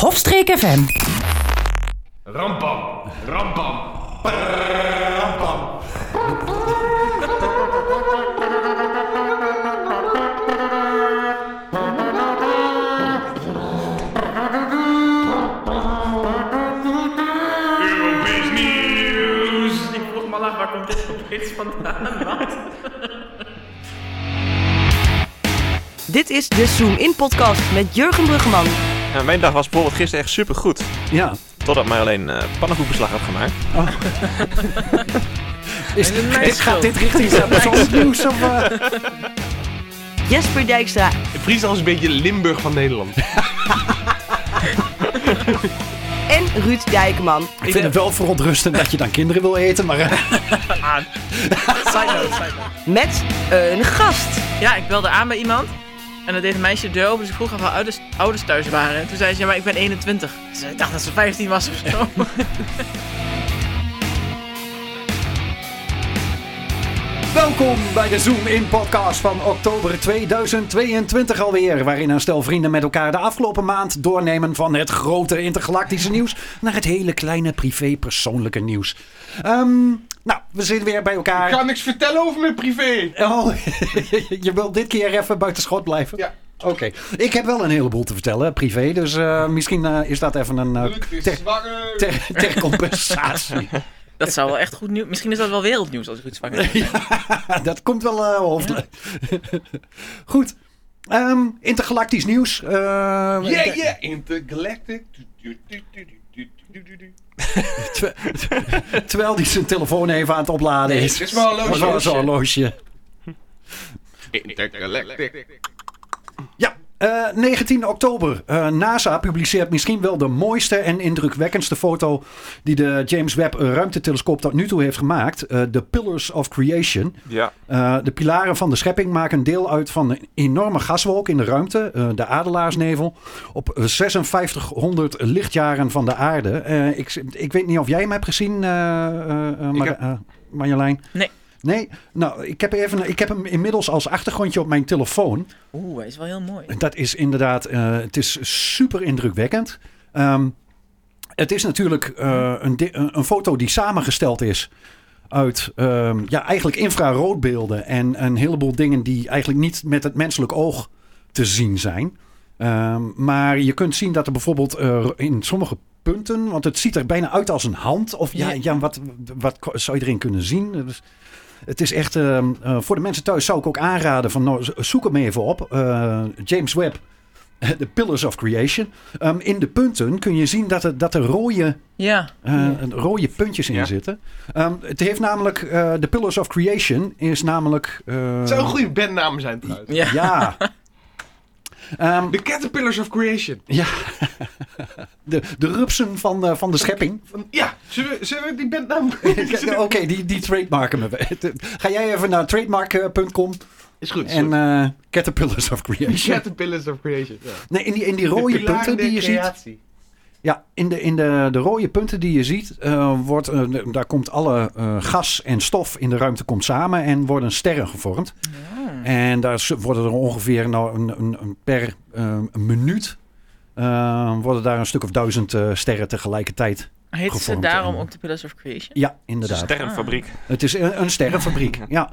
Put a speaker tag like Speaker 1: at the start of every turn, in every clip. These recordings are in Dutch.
Speaker 1: Hofstreek FM.
Speaker 2: Rampam, rampam. Europees nieuws.
Speaker 3: Ik vroeg me al af, waar komt dit opeens vandaan? Wat?
Speaker 4: Dit is de Zoom In Podcast met Jurgen Bruggeman.
Speaker 5: Ja, mijn dag was bijvoorbeeld gisteren echt supergoed.
Speaker 6: Ja.
Speaker 5: Totdat mij alleen eh pannenkoekbeslag had gemaakt.
Speaker 6: Is,
Speaker 3: is mijn
Speaker 6: is- gaat
Speaker 3: schuld.
Speaker 6: dit richting Sabbatons nieuws of... eh?
Speaker 4: Jesper Dijkstra
Speaker 2: Friesland is een beetje Limburg van Nederland.
Speaker 4: en Ruud Dijkman.
Speaker 6: Ik vind het wel verontrustend dat je dan kinderen wil eten, maar... eh,
Speaker 3: Side note, side note.
Speaker 4: Met een gast.
Speaker 3: Ja, ik belde aan bij iemand. En dat deed een meisje de deur open. Dus ik vroeg of haar ouders, ouders thuis waren. En toen zei ze, ja, maar ik ben 21. Dus ik dacht dat ze 15 was of zo.
Speaker 6: Welkom bij de Zoom In podcast van oktober 2022 alweer. Waarin een stel vrienden met elkaar de afgelopen maand doornemen van het grote intergalactische nieuws naar het hele kleine privé persoonlijke nieuws. Ehm, nou, we zitten weer bij
Speaker 2: Ik ga
Speaker 6: elkaar.
Speaker 2: niks vertellen over mijn privé.
Speaker 6: Oh, je wilt dit keer even buiten schot blijven?
Speaker 2: Ja.
Speaker 6: Oké. Ik heb wel een heleboel te vertellen, privé. Dus eh, misschien eh, is dat even een... eh,
Speaker 2: Luc is
Speaker 6: ter-
Speaker 2: zwanger.
Speaker 6: ter, ter compensatie.
Speaker 3: Dat zou wel echt goed nieuws... Misschien is dat wel wereldnieuws als ik iets zwanger ben.
Speaker 6: dat komt wel eh hoofdelijk. Goed. Ehm, intergalactisch nieuws. Eh,
Speaker 2: Yeah, yeah. Intergalactic. Du- du- du- du- du- du- du- du- du.
Speaker 6: ter- ter- terwijl hij zijn telefoon even aan het opladen
Speaker 2: Nee,
Speaker 6: is.
Speaker 2: dit is mijn horloge.
Speaker 6: Dat is wel zo'n horloge.
Speaker 2: Intergalactic.
Speaker 6: Ja, eh, 19 oktober. Eh, NASA publiceert misschien wel de mooiste en indrukwekkendste foto die de James Webb ruimtetelescoop tot nu toe heeft gemaakt. Eh, The Pillars of Creation.
Speaker 5: Ja.
Speaker 6: Eh, de pilaren van de schepping maken deel uit van een enorme gaswolk in de ruimte, eh, de Adelaarsnevel, op 5600 lichtjaren van de aarde. Eh, ik, ik weet niet of jij hem hebt gezien, eh, eh, eh, Mar-
Speaker 5: heb-
Speaker 6: eh, Marjolein.
Speaker 3: Nee.
Speaker 6: Nee, nou, ik heb, even, ik heb hem inmiddels als achtergrondje op mijn telefoon.
Speaker 3: Oeh, hij is wel heel mooi.
Speaker 6: Dat is inderdaad, eh, het is super indrukwekkend. Ehm, het is natuurlijk eh, een, di- een een foto die samengesteld is uit ehm, ja, eigenlijk infraroodbeelden en een heleboel dingen die eigenlijk niet met het menselijk oog te zien zijn. Ehm, maar je kunt zien dat er bijvoorbeeld eh, in sommige punten, want het ziet er bijna uit als een hand. Of ja,
Speaker 3: Ja.
Speaker 6: ja wat, wat ko- zou je erin kunnen zien? Dus het is echt, ehm, eh, voor de mensen thuis zou ik ook aanraden van nou, zo- zoek hem even op. Eh, James Webb, The Pillars of Creation. Ehm, in de punten kun je zien dat er, dat er rode
Speaker 3: Ja.
Speaker 6: eh, een rode puntjes in
Speaker 5: Ja.
Speaker 6: zitten. Ehm, het heeft namelijk, eh The Pillars of Creation is namelijk... eh,
Speaker 2: Het zou een goede bandnaam zijn trouwens.
Speaker 3: Ja.
Speaker 6: Ja. Ehm,
Speaker 2: The Caterpillars of Creation.
Speaker 6: ja. De, de rupsen van, eh, van de schepping.
Speaker 2: Van- Ja, zullen we, zullen we die nou- bandnaam...
Speaker 6: Oké, die, die trademarken we. Ga jij even naar trademark.com
Speaker 2: Is goed.
Speaker 6: en eh, Caterpillars of Creation.
Speaker 2: eh, Caterpillars of Creation. ja.
Speaker 6: Nee, in die, in die rode
Speaker 2: De pilaren
Speaker 6: punten die
Speaker 2: der
Speaker 6: je ziet.
Speaker 2: creatie.
Speaker 6: Ja, in de, in de, de rode punten die je ziet, eh, wordt, eh, de- daar komt alle eh, gas en stof in de ruimte komt samen en worden sterren gevormd. En daar s- worden er ongeveer nou, een, een, een per eh, minuut eh, worden daar een stuk of duizend eh, sterren tegelijkertijd.
Speaker 3: Heet ze
Speaker 6: Gevormd
Speaker 3: daarom
Speaker 6: en-
Speaker 3: ook de Pillars of Creation?
Speaker 6: Ja,
Speaker 5: De
Speaker 6: inderdaad.
Speaker 5: sterrenfabriek.
Speaker 6: Het is een, een sterrenfabriek, ja.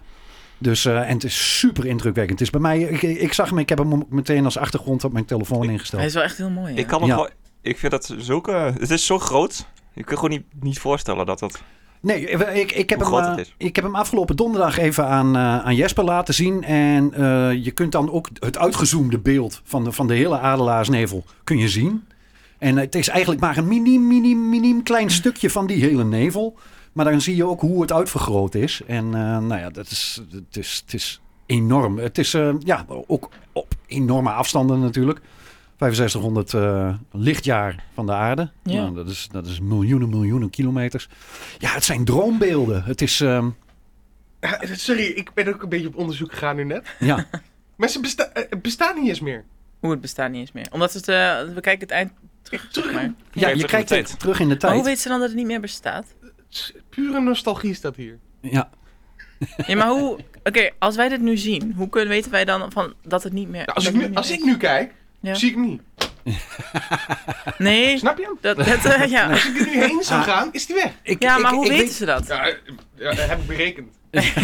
Speaker 6: Dus, eh, en het is super indrukwekkend. Het is bij mij, ik, ik zag hem, ik heb hem ook meteen als achtergrond op mijn telefoon ingesteld.
Speaker 3: Hij is wel echt heel mooi, ja.
Speaker 5: Ik kan het
Speaker 6: Ja.
Speaker 5: wel... Ik vind dat zulke... Het is zo groot. Ik kan gewoon niet, niet voorstellen dat dat...
Speaker 6: Nee, ik, ik, heb
Speaker 5: Hoe
Speaker 6: hem,
Speaker 5: groot
Speaker 6: eh,
Speaker 5: het is.
Speaker 6: ik heb hem afgelopen donderdag even aan, eh, aan Jesper laten zien. En eh, je kunt dan ook het uitgezoomde beeld van de, van de hele adelaarsnevel kun je zien. En het is eigenlijk maar een miniem, miniem, miniem klein stukje van die hele nevel. Maar dan zie je ook hoe het uitvergroot is. En eh, nou ja, dat is, het is, het is enorm. Het is eh, ja, ook op enorme afstanden natuurlijk. 6500 eh, lichtjaar van de aarde.
Speaker 3: Ja.
Speaker 6: Nou, dat, is, dat is miljoenen, miljoenen kilometers. Ja, het zijn droombeelden. Het is, ehm,
Speaker 2: Ja, Eh, Sorry, ik ben ook een beetje op onderzoek gegaan nu net.
Speaker 6: ja,
Speaker 2: Mensen besta eh, het bestaan niet eens meer.
Speaker 3: Hoe het bestaat niet eens meer. Omdat het, eh, we kijken het eind terug, zeg maar.
Speaker 6: ja,
Speaker 5: terug in
Speaker 6: je
Speaker 5: de
Speaker 6: kijkt
Speaker 5: tijd.
Speaker 6: het terug in de
Speaker 3: Maar hoe
Speaker 6: tijd.
Speaker 3: weet ze dan dat het niet meer bestaat?
Speaker 2: Het is Pure nostalgie is dat hier.
Speaker 6: Ja.
Speaker 3: Ja, maar hoe... Oké, als wij dit nu zien, hoe kunnen, weten wij dan van, dat het niet meer...
Speaker 2: Nou, als,
Speaker 3: dat
Speaker 2: ik
Speaker 3: het
Speaker 2: nu,
Speaker 3: niet
Speaker 2: als
Speaker 3: meer
Speaker 2: ik
Speaker 3: is?
Speaker 2: nu kijk,
Speaker 3: Ja.
Speaker 2: zie ik niet.
Speaker 3: Nee,
Speaker 2: Snap je hem?
Speaker 3: dat, dat, eh, ja.
Speaker 2: Als ik er nu heen zou gaan, is die weg.
Speaker 6: Ik,
Speaker 3: ja,
Speaker 6: ik-
Speaker 3: maar hoe
Speaker 6: ik
Speaker 3: weten
Speaker 6: weet-
Speaker 3: ze dat?
Speaker 2: Ja, ja, dat heb ik berekend.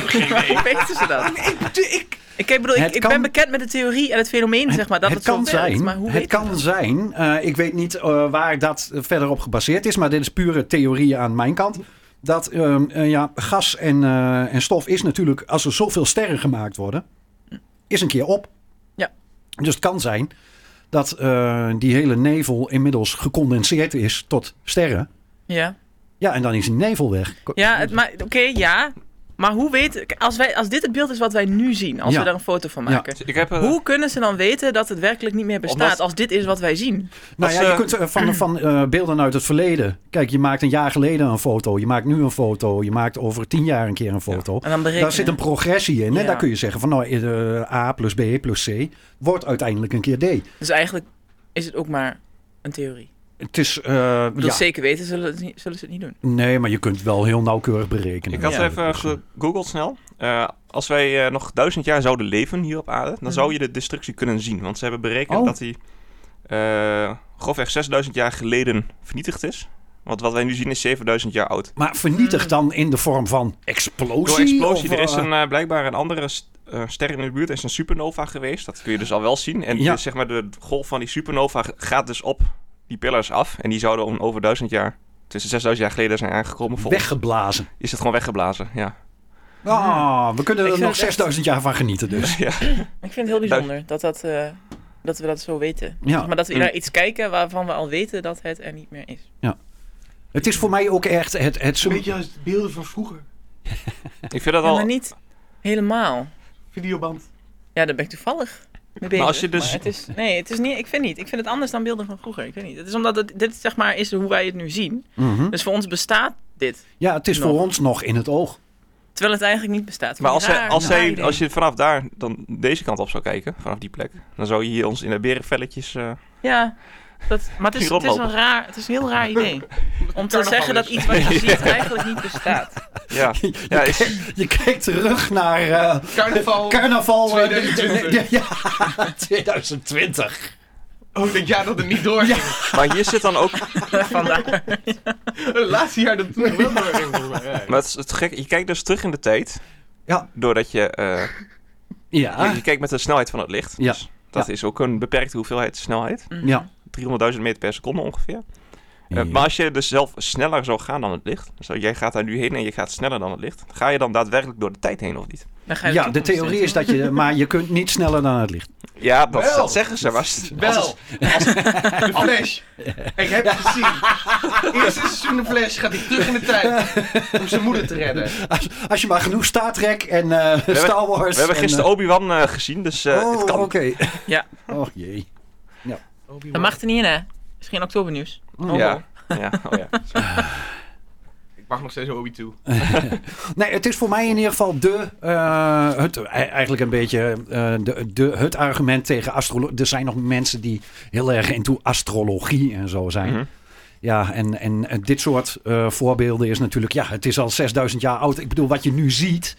Speaker 3: Hoe weten ze dat? Ik, ik bedoel,
Speaker 6: Het
Speaker 3: ik, ik
Speaker 6: kan-
Speaker 3: ben bekend met de theorie en het fenomeen, zeg maar, dat het,
Speaker 6: het kan
Speaker 3: zo werkt,
Speaker 6: zijn.
Speaker 3: maar hoe
Speaker 6: het
Speaker 3: weet je
Speaker 6: kan
Speaker 3: dat?
Speaker 6: zijn. eh, ik weet niet eh, waar dat verder op gebaseerd is, maar dit is pure theorie aan mijn kant. Dat ehm, eh, ja, gas en, eh, en stof is natuurlijk, als er zoveel sterren gemaakt worden, is een keer op.
Speaker 3: Ja.
Speaker 6: Dus het kan zijn dat eh, die hele nevel inmiddels gecondenseerd is tot sterren.
Speaker 3: Ja,
Speaker 6: Ja, en dan is die nevel weg.
Speaker 3: ja het, maar oké, ja. Maar hoe weten, als, wij, als dit het beeld is wat wij nu zien, als
Speaker 6: Ja.
Speaker 3: we daar een foto van
Speaker 6: Ja.
Speaker 3: maken.
Speaker 5: Ik heb, eh,
Speaker 3: Hoe kunnen ze dan weten dat het werkelijk niet meer bestaat
Speaker 5: Omdat-
Speaker 3: als dit is wat wij zien?
Speaker 6: Nou
Speaker 5: Als,
Speaker 6: ja, je
Speaker 5: eh,
Speaker 6: kunt eh, van, van eh, beelden uit het verleden. Kijk, je maakt een jaar geleden een foto. Je maakt nu een foto. Je maakt over tien jaar een keer een foto.
Speaker 3: En dan berekenen.
Speaker 6: Daar zit een progressie in. En
Speaker 3: Ja.
Speaker 6: daar kun je zeggen van nou, eh, A plus B plus C wordt uiteindelijk een keer D.
Speaker 3: Dus eigenlijk is het ook maar een theorie.
Speaker 6: Het is, eh,
Speaker 3: Ik bedoel,
Speaker 6: ja,
Speaker 3: zeker weten zullen, het niet- zullen ze het niet doen.
Speaker 6: nee, maar je kunt wel heel nauwkeurig berekenen.
Speaker 5: Ik had
Speaker 3: Ja,
Speaker 5: er even gegoogeld snel. Eh, als wij eh, nog duizend jaar zouden leven hier op aarde, dan zou je de destructie kunnen zien. Want ze hebben berekend
Speaker 6: Mhm. Oh.
Speaker 5: dat die eh, grofweg 6000 jaar geleden vernietigd is. Want wat wij nu zien is 7000 jaar oud.
Speaker 6: Maar
Speaker 3: Mm.
Speaker 6: vernietig dan in de vorm van explosie?
Speaker 5: Door explosie.
Speaker 6: of,
Speaker 5: Er is
Speaker 6: eh,
Speaker 5: een, eh, blijkbaar een andere st- eh, ster in de buurt. Er is een supernova geweest. Dat kun je dus al wel zien. En
Speaker 6: Ja.
Speaker 5: dus, zeg maar, de golf van die supernova g- gaat dus op die pillars af. En die zouden om over duizend jaar, tussen 6000 jaar geleden zijn aangekomen. Volgens
Speaker 6: Weggeblazen.
Speaker 5: is het gewoon weggeblazen. Ja.
Speaker 6: Ah, we kunnen
Speaker 3: Ik
Speaker 6: er
Speaker 3: vind
Speaker 6: nog
Speaker 3: het echt-
Speaker 6: 6000 jaar van genieten dus.
Speaker 5: ja.
Speaker 3: Maar ik vind het heel bijzonder dat, dat, eh, dat we dat zo weten.
Speaker 6: Ja.
Speaker 3: Zeg maar dat we
Speaker 5: Mm.
Speaker 3: naar iets kijken waarvan we al weten dat het er niet meer is.
Speaker 6: Het is voor mij ook echt het, het
Speaker 2: Een
Speaker 6: sum-
Speaker 2: beetje als beelden van vroeger.
Speaker 5: Ik vind dat
Speaker 3: Ja,
Speaker 5: al.
Speaker 3: maar niet helemaal.
Speaker 2: Videoband.
Speaker 3: Ja, daar ben ik toevallig mee bezig.
Speaker 5: Maar als je dus-
Speaker 3: het is, nee, het is niet, ik vind niet. Ik vind het anders dan beelden van vroeger. Ik weet niet. Het is omdat het, dit zeg maar is hoe wij het nu zien.
Speaker 6: Mhm.
Speaker 3: Dus voor ons bestaat dit.
Speaker 6: Ja, het is
Speaker 3: Nog.
Speaker 6: voor ons nog in het oog.
Speaker 3: Terwijl het eigenlijk niet bestaat.
Speaker 5: Maar als,
Speaker 3: Raar,
Speaker 5: zij, als,
Speaker 3: raar
Speaker 5: zij,
Speaker 3: idee.
Speaker 5: als je vanaf daar, dan deze kant op zou kijken, vanaf die plek, dan zou je hier ons in de berenvelletjes... eh,
Speaker 3: Ja, dat, maar het is,
Speaker 5: Hier
Speaker 3: het, is een
Speaker 5: rondlopen.
Speaker 3: raar, het is een heel raar idee. Om te
Speaker 2: Carnaval
Speaker 3: zeggen dat
Speaker 2: is.
Speaker 3: iets wat je ziet eigenlijk niet bestaat.
Speaker 5: ja, ja is,
Speaker 6: Je kijkt terug naar eh,
Speaker 2: Carnaval.
Speaker 6: carnaval eh,
Speaker 2: 2020.
Speaker 6: ja, 2020.
Speaker 2: oh, dat jaar dat er niet doorging.
Speaker 5: maar hier zit dan ook...
Speaker 3: Vandaar.
Speaker 2: Het laatste jaar dat toen wel doorging. volgens mij. Ja.
Speaker 5: Maar het is het gek, je kijkt dus terug in de tijd,
Speaker 6: Ja.
Speaker 5: doordat je... eh,
Speaker 6: Ja,
Speaker 5: je, je kijkt met de snelheid van het licht.
Speaker 6: Ah. Ja.
Speaker 5: Dus dat is ook een beperkte hoeveelheid snelheid.
Speaker 3: Mm.
Speaker 6: ja.
Speaker 5: 300.000 meter per seconde ongeveer. Eh, Maar als je dus zelf sneller zou gaan dan het licht, dus jij gaat daar nu heen en je gaat sneller dan het licht, ga je dan daadwerkelijk door de tijd heen of niet?
Speaker 3: Dan ga je
Speaker 6: ja, de
Speaker 3: toekomst
Speaker 6: theorie
Speaker 3: in.
Speaker 6: is dat je, maar je kunt niet sneller dan het licht.
Speaker 5: Ja, dat,
Speaker 2: Wel.
Speaker 5: dat zeggen ze. Maar,
Speaker 2: Wel. De Flash. Ik heb het gezien. Eerste seizoen de Flash gaat hij terug in de tijd. Om zijn moeder te redden.
Speaker 6: Als, als je maar genoeg Star Trek en eh, Star Wars.
Speaker 5: we hebben
Speaker 6: en,
Speaker 5: gisteren
Speaker 6: eh,
Speaker 5: Obi-Wan eh, gezien, dus eh,
Speaker 6: oh,
Speaker 5: het kan.
Speaker 6: oké.
Speaker 3: Ja.
Speaker 6: Oh jee.
Speaker 3: Dat mag er niet in, hè? Misschien oktobernieuws. Oh,
Speaker 5: Ja.
Speaker 3: oh.
Speaker 5: Ja, oh ja.
Speaker 2: Ik mag nog steeds Obi toe.
Speaker 6: Nee, het is voor mij in ieder geval de, eh, het, e- eigenlijk een beetje eh, de, de, het argument tegen astrologie. Er zijn nog mensen die heel erg into astrologie en zo zijn.
Speaker 5: Mhm.
Speaker 6: Ja, en, en eh, dit soort eh, voorbeelden is natuurlijk, ja, het is al 6000 jaar oud. Ik bedoel, wat je nu ziet,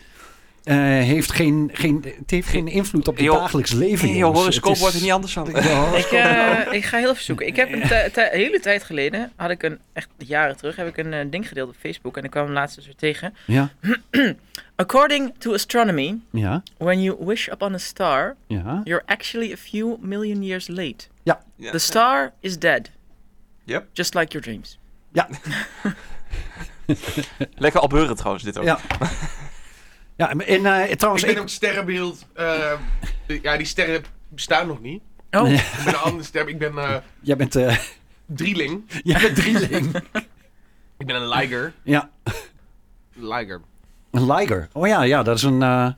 Speaker 6: eh, heeft, geen, geen, het heeft geen invloed op het
Speaker 5: Joh.
Speaker 6: dagelijks leven.
Speaker 5: Hey,
Speaker 6: jongens.
Speaker 5: joh, horoscoop
Speaker 6: Het is-
Speaker 5: wordt er niet anders van.
Speaker 6: Ja,
Speaker 3: Ik, eh, ik ga heel even zoeken. Ik heb een tij- tij- een hele tijd geleden, had ik een, echt jaren terug, heb ik een eh, ding gedeeld op Facebook. En ik kwam hem laatst dus weer tegen.
Speaker 6: ja,
Speaker 3: According to astronomy,
Speaker 6: ja,
Speaker 3: when you wish upon a star,
Speaker 6: ja.
Speaker 3: you're actually a few million years late.
Speaker 6: Ja.
Speaker 5: Ja.
Speaker 3: The star is dead.
Speaker 5: Yep.
Speaker 3: Just like your dreams.
Speaker 5: Lekker albeurend trouwens, dit ook.
Speaker 6: Ja. Ja, en eh, trouwens,
Speaker 2: Ik ben
Speaker 6: ik-
Speaker 2: op het sterrenbeeld. eh, de- ja, die sterren bestaan nog niet.
Speaker 3: Oh,
Speaker 6: Ja.
Speaker 2: Ik ben een andere ster. Ik ben eh,
Speaker 6: jij bent, eh
Speaker 2: drieling.
Speaker 6: jij bent drieling.
Speaker 2: Ik ben een liger.
Speaker 6: ja,
Speaker 2: Liger.
Speaker 6: een liger. Oh ja, ja, dat is een... eh,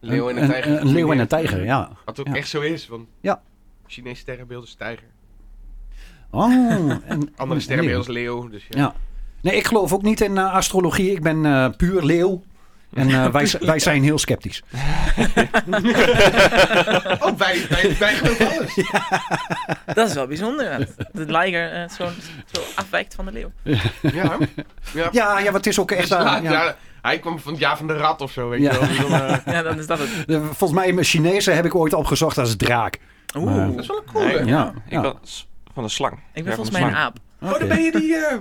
Speaker 2: Leeuw en
Speaker 6: een-
Speaker 2: een tijger.
Speaker 6: Een, een leeuw en een tijger, ja.
Speaker 2: Wat ook
Speaker 6: Ja.
Speaker 2: echt zo is, want
Speaker 6: Ja.
Speaker 2: Chinese sterrenbeeld is tijger.
Speaker 6: Oh, en,
Speaker 2: Andere sterrenbeeld is leeuw, dus ja.
Speaker 6: Ja. Nee, ik geloof ook niet in eh, astrologie. Ik ben eh, puur leeuw. En eh, wij, z- wij zijn heel sceptisch.
Speaker 2: Oh, wij, wij, wij geloven alles.
Speaker 3: dat is wel bijzonder. Dat de liger eh, zo, zo afwijkt van de leeuw.
Speaker 2: Ja. Ja.
Speaker 6: Ja, ja, want het is ook echt...
Speaker 2: Dus
Speaker 6: eh,
Speaker 2: laat-
Speaker 6: ja.
Speaker 2: ja, hij kwam van het jaar van de rat of zo, weet
Speaker 6: Ja.
Speaker 2: je wel. Dus dan, eh,
Speaker 3: Ja, dan is dat het.
Speaker 6: De- volgens mij, mijn Chinezen heb ik ooit opgezocht als draak.
Speaker 3: Oeh.
Speaker 2: dat is wel een coole.
Speaker 5: Nee.
Speaker 6: Oh, Ja,
Speaker 5: Ik
Speaker 6: ja.
Speaker 5: was Van een slang.
Speaker 3: Ik ben
Speaker 5: Ja,
Speaker 3: volgens
Speaker 5: van
Speaker 3: mij een
Speaker 5: slang.
Speaker 3: aap.
Speaker 2: Oh, dan ben je die... eh,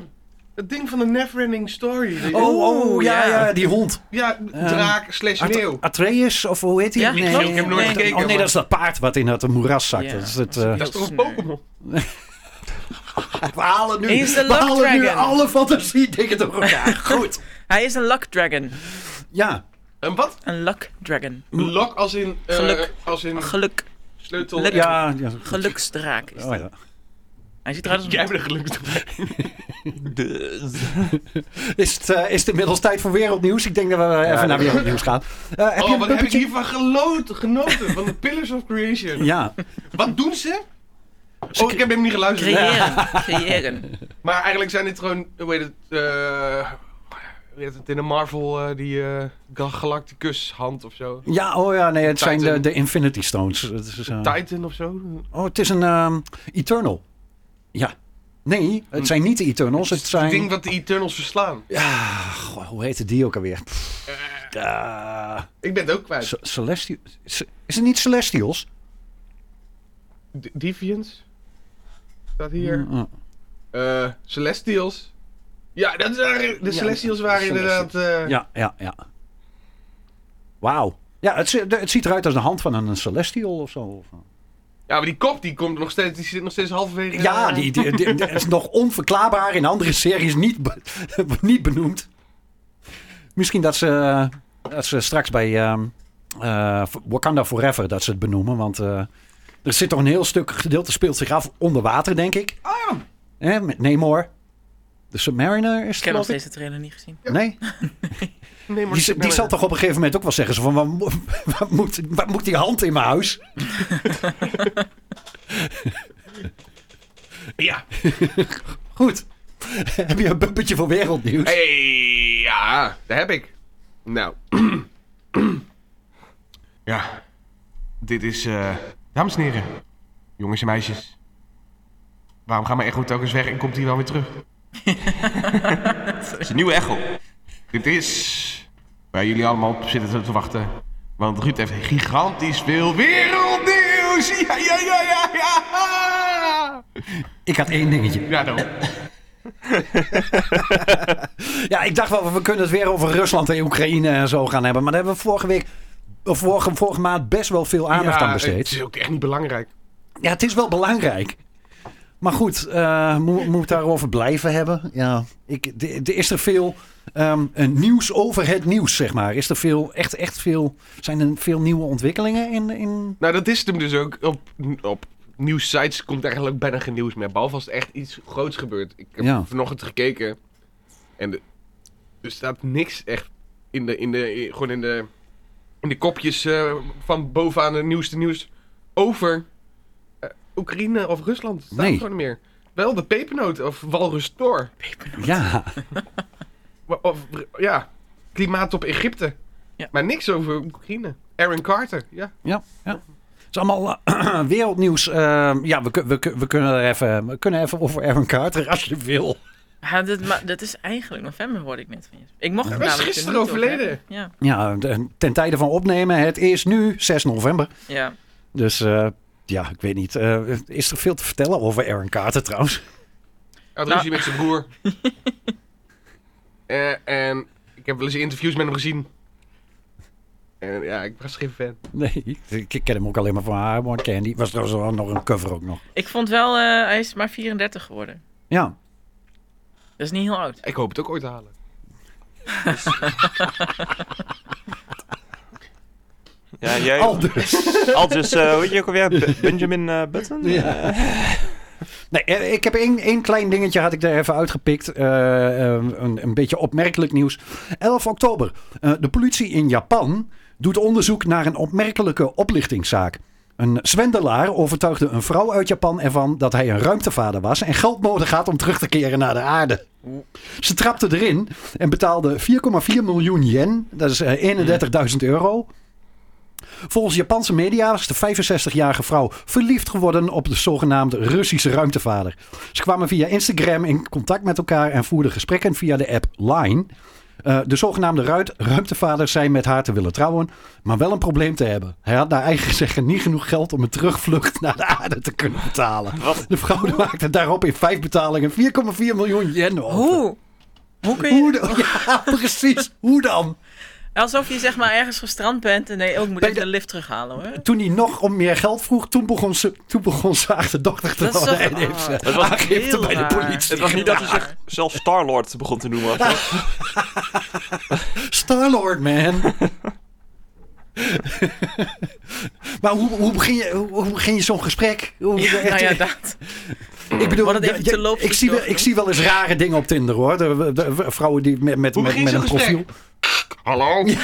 Speaker 2: het ding van de Neverending Story. Die-
Speaker 6: Oh, oh ja,
Speaker 3: ja.
Speaker 6: ja, die hond.
Speaker 2: Ja, draak slash
Speaker 6: At-
Speaker 2: neeuw.
Speaker 6: Atreus, of hoe heet hij?
Speaker 3: Ja, klopt. Ik heb nooit
Speaker 2: gekeken,
Speaker 6: Oh nee,
Speaker 2: maar-
Speaker 6: dat is dat paard wat in het moeras zakt.
Speaker 3: Ja.
Speaker 6: Dat is het, eh,
Speaker 2: Dat is toch een
Speaker 3: Heel
Speaker 2: Pokémon?
Speaker 6: we halen nu,
Speaker 3: He's the
Speaker 6: we
Speaker 3: luck
Speaker 6: halen nu
Speaker 3: dragon.
Speaker 6: alle fantasie dingen door elkaar. Goed.
Speaker 3: Hij is een luck dragon.
Speaker 6: Ja,
Speaker 2: Een wat?
Speaker 3: Een luck dragon.
Speaker 2: Lok als in... eh,
Speaker 3: Geluk.
Speaker 2: Als in
Speaker 3: Een geluk,
Speaker 2: sleutel.
Speaker 3: Lek-
Speaker 6: ja, ja.
Speaker 3: geluksdraak is
Speaker 6: Oh,
Speaker 3: dat.
Speaker 6: ja.
Speaker 3: Hij ziet eruit als
Speaker 2: Jij
Speaker 3: een...
Speaker 2: bent een gelukkig.
Speaker 5: De-
Speaker 6: Is, het, eh, is het inmiddels tijd voor wereldnieuws? Ik denk dat we even naar wereldnieuws gaan. Eh, heb je
Speaker 2: Oh,
Speaker 6: een
Speaker 2: wat heb ik
Speaker 6: puppetje?
Speaker 2: hiervan geloten, genoten. Van de Pillars of Creation.
Speaker 6: Ja,
Speaker 2: Wat doen ze? Oh, ik heb hem niet geluisterd.
Speaker 3: Creëren. Creëren.
Speaker 2: Maar eigenlijk zijn dit gewoon, hoe heet het, eh, hoe heet het in de Marvel, eh, die eh, Gal- Galacticus hand of zo.
Speaker 6: ja, oh ja, nee, het zijn de,
Speaker 2: Titan.
Speaker 6: de Infinity Stones. Het is, eh,
Speaker 2: Titan of zo.
Speaker 6: oh, het is een ehm, Eternal. Ja. Nee, het zijn niet de Eternals. Het
Speaker 2: Het ding
Speaker 6: zijn...
Speaker 2: wat de Eternals verslaan.
Speaker 6: Ja, goh, hoe heette die ook alweer? Eh,
Speaker 2: Ik ben het ook kwijt.
Speaker 6: Ce- Celesti- Ce- Is het niet Celestials?
Speaker 2: D- Deviants. Staat hier.
Speaker 6: Mm,
Speaker 2: Eh, Celestials. Ja, dat waren, de
Speaker 6: Ja,
Speaker 2: Celestials waren
Speaker 6: Celestials.
Speaker 2: inderdaad... eh,
Speaker 6: Ja, ja, ja. Wauw. Ja, het, zi- het ziet eruit als de hand van een Celestial of eh. zo.
Speaker 2: ja, maar die kop die komt nog steeds, die zit nog steeds halverwege.
Speaker 6: Ja,
Speaker 2: eh,
Speaker 6: die, die, die- die is nog onverklaarbaar in andere series niet, be- niet benoemd. Misschien dat ze, eh, dat ze straks bij ehm, eh, Wakanda Forever dat ze het benoemen. Want eh, er zit toch een heel stuk gedeelte speelt zich af onder water, denk ik. Ah! met Namor. De Submariner is het,
Speaker 3: Ik heb nog
Speaker 6: geloof ik.
Speaker 3: steeds de trailer niet gezien.
Speaker 6: Nee?
Speaker 2: Nee, maar
Speaker 6: Die, z- die
Speaker 2: sneller.
Speaker 6: zal toch op een gegeven moment ook wel zeggen: zo van, wat, mo- wat moet, wat moet die hand in mijn huis?
Speaker 2: Ja.
Speaker 6: Goed. Heb je een bubbetje voor wereldnieuws?
Speaker 2: Hey, ja, daar heb ik. Nou. ja. Dit is, eh, dames en heren, jongens en meisjes. Waarom gaat mijn echo telkens weg en komt hij wel weer terug?
Speaker 5: Het is een nieuwe echo.
Speaker 2: Dit is waar jullie allemaal op zitten te wachten. Want Ruud heeft gigantisch veel wereldnieuws! Ja, ja, ja, ja, ja!
Speaker 6: Ik had één dingetje.
Speaker 2: Ja, dan.
Speaker 6: Ja, ik dacht wel, we kunnen het weer over Rusland en Oekraïne en zo gaan hebben. Maar daar hebben we vorige week, of vorige, vorige maand best wel veel aandacht aan
Speaker 2: Het
Speaker 6: besteed.
Speaker 2: is ook echt niet belangrijk.
Speaker 6: Ja, het is wel belangrijk. Maar goed, eh moet moet daarover blijven hebben. Ja, ik, d- d- is er veel ehm, een nieuws over het nieuws, zeg maar? Is er veel, echt, echt veel, zijn er veel nieuwe ontwikkelingen in, in
Speaker 2: Nou, dat is het hem dus ook. Op, op nieuwssites komt eigenlijk bijna geen nieuws meer. Behalve als er echt iets groots gebeurt. Ik heb
Speaker 6: Ja.
Speaker 2: vanochtend gekeken. En de- er staat niks echt in de, in de, in- gewoon in de, in de kopjes eh, van bovenaan de nieuwste nieuws over eh, Oekraïne of Rusland. Staat
Speaker 6: Nee.
Speaker 2: er gewoon niet meer. Wel de pepernoot of walrus Thor.
Speaker 6: Ja,
Speaker 2: Wa- Of, ja, klimaat op Egypte.
Speaker 3: Ja.
Speaker 2: Maar niks over Oekraïne. Aaron Carter, ja.
Speaker 6: ja, ja. Het is allemaal eh, wereldnieuws. Ehm, ja, we, kun- we, kun- we kunnen er even, we kunnen even over Aaron Carter als je wil.
Speaker 3: Ja, dit, maar dat is eigenlijk november, hoorde ik net van je. Ik mocht het
Speaker 2: Hij was
Speaker 3: namelijk er
Speaker 2: gisteren
Speaker 3: niet over
Speaker 2: overleden.
Speaker 3: hebben. Ja,
Speaker 6: Ja, de- ten tijde van opnemen, het is nu 6 november.
Speaker 3: ja.
Speaker 6: Dus eh, ja, ik weet niet. eh, is er veel te vertellen over Aaron Carter trouwens?
Speaker 2: Hij had
Speaker 3: Nou.
Speaker 2: ruzie met zijn broer. Eh, en ik heb wel eens interviews met hem gezien. En ja, ik was geen fan.
Speaker 6: Nee, ik ik ken hem ook alleen maar van haar, One Candy. Was trouwens wel nog een cover ook nog.
Speaker 3: Ik vond wel, eh, hij is maar 34 geworden.
Speaker 6: Ja,
Speaker 3: Dat is niet heel oud.
Speaker 2: Ik hoop het ook ooit te halen.
Speaker 5: Ja, jij...
Speaker 6: al dus.
Speaker 5: Al dus, eh, hoe heet je ook alweer? B- Benjamin eh, Button?
Speaker 6: Ja. Nee, eh, ik heb één, één klein dingetje had ik er even uitgepikt. Eh, eh, een, een beetje opmerkelijk nieuws. 11 oktober. Eh, de politie in Japan doet onderzoek naar een opmerkelijke oplichtingszaak. Een zwendelaar overtuigde een vrouw uit Japan ervan dat hij een ruimtevader was en geld nodig had om terug te keren naar de aarde. Ze trapte erin en betaalde 4,4 miljoen yen, dat is eh, 31.000 euro, Volgens Japanse media was de 65-jarige vrouw verliefd geworden op de zogenaamde Russische ruimtevader. Ze kwamen via Instagram in contact met elkaar en voerden gesprekken via de app Line. Eh, de zogenaamde ruit, ruimtevaders zijn met haar te willen trouwen, maar wel een probleem te hebben. Hij had naar eigen zeggen niet genoeg geld om een terugvlucht naar de aarde te kunnen betalen.
Speaker 5: Wat?
Speaker 6: De vrouw maakte daarop in vijf betalingen 4,4 miljoen yen over.
Speaker 3: Hoe? Hoe kun je...
Speaker 6: Hoe dan? Ja, precies. Hoe dan?
Speaker 3: Alsof je zeg maar ergens gestrand bent en nee, ook moet
Speaker 6: Bij
Speaker 3: ik
Speaker 6: de-
Speaker 3: de lift terughalen hoor.
Speaker 6: Toen hij nog om meer geld vroeg, toen begon ze, toen begon ze achterdochtig te
Speaker 3: Dat is
Speaker 6: worden.
Speaker 3: toch-
Speaker 6: En heeft ze
Speaker 3: oh,
Speaker 5: dat was
Speaker 6: aangifte
Speaker 3: heel
Speaker 6: bij de
Speaker 3: raar.
Speaker 6: politie.
Speaker 5: Het was niet dat hij
Speaker 3: Raar.
Speaker 5: zich zelf Star-Lord begon te noemen. of-
Speaker 6: Starlord, man. maar hoe, hoe, begin je, hoe, hoe begin je zo'n gesprek? Hoe- echt-
Speaker 3: nou ja, dat.
Speaker 6: ik bedoel,
Speaker 3: Wat het even
Speaker 6: ja,
Speaker 3: te loop
Speaker 6: ik, zie wel, ik
Speaker 3: doorgenoemd.
Speaker 6: zie wel eens rare dingen op Tinder hoor. De, de- de vrouwen die met, met,
Speaker 2: Hoe
Speaker 6: met, met
Speaker 2: begin je
Speaker 6: een
Speaker 2: zo'n
Speaker 6: profiel.
Speaker 2: gesprek? Hallo?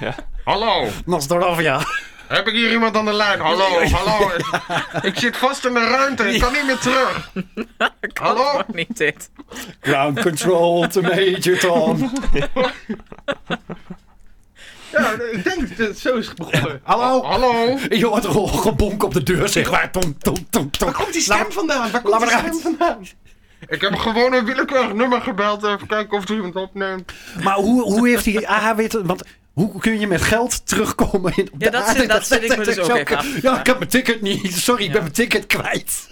Speaker 5: Ja.
Speaker 2: Hallo?
Speaker 6: Nostrovia.
Speaker 2: Heb ik hier iemand aan de lijn? Hallo, hallo. Ik zit vast in de ruimte. Ik kan niet meer terug. Hallo?
Speaker 3: Ook niet dit.
Speaker 6: Ground control to Major Tom.
Speaker 2: Ja, ik denk dat het zo is begonnen.
Speaker 6: Hallo?
Speaker 2: Hallo?
Speaker 6: Je hoort er gewoon gebonk op de deur, zeg maar. Tom, tom, tom, tom. Laat-
Speaker 2: vandaan? Waar
Speaker 6: Laat maar eruit.
Speaker 2: Ik heb gewoon een willekeurig nummer gebeld. Even kijken of er iemand opneemt.
Speaker 6: Maar hoe, hoe heeft hij... Ah, weet je, want hoe kun je met geld terugkomen in, op de
Speaker 3: Ja, dat
Speaker 6: aarde?
Speaker 3: zit- dat zit ik me dus ook
Speaker 6: zou
Speaker 3: even
Speaker 6: ik-
Speaker 3: af.
Speaker 6: Ja, ik heb mijn ticket niet. Sorry, ik
Speaker 3: Ja.
Speaker 6: ben mijn ticket kwijt.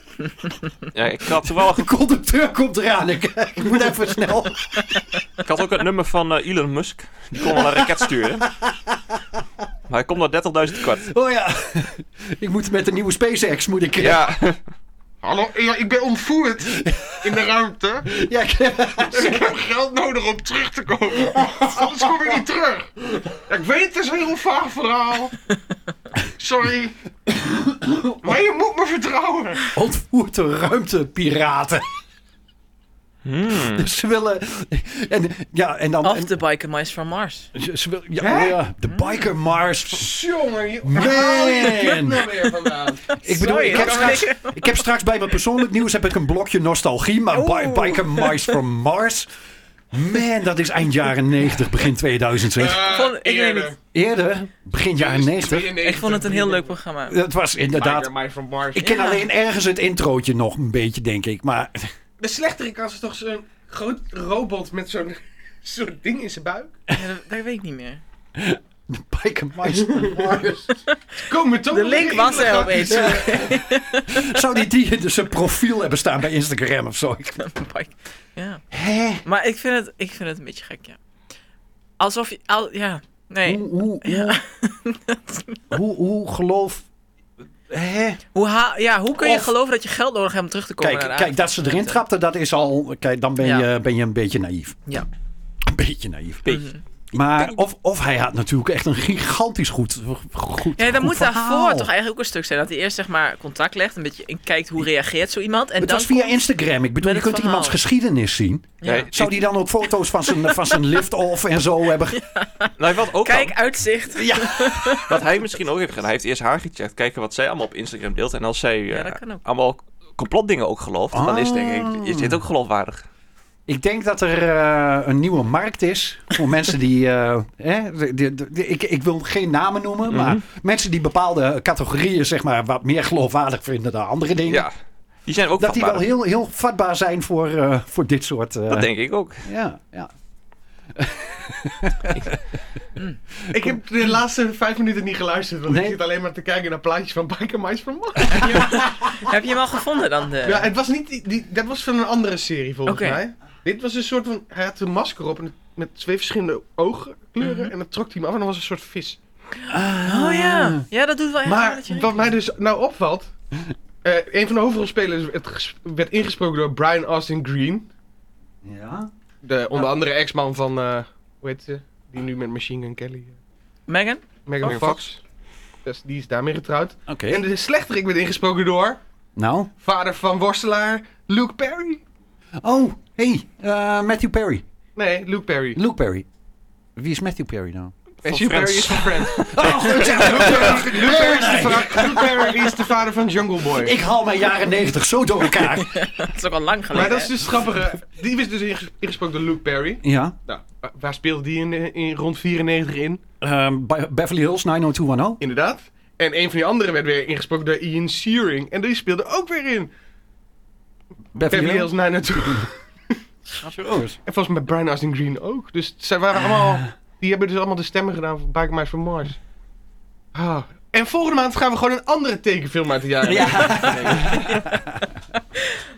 Speaker 5: Ja, ik, had toevallig,
Speaker 6: De conducteur komt eraan. Ik, ik moet even snel.
Speaker 5: ik had ook het nummer van eh, Elon Musk. Die kon wel een raket sturen. Maar hij komt naar 30.000 kwart.
Speaker 6: Oh ja, ik moet met de nieuwe SpaceX moet ik.
Speaker 5: Ja,
Speaker 2: Hallo? Ja, ik ben ontvoerd. In de ruimte.
Speaker 6: Ja, ik-
Speaker 2: En ik heb geld nodig om terug te komen. Anders kom ik niet terug. Ik weet, het is een heel vaag verhaal. Sorry. Maar je moet me vertrouwen.
Speaker 6: ontvoert de ruimtepiraten.
Speaker 3: Hmm.
Speaker 6: Dus ze willen. En, ja, en dan.
Speaker 3: Of
Speaker 6: en-
Speaker 3: de biker mice from Mars.
Speaker 6: ze- ze willen- ja,
Speaker 2: Hè?
Speaker 6: oh ja, de Biker Mars.
Speaker 2: Jongen, je-
Speaker 6: Man.
Speaker 2: waar haal je dit nou weer vandaan?
Speaker 6: Ik bedoel,
Speaker 3: Sorry,
Speaker 6: ik, heb
Speaker 3: dat
Speaker 6: straks,
Speaker 3: kan
Speaker 6: ik heb straks bij mijn persoonlijk nieuws heb ik een blokje nostalgie. Maar Bi- Biker Mars from Mars. Man, dat is eind jaren 90, begin 2000. zeg.
Speaker 2: Eh,
Speaker 3: vond- ik weet
Speaker 2: eerder.
Speaker 3: het.
Speaker 6: Eerder, begin jaren 90.
Speaker 2: 92,
Speaker 3: Ik vond het een heel leuk programma.
Speaker 6: Dat was inderdaad.
Speaker 2: Biker Mike van Mars.
Speaker 6: Ik ken
Speaker 3: Ja.
Speaker 6: alleen ergens het introotje nog een beetje, denk ik. Maar
Speaker 2: De slechterik als toch zo'n groot robot met zo'n soort ding in zijn buik.
Speaker 3: Ja, dat, dat weet ik niet meer.
Speaker 6: Pike and Mice from Mars.
Speaker 2: Komen toch
Speaker 3: De
Speaker 2: nog
Speaker 3: link
Speaker 2: weer
Speaker 3: was er
Speaker 2: enkele
Speaker 3: opeens.
Speaker 2: grapjes.
Speaker 6: Zou die die in zijn profiel hebben staan bij Instagram of zo? Ik-
Speaker 3: Bike- Ja.
Speaker 6: Hè?
Speaker 3: Maar ik vind, het, ik vind het een beetje gek, ja. Alsof je... Al, ja, nee.
Speaker 6: Hoe, hoe, hoe, hoe, hoe geloof... Hè?
Speaker 3: Hoe, ha- ja, hoe kun je
Speaker 6: Of-
Speaker 3: geloven dat je geld nodig hebt om terug te komen
Speaker 6: Kijk,
Speaker 3: naar de
Speaker 6: kijk, dat ze erin trapten, dat is al... Kijk, dan ben,
Speaker 3: Ja.
Speaker 6: je, ben je een beetje naïef.
Speaker 3: Ja.
Speaker 6: Een beetje naïef.
Speaker 5: beetje.
Speaker 6: Maar of, of hij had natuurlijk echt een gigantisch goed, goed
Speaker 3: Ja, dan
Speaker 6: goed
Speaker 3: moet
Speaker 6: verhaal.
Speaker 3: daarvoor toch eigenlijk ook een stuk zijn. Dat hij eerst zeg maar contact legt, een beetje in kijkt hoe reageert zo iemand. En
Speaker 6: Het
Speaker 3: dan
Speaker 6: was via
Speaker 3: komt-
Speaker 6: Instagram. Ik bedoel,
Speaker 3: met
Speaker 6: je
Speaker 3: het
Speaker 6: kunt
Speaker 3: verhaal.
Speaker 6: iemands geschiedenis zien.
Speaker 5: Ja, ik-
Speaker 6: Zou die dan ook foto's van zijn, van zijn lift-off en zo hebben? ge-
Speaker 5: nou, wat, ook
Speaker 3: Kijk,
Speaker 5: kan,
Speaker 3: uitzicht.
Speaker 5: wat hij misschien ook heeft gedaan. Hij heeft eerst haar gecheckt. Kijken wat zij allemaal op Instagram deelt. En als zij eh,
Speaker 3: dat kan ook.
Speaker 5: allemaal complotdingen ook gelooft. Dan is het denk ik, is dit ook geloofwaardig.
Speaker 6: Ik denk dat er eh, een nieuwe markt is voor mensen die. eh, hè, de- de- de- ik, ik wil geen namen noemen,
Speaker 3: Mhm.
Speaker 6: maar mensen die bepaalde categorieën zeg maar, wat meer geloofwaardig vinden dan andere dingen.
Speaker 5: Ja, die zijn ook
Speaker 6: dat die wel
Speaker 5: vatbaar.
Speaker 6: heel, heel vatbaar zijn voor, eh, voor dit soort. eh,
Speaker 5: Dat denk ik ook.
Speaker 6: ja, ja.
Speaker 2: Ik heb de laatste vijf minuten niet geluisterd, want
Speaker 6: Nee.
Speaker 2: ik zit alleen maar te kijken naar plaatjes van Biker Mice from Mars.
Speaker 3: Heb je hem al gevonden dan? eh? De...
Speaker 2: Ja, het was niet die, die- dat was van een andere serie volgens
Speaker 3: Oké.
Speaker 2: mij. Dit was een soort van, hij had een masker op en met twee verschillende oogkleuren
Speaker 3: Mhm.
Speaker 2: en dat trok hij hem af en dan was een soort vis.
Speaker 3: Oh ja. Ja, dat doet wel echt raar
Speaker 2: Maar
Speaker 3: dat je-
Speaker 2: wat mij dus nou opvalt, eh, een van de hoofdrolspelers werd, ges- werd ingesproken door Brian Austin Green,
Speaker 6: ja.
Speaker 2: de
Speaker 3: Oh.
Speaker 2: onder andere ex-man van, eh, hoe heet ze, die nu met Machine Gun Kelly, eh,
Speaker 3: Megan?
Speaker 2: Megan
Speaker 5: Oh,
Speaker 2: Fox. Dus die is daarmee getrouwd.
Speaker 6: Oké.
Speaker 2: En de slechterik werd ingesproken door
Speaker 6: Nou.
Speaker 2: vader van worstelaar Luke Perry.
Speaker 6: Oh, hey, eh, Matthew Perry.
Speaker 2: Nee, Luke Perry.
Speaker 6: Luke Perry. Wie is Matthew Perry nou?
Speaker 2: Matthew
Speaker 5: Friends.
Speaker 2: Perry is van Friends.
Speaker 6: Oh,
Speaker 2: Luke Perry is de va- Luke Perry is de vader van Jungle Boy.
Speaker 6: ik haal mijn jaren negentig zo door elkaar.
Speaker 3: Dat is ook al lang geleden.
Speaker 2: Maar dat is
Speaker 3: hè?
Speaker 2: dus grappige. Die is dus inges- ingesproken door Luke Perry.
Speaker 6: ja.
Speaker 2: Nou, wa- waar speelde die in, eh, in rond 94 in?
Speaker 6: Ehm, Be- Beverly Hills 90210.
Speaker 2: Inderdaad. En een van die anderen werd weer ingesproken door Ian Searing. En die speelde ook weer in. Beverly Hills 902.
Speaker 6: Jongens.
Speaker 2: En volgens mij Brian Austin Green ook. Dus zij waren
Speaker 3: Ah.
Speaker 2: allemaal... Die hebben dus allemaal de stemmen gedaan voor Bike from Mars. Ah. En volgende maand gaan we gewoon een andere tekenfilm uit de jaren.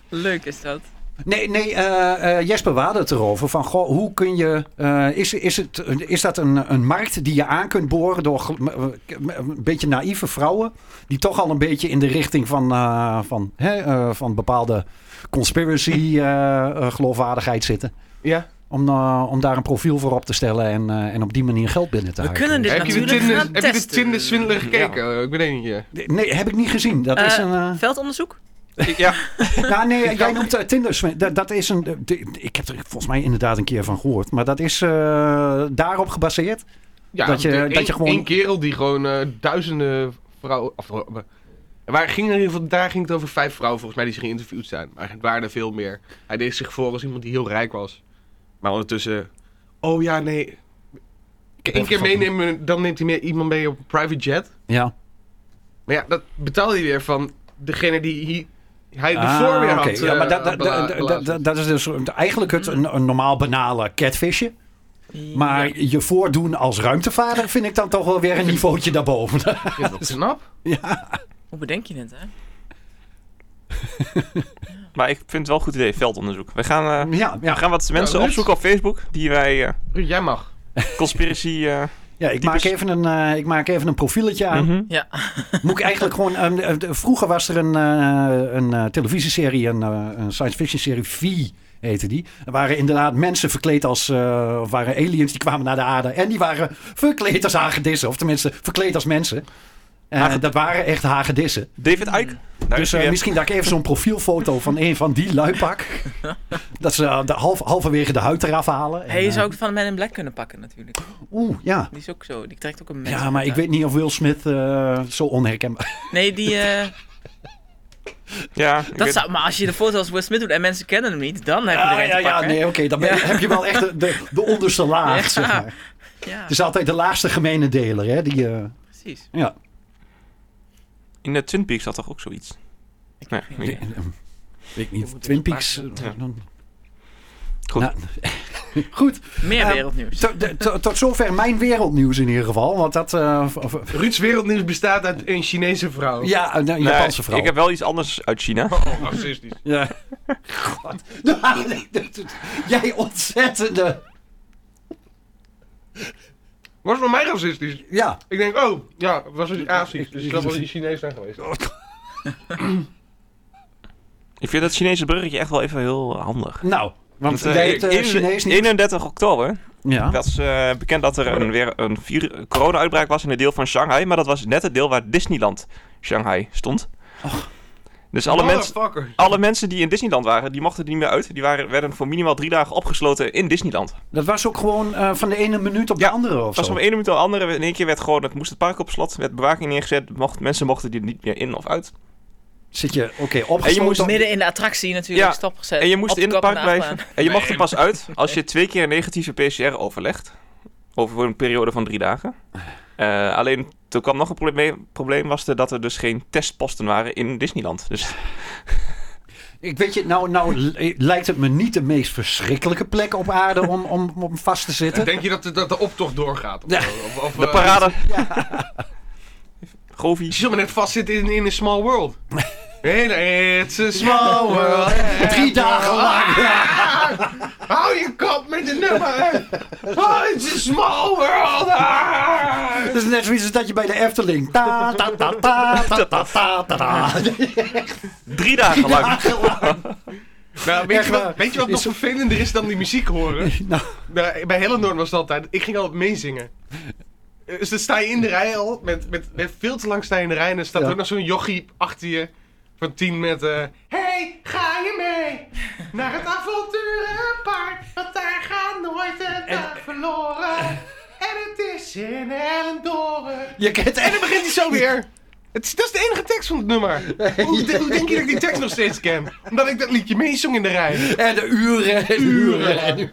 Speaker 3: Leuk is dat.
Speaker 6: Nee, nee eh, eh, Jesper, we hadden het erover. Van, goh, hoe kun je, eh, is, is, het, is dat een, een markt die je aan kunt boren door gel- m- m- een beetje naïeve vrouwen? Die toch al een beetje in de richting van, eh, van, hè, eh, van bepaalde conspiracy eh, eh, geloofwaardigheid zitten.
Speaker 2: Ja.
Speaker 6: Om, eh, om daar een profiel voor op te stellen en, eh, en op die manier geld binnen te
Speaker 3: We
Speaker 6: halen.
Speaker 3: kunnen dit
Speaker 2: Heb je de
Speaker 3: natuurlijk
Speaker 2: Tinder,
Speaker 3: gaan
Speaker 2: heb je de
Speaker 3: testen.
Speaker 2: Tinder swindler gekeken? Eh, Ik ben eentje.
Speaker 6: Nee, heb ik niet gezien. Dat is
Speaker 3: Eh,
Speaker 6: een, eh,
Speaker 3: Veldonderzoek?
Speaker 5: Ja,
Speaker 6: Nou, nee, jij noemt eh, Tinder. Sven. Dat, dat is een. eh, de- ik heb er volgens mij inderdaad een keer van gehoord. Maar dat is eh, daarop gebaseerd.
Speaker 2: Ja,
Speaker 6: Dat je-
Speaker 2: de-
Speaker 6: dat je
Speaker 2: één-
Speaker 6: gewoon-
Speaker 2: één kerel die gewoon eh, duizenden vrouwen... Of, eh, waar ging er in ieder geval, daar ging het over vijf vrouwen volgens mij die zich geïnterviewd zijn. Maar het waren er veel meer. Hij deed zich voor als iemand die heel rijk was. Maar ondertussen... Oh ja, nee. Eén keer
Speaker 6: vergeten.
Speaker 2: meenemen, dan neemt hij meer iemand mee op een private jet.
Speaker 6: Ja.
Speaker 2: Maar ja, dat betaal je weer van degene die hier, hij de
Speaker 6: Ah,
Speaker 2: weer had.
Speaker 6: oké. Ja,
Speaker 2: eh,
Speaker 6: maar dat- dat-
Speaker 2: bela-
Speaker 6: dat- dat-
Speaker 2: belazerd.
Speaker 6: dat- dat is dus eigenlijk het, een, een normaal banale catfishje. Maar je voordoen als ruimtevader vind ik dan toch wel weer een niveautje daarboven.
Speaker 2: Ik vind dat knap.
Speaker 3: Hoe bedenk je het, hè?
Speaker 5: maar ik vind het wel een goed idee, veldonderzoek. We gaan, eh,
Speaker 6: ja,
Speaker 5: we
Speaker 6: ja.
Speaker 5: gaan wat mensen
Speaker 2: Ruud.
Speaker 5: opzoeken op Facebook die wij eh
Speaker 2: Ruud, Jij mag.
Speaker 5: conspiracy... eh,
Speaker 6: ja ik, maak
Speaker 5: typisch-
Speaker 6: even een, eh, ik maak even een profieletje aan.
Speaker 5: mhm.
Speaker 3: Ja.
Speaker 6: Moet ik eigenlijk gewoon. ehm, eh, de- vroeger was er een, eh, een eh, televisieserie, een, eh, een science fiction serie, V heette die. Er waren inderdaad mensen verkleed als. eh, of waren aliens die kwamen naar de aarde. En die waren verkleed als hagedissen. Of tenminste, verkleed als mensen. Eh,
Speaker 5: Haged-
Speaker 6: dat waren echt hagedissen.
Speaker 5: David Icke. Daar is
Speaker 6: Dus eh,
Speaker 5: hij weer.
Speaker 6: misschien dat ik even zo'n profielfoto van een van die luipak. dat ze eh, de half, halverwege de huid eraf halen. En,
Speaker 3: Hey, je
Speaker 6: eh,
Speaker 3: zou ook van Man in Black kunnen pakken, natuurlijk.
Speaker 6: Oeh, ja.
Speaker 3: Die is ook zo. Die trekt ook een mens.
Speaker 6: Ja, maar ik weet niet of Will Smith eh, zo onherkenbaar...
Speaker 3: Nee, die... eh,
Speaker 5: Ja, ik
Speaker 3: dat
Speaker 5: weet-
Speaker 3: zou, maar als je de foto als Will Smith doet en mensen kennen hem niet, dan heb je de
Speaker 6: Ja,
Speaker 3: rij
Speaker 6: Ah, ja,
Speaker 3: te
Speaker 6: ja,
Speaker 3: pakken.
Speaker 6: nee, oké. dan ben-
Speaker 3: Ja.
Speaker 6: heb je wel echt de, de, de onderste laag,
Speaker 3: Ja.
Speaker 6: zeg maar.
Speaker 3: Ja,
Speaker 6: Het is altijd de laagste gemene deler, hè. Die, eh,
Speaker 3: precies.
Speaker 6: ja.
Speaker 5: In de Twin Peaks zat toch ook zoiets? Nee,
Speaker 6: Die-
Speaker 5: nee.
Speaker 6: ehm, weet ik niet.
Speaker 3: moet
Speaker 6: Twin
Speaker 3: eens
Speaker 6: Peaks.
Speaker 3: pakken.
Speaker 6: eh, dan-
Speaker 5: Goed.
Speaker 6: Nou, goed.
Speaker 3: Meer
Speaker 6: Ehm,
Speaker 3: wereldnieuws.
Speaker 6: to- de- to- tot zover mijn wereldnieuws in ieder geval. Want dat... eh, v- v-
Speaker 2: Ruud's wereldnieuws bestaat uit een Chinese vrouw.
Speaker 6: ja, een een Japanse
Speaker 5: Nee,
Speaker 6: vrouw.
Speaker 5: Ik heb wel iets anders uit China.
Speaker 2: Oh, racistisch.
Speaker 6: Ja. God. Nee, dat- dat- Jij ontzettende...
Speaker 2: Was voor mij racistisch.
Speaker 6: Ja.
Speaker 2: Ik denk, oh, ja, was het Azisch. Dus
Speaker 6: ik-
Speaker 2: het zal wel die Chinees zijn geweest.
Speaker 5: Ik vind dat Chinese bruggetje echt wel even heel eh, handig.
Speaker 6: Nou. Want
Speaker 5: eh,
Speaker 6: jij hebt eh,
Speaker 5: in-
Speaker 6: Chinees niet...
Speaker 5: 31 oktober
Speaker 6: Ja.
Speaker 5: was eh, bekend dat er een, weer een vier- corona-uitbraak was in een deel van Shanghai. Maar dat was net het deel waar Disneyland Shanghai stond. Dus alle, mensen,
Speaker 2: Motherfucker.
Speaker 5: alle mensen die in Disneyland waren, die mochten er niet meer uit. Die waren, werden voor minimaal drie dagen opgesloten in Disneyland.
Speaker 6: Dat was ook gewoon eh, van de ene minuut op de
Speaker 5: Ja,
Speaker 6: andere of
Speaker 5: Het was
Speaker 6: zo.
Speaker 5: om één minuut al andere. In één keer werd gewoon, het moest het park op slot, werd bewaking neergezet. Mocht, mensen mochten die niet meer in of uit.
Speaker 6: Zit je, oké, opgesloten.
Speaker 5: moest
Speaker 3: Midden in de attractie natuurlijk
Speaker 5: Ja,
Speaker 3: stopgezet.
Speaker 6: Eh,
Speaker 5: En je moest
Speaker 3: Op de
Speaker 5: in het
Speaker 3: kop en
Speaker 5: park
Speaker 3: de
Speaker 5: blijven.
Speaker 3: achtbaan.
Speaker 5: En je mag er pas uit als je twee keer een negatieve PCR overlegt. Over voor een periode van drie dagen. Eh, alleen toen kwam nog een probleem mee. probleem was er dat er dus geen testposten waren in Disneyland. Dus
Speaker 6: Ik weet je, nou, nou li- lijkt het me niet de meest verschrikkelijke plek op aarde om, om, om vast te zitten.
Speaker 2: Denk je dat, de- dat de optocht doorgaat? Of,
Speaker 6: Ja.
Speaker 2: zo? of, of,
Speaker 5: de
Speaker 2: eh,
Speaker 5: parade.
Speaker 6: Ja.
Speaker 5: Govi.
Speaker 2: Je zult maar net vastzitten in, in een small world. Hey, it's a small world.
Speaker 6: Drie dagen lang.
Speaker 2: Hou je kop met de nummer. Oh, it's a small world. Ah.
Speaker 6: Het is net zoiets als dat je bij de Efteling. Ta, ta, ta, ta, ta, ta, ta, ta, ta.
Speaker 5: Drie dagen lang.
Speaker 2: Nou, weet,
Speaker 6: Echt
Speaker 2: je wat,
Speaker 6: waar.
Speaker 2: weet je wat nog vervelender is dan die muziek horen?
Speaker 6: Nou,
Speaker 2: Nou, bij Hellendoorn was het altijd. Ik ging altijd meezingen. Dus dan sta je in de rij al. Met, met, met veel te lang sta je in de rij. En dan staat
Speaker 6: Ja.
Speaker 2: er ook nog zo'n jochie achter je. Van tien met... eh, hey, ga je mee? Naar het avonturenpark. Want daar gaat nooit een dag verloren. En het is in Hellendoorn.
Speaker 6: je kent
Speaker 2: En dan
Speaker 6: echt...
Speaker 2: begint hij zo weer. Het is, dat is de enige tekst van het nummer. Hoe, de- hoe denk je dat ik die tekst nog steeds ken? Omdat ik dat liedje meezong in de rij.
Speaker 6: En de uren en uren. en uren.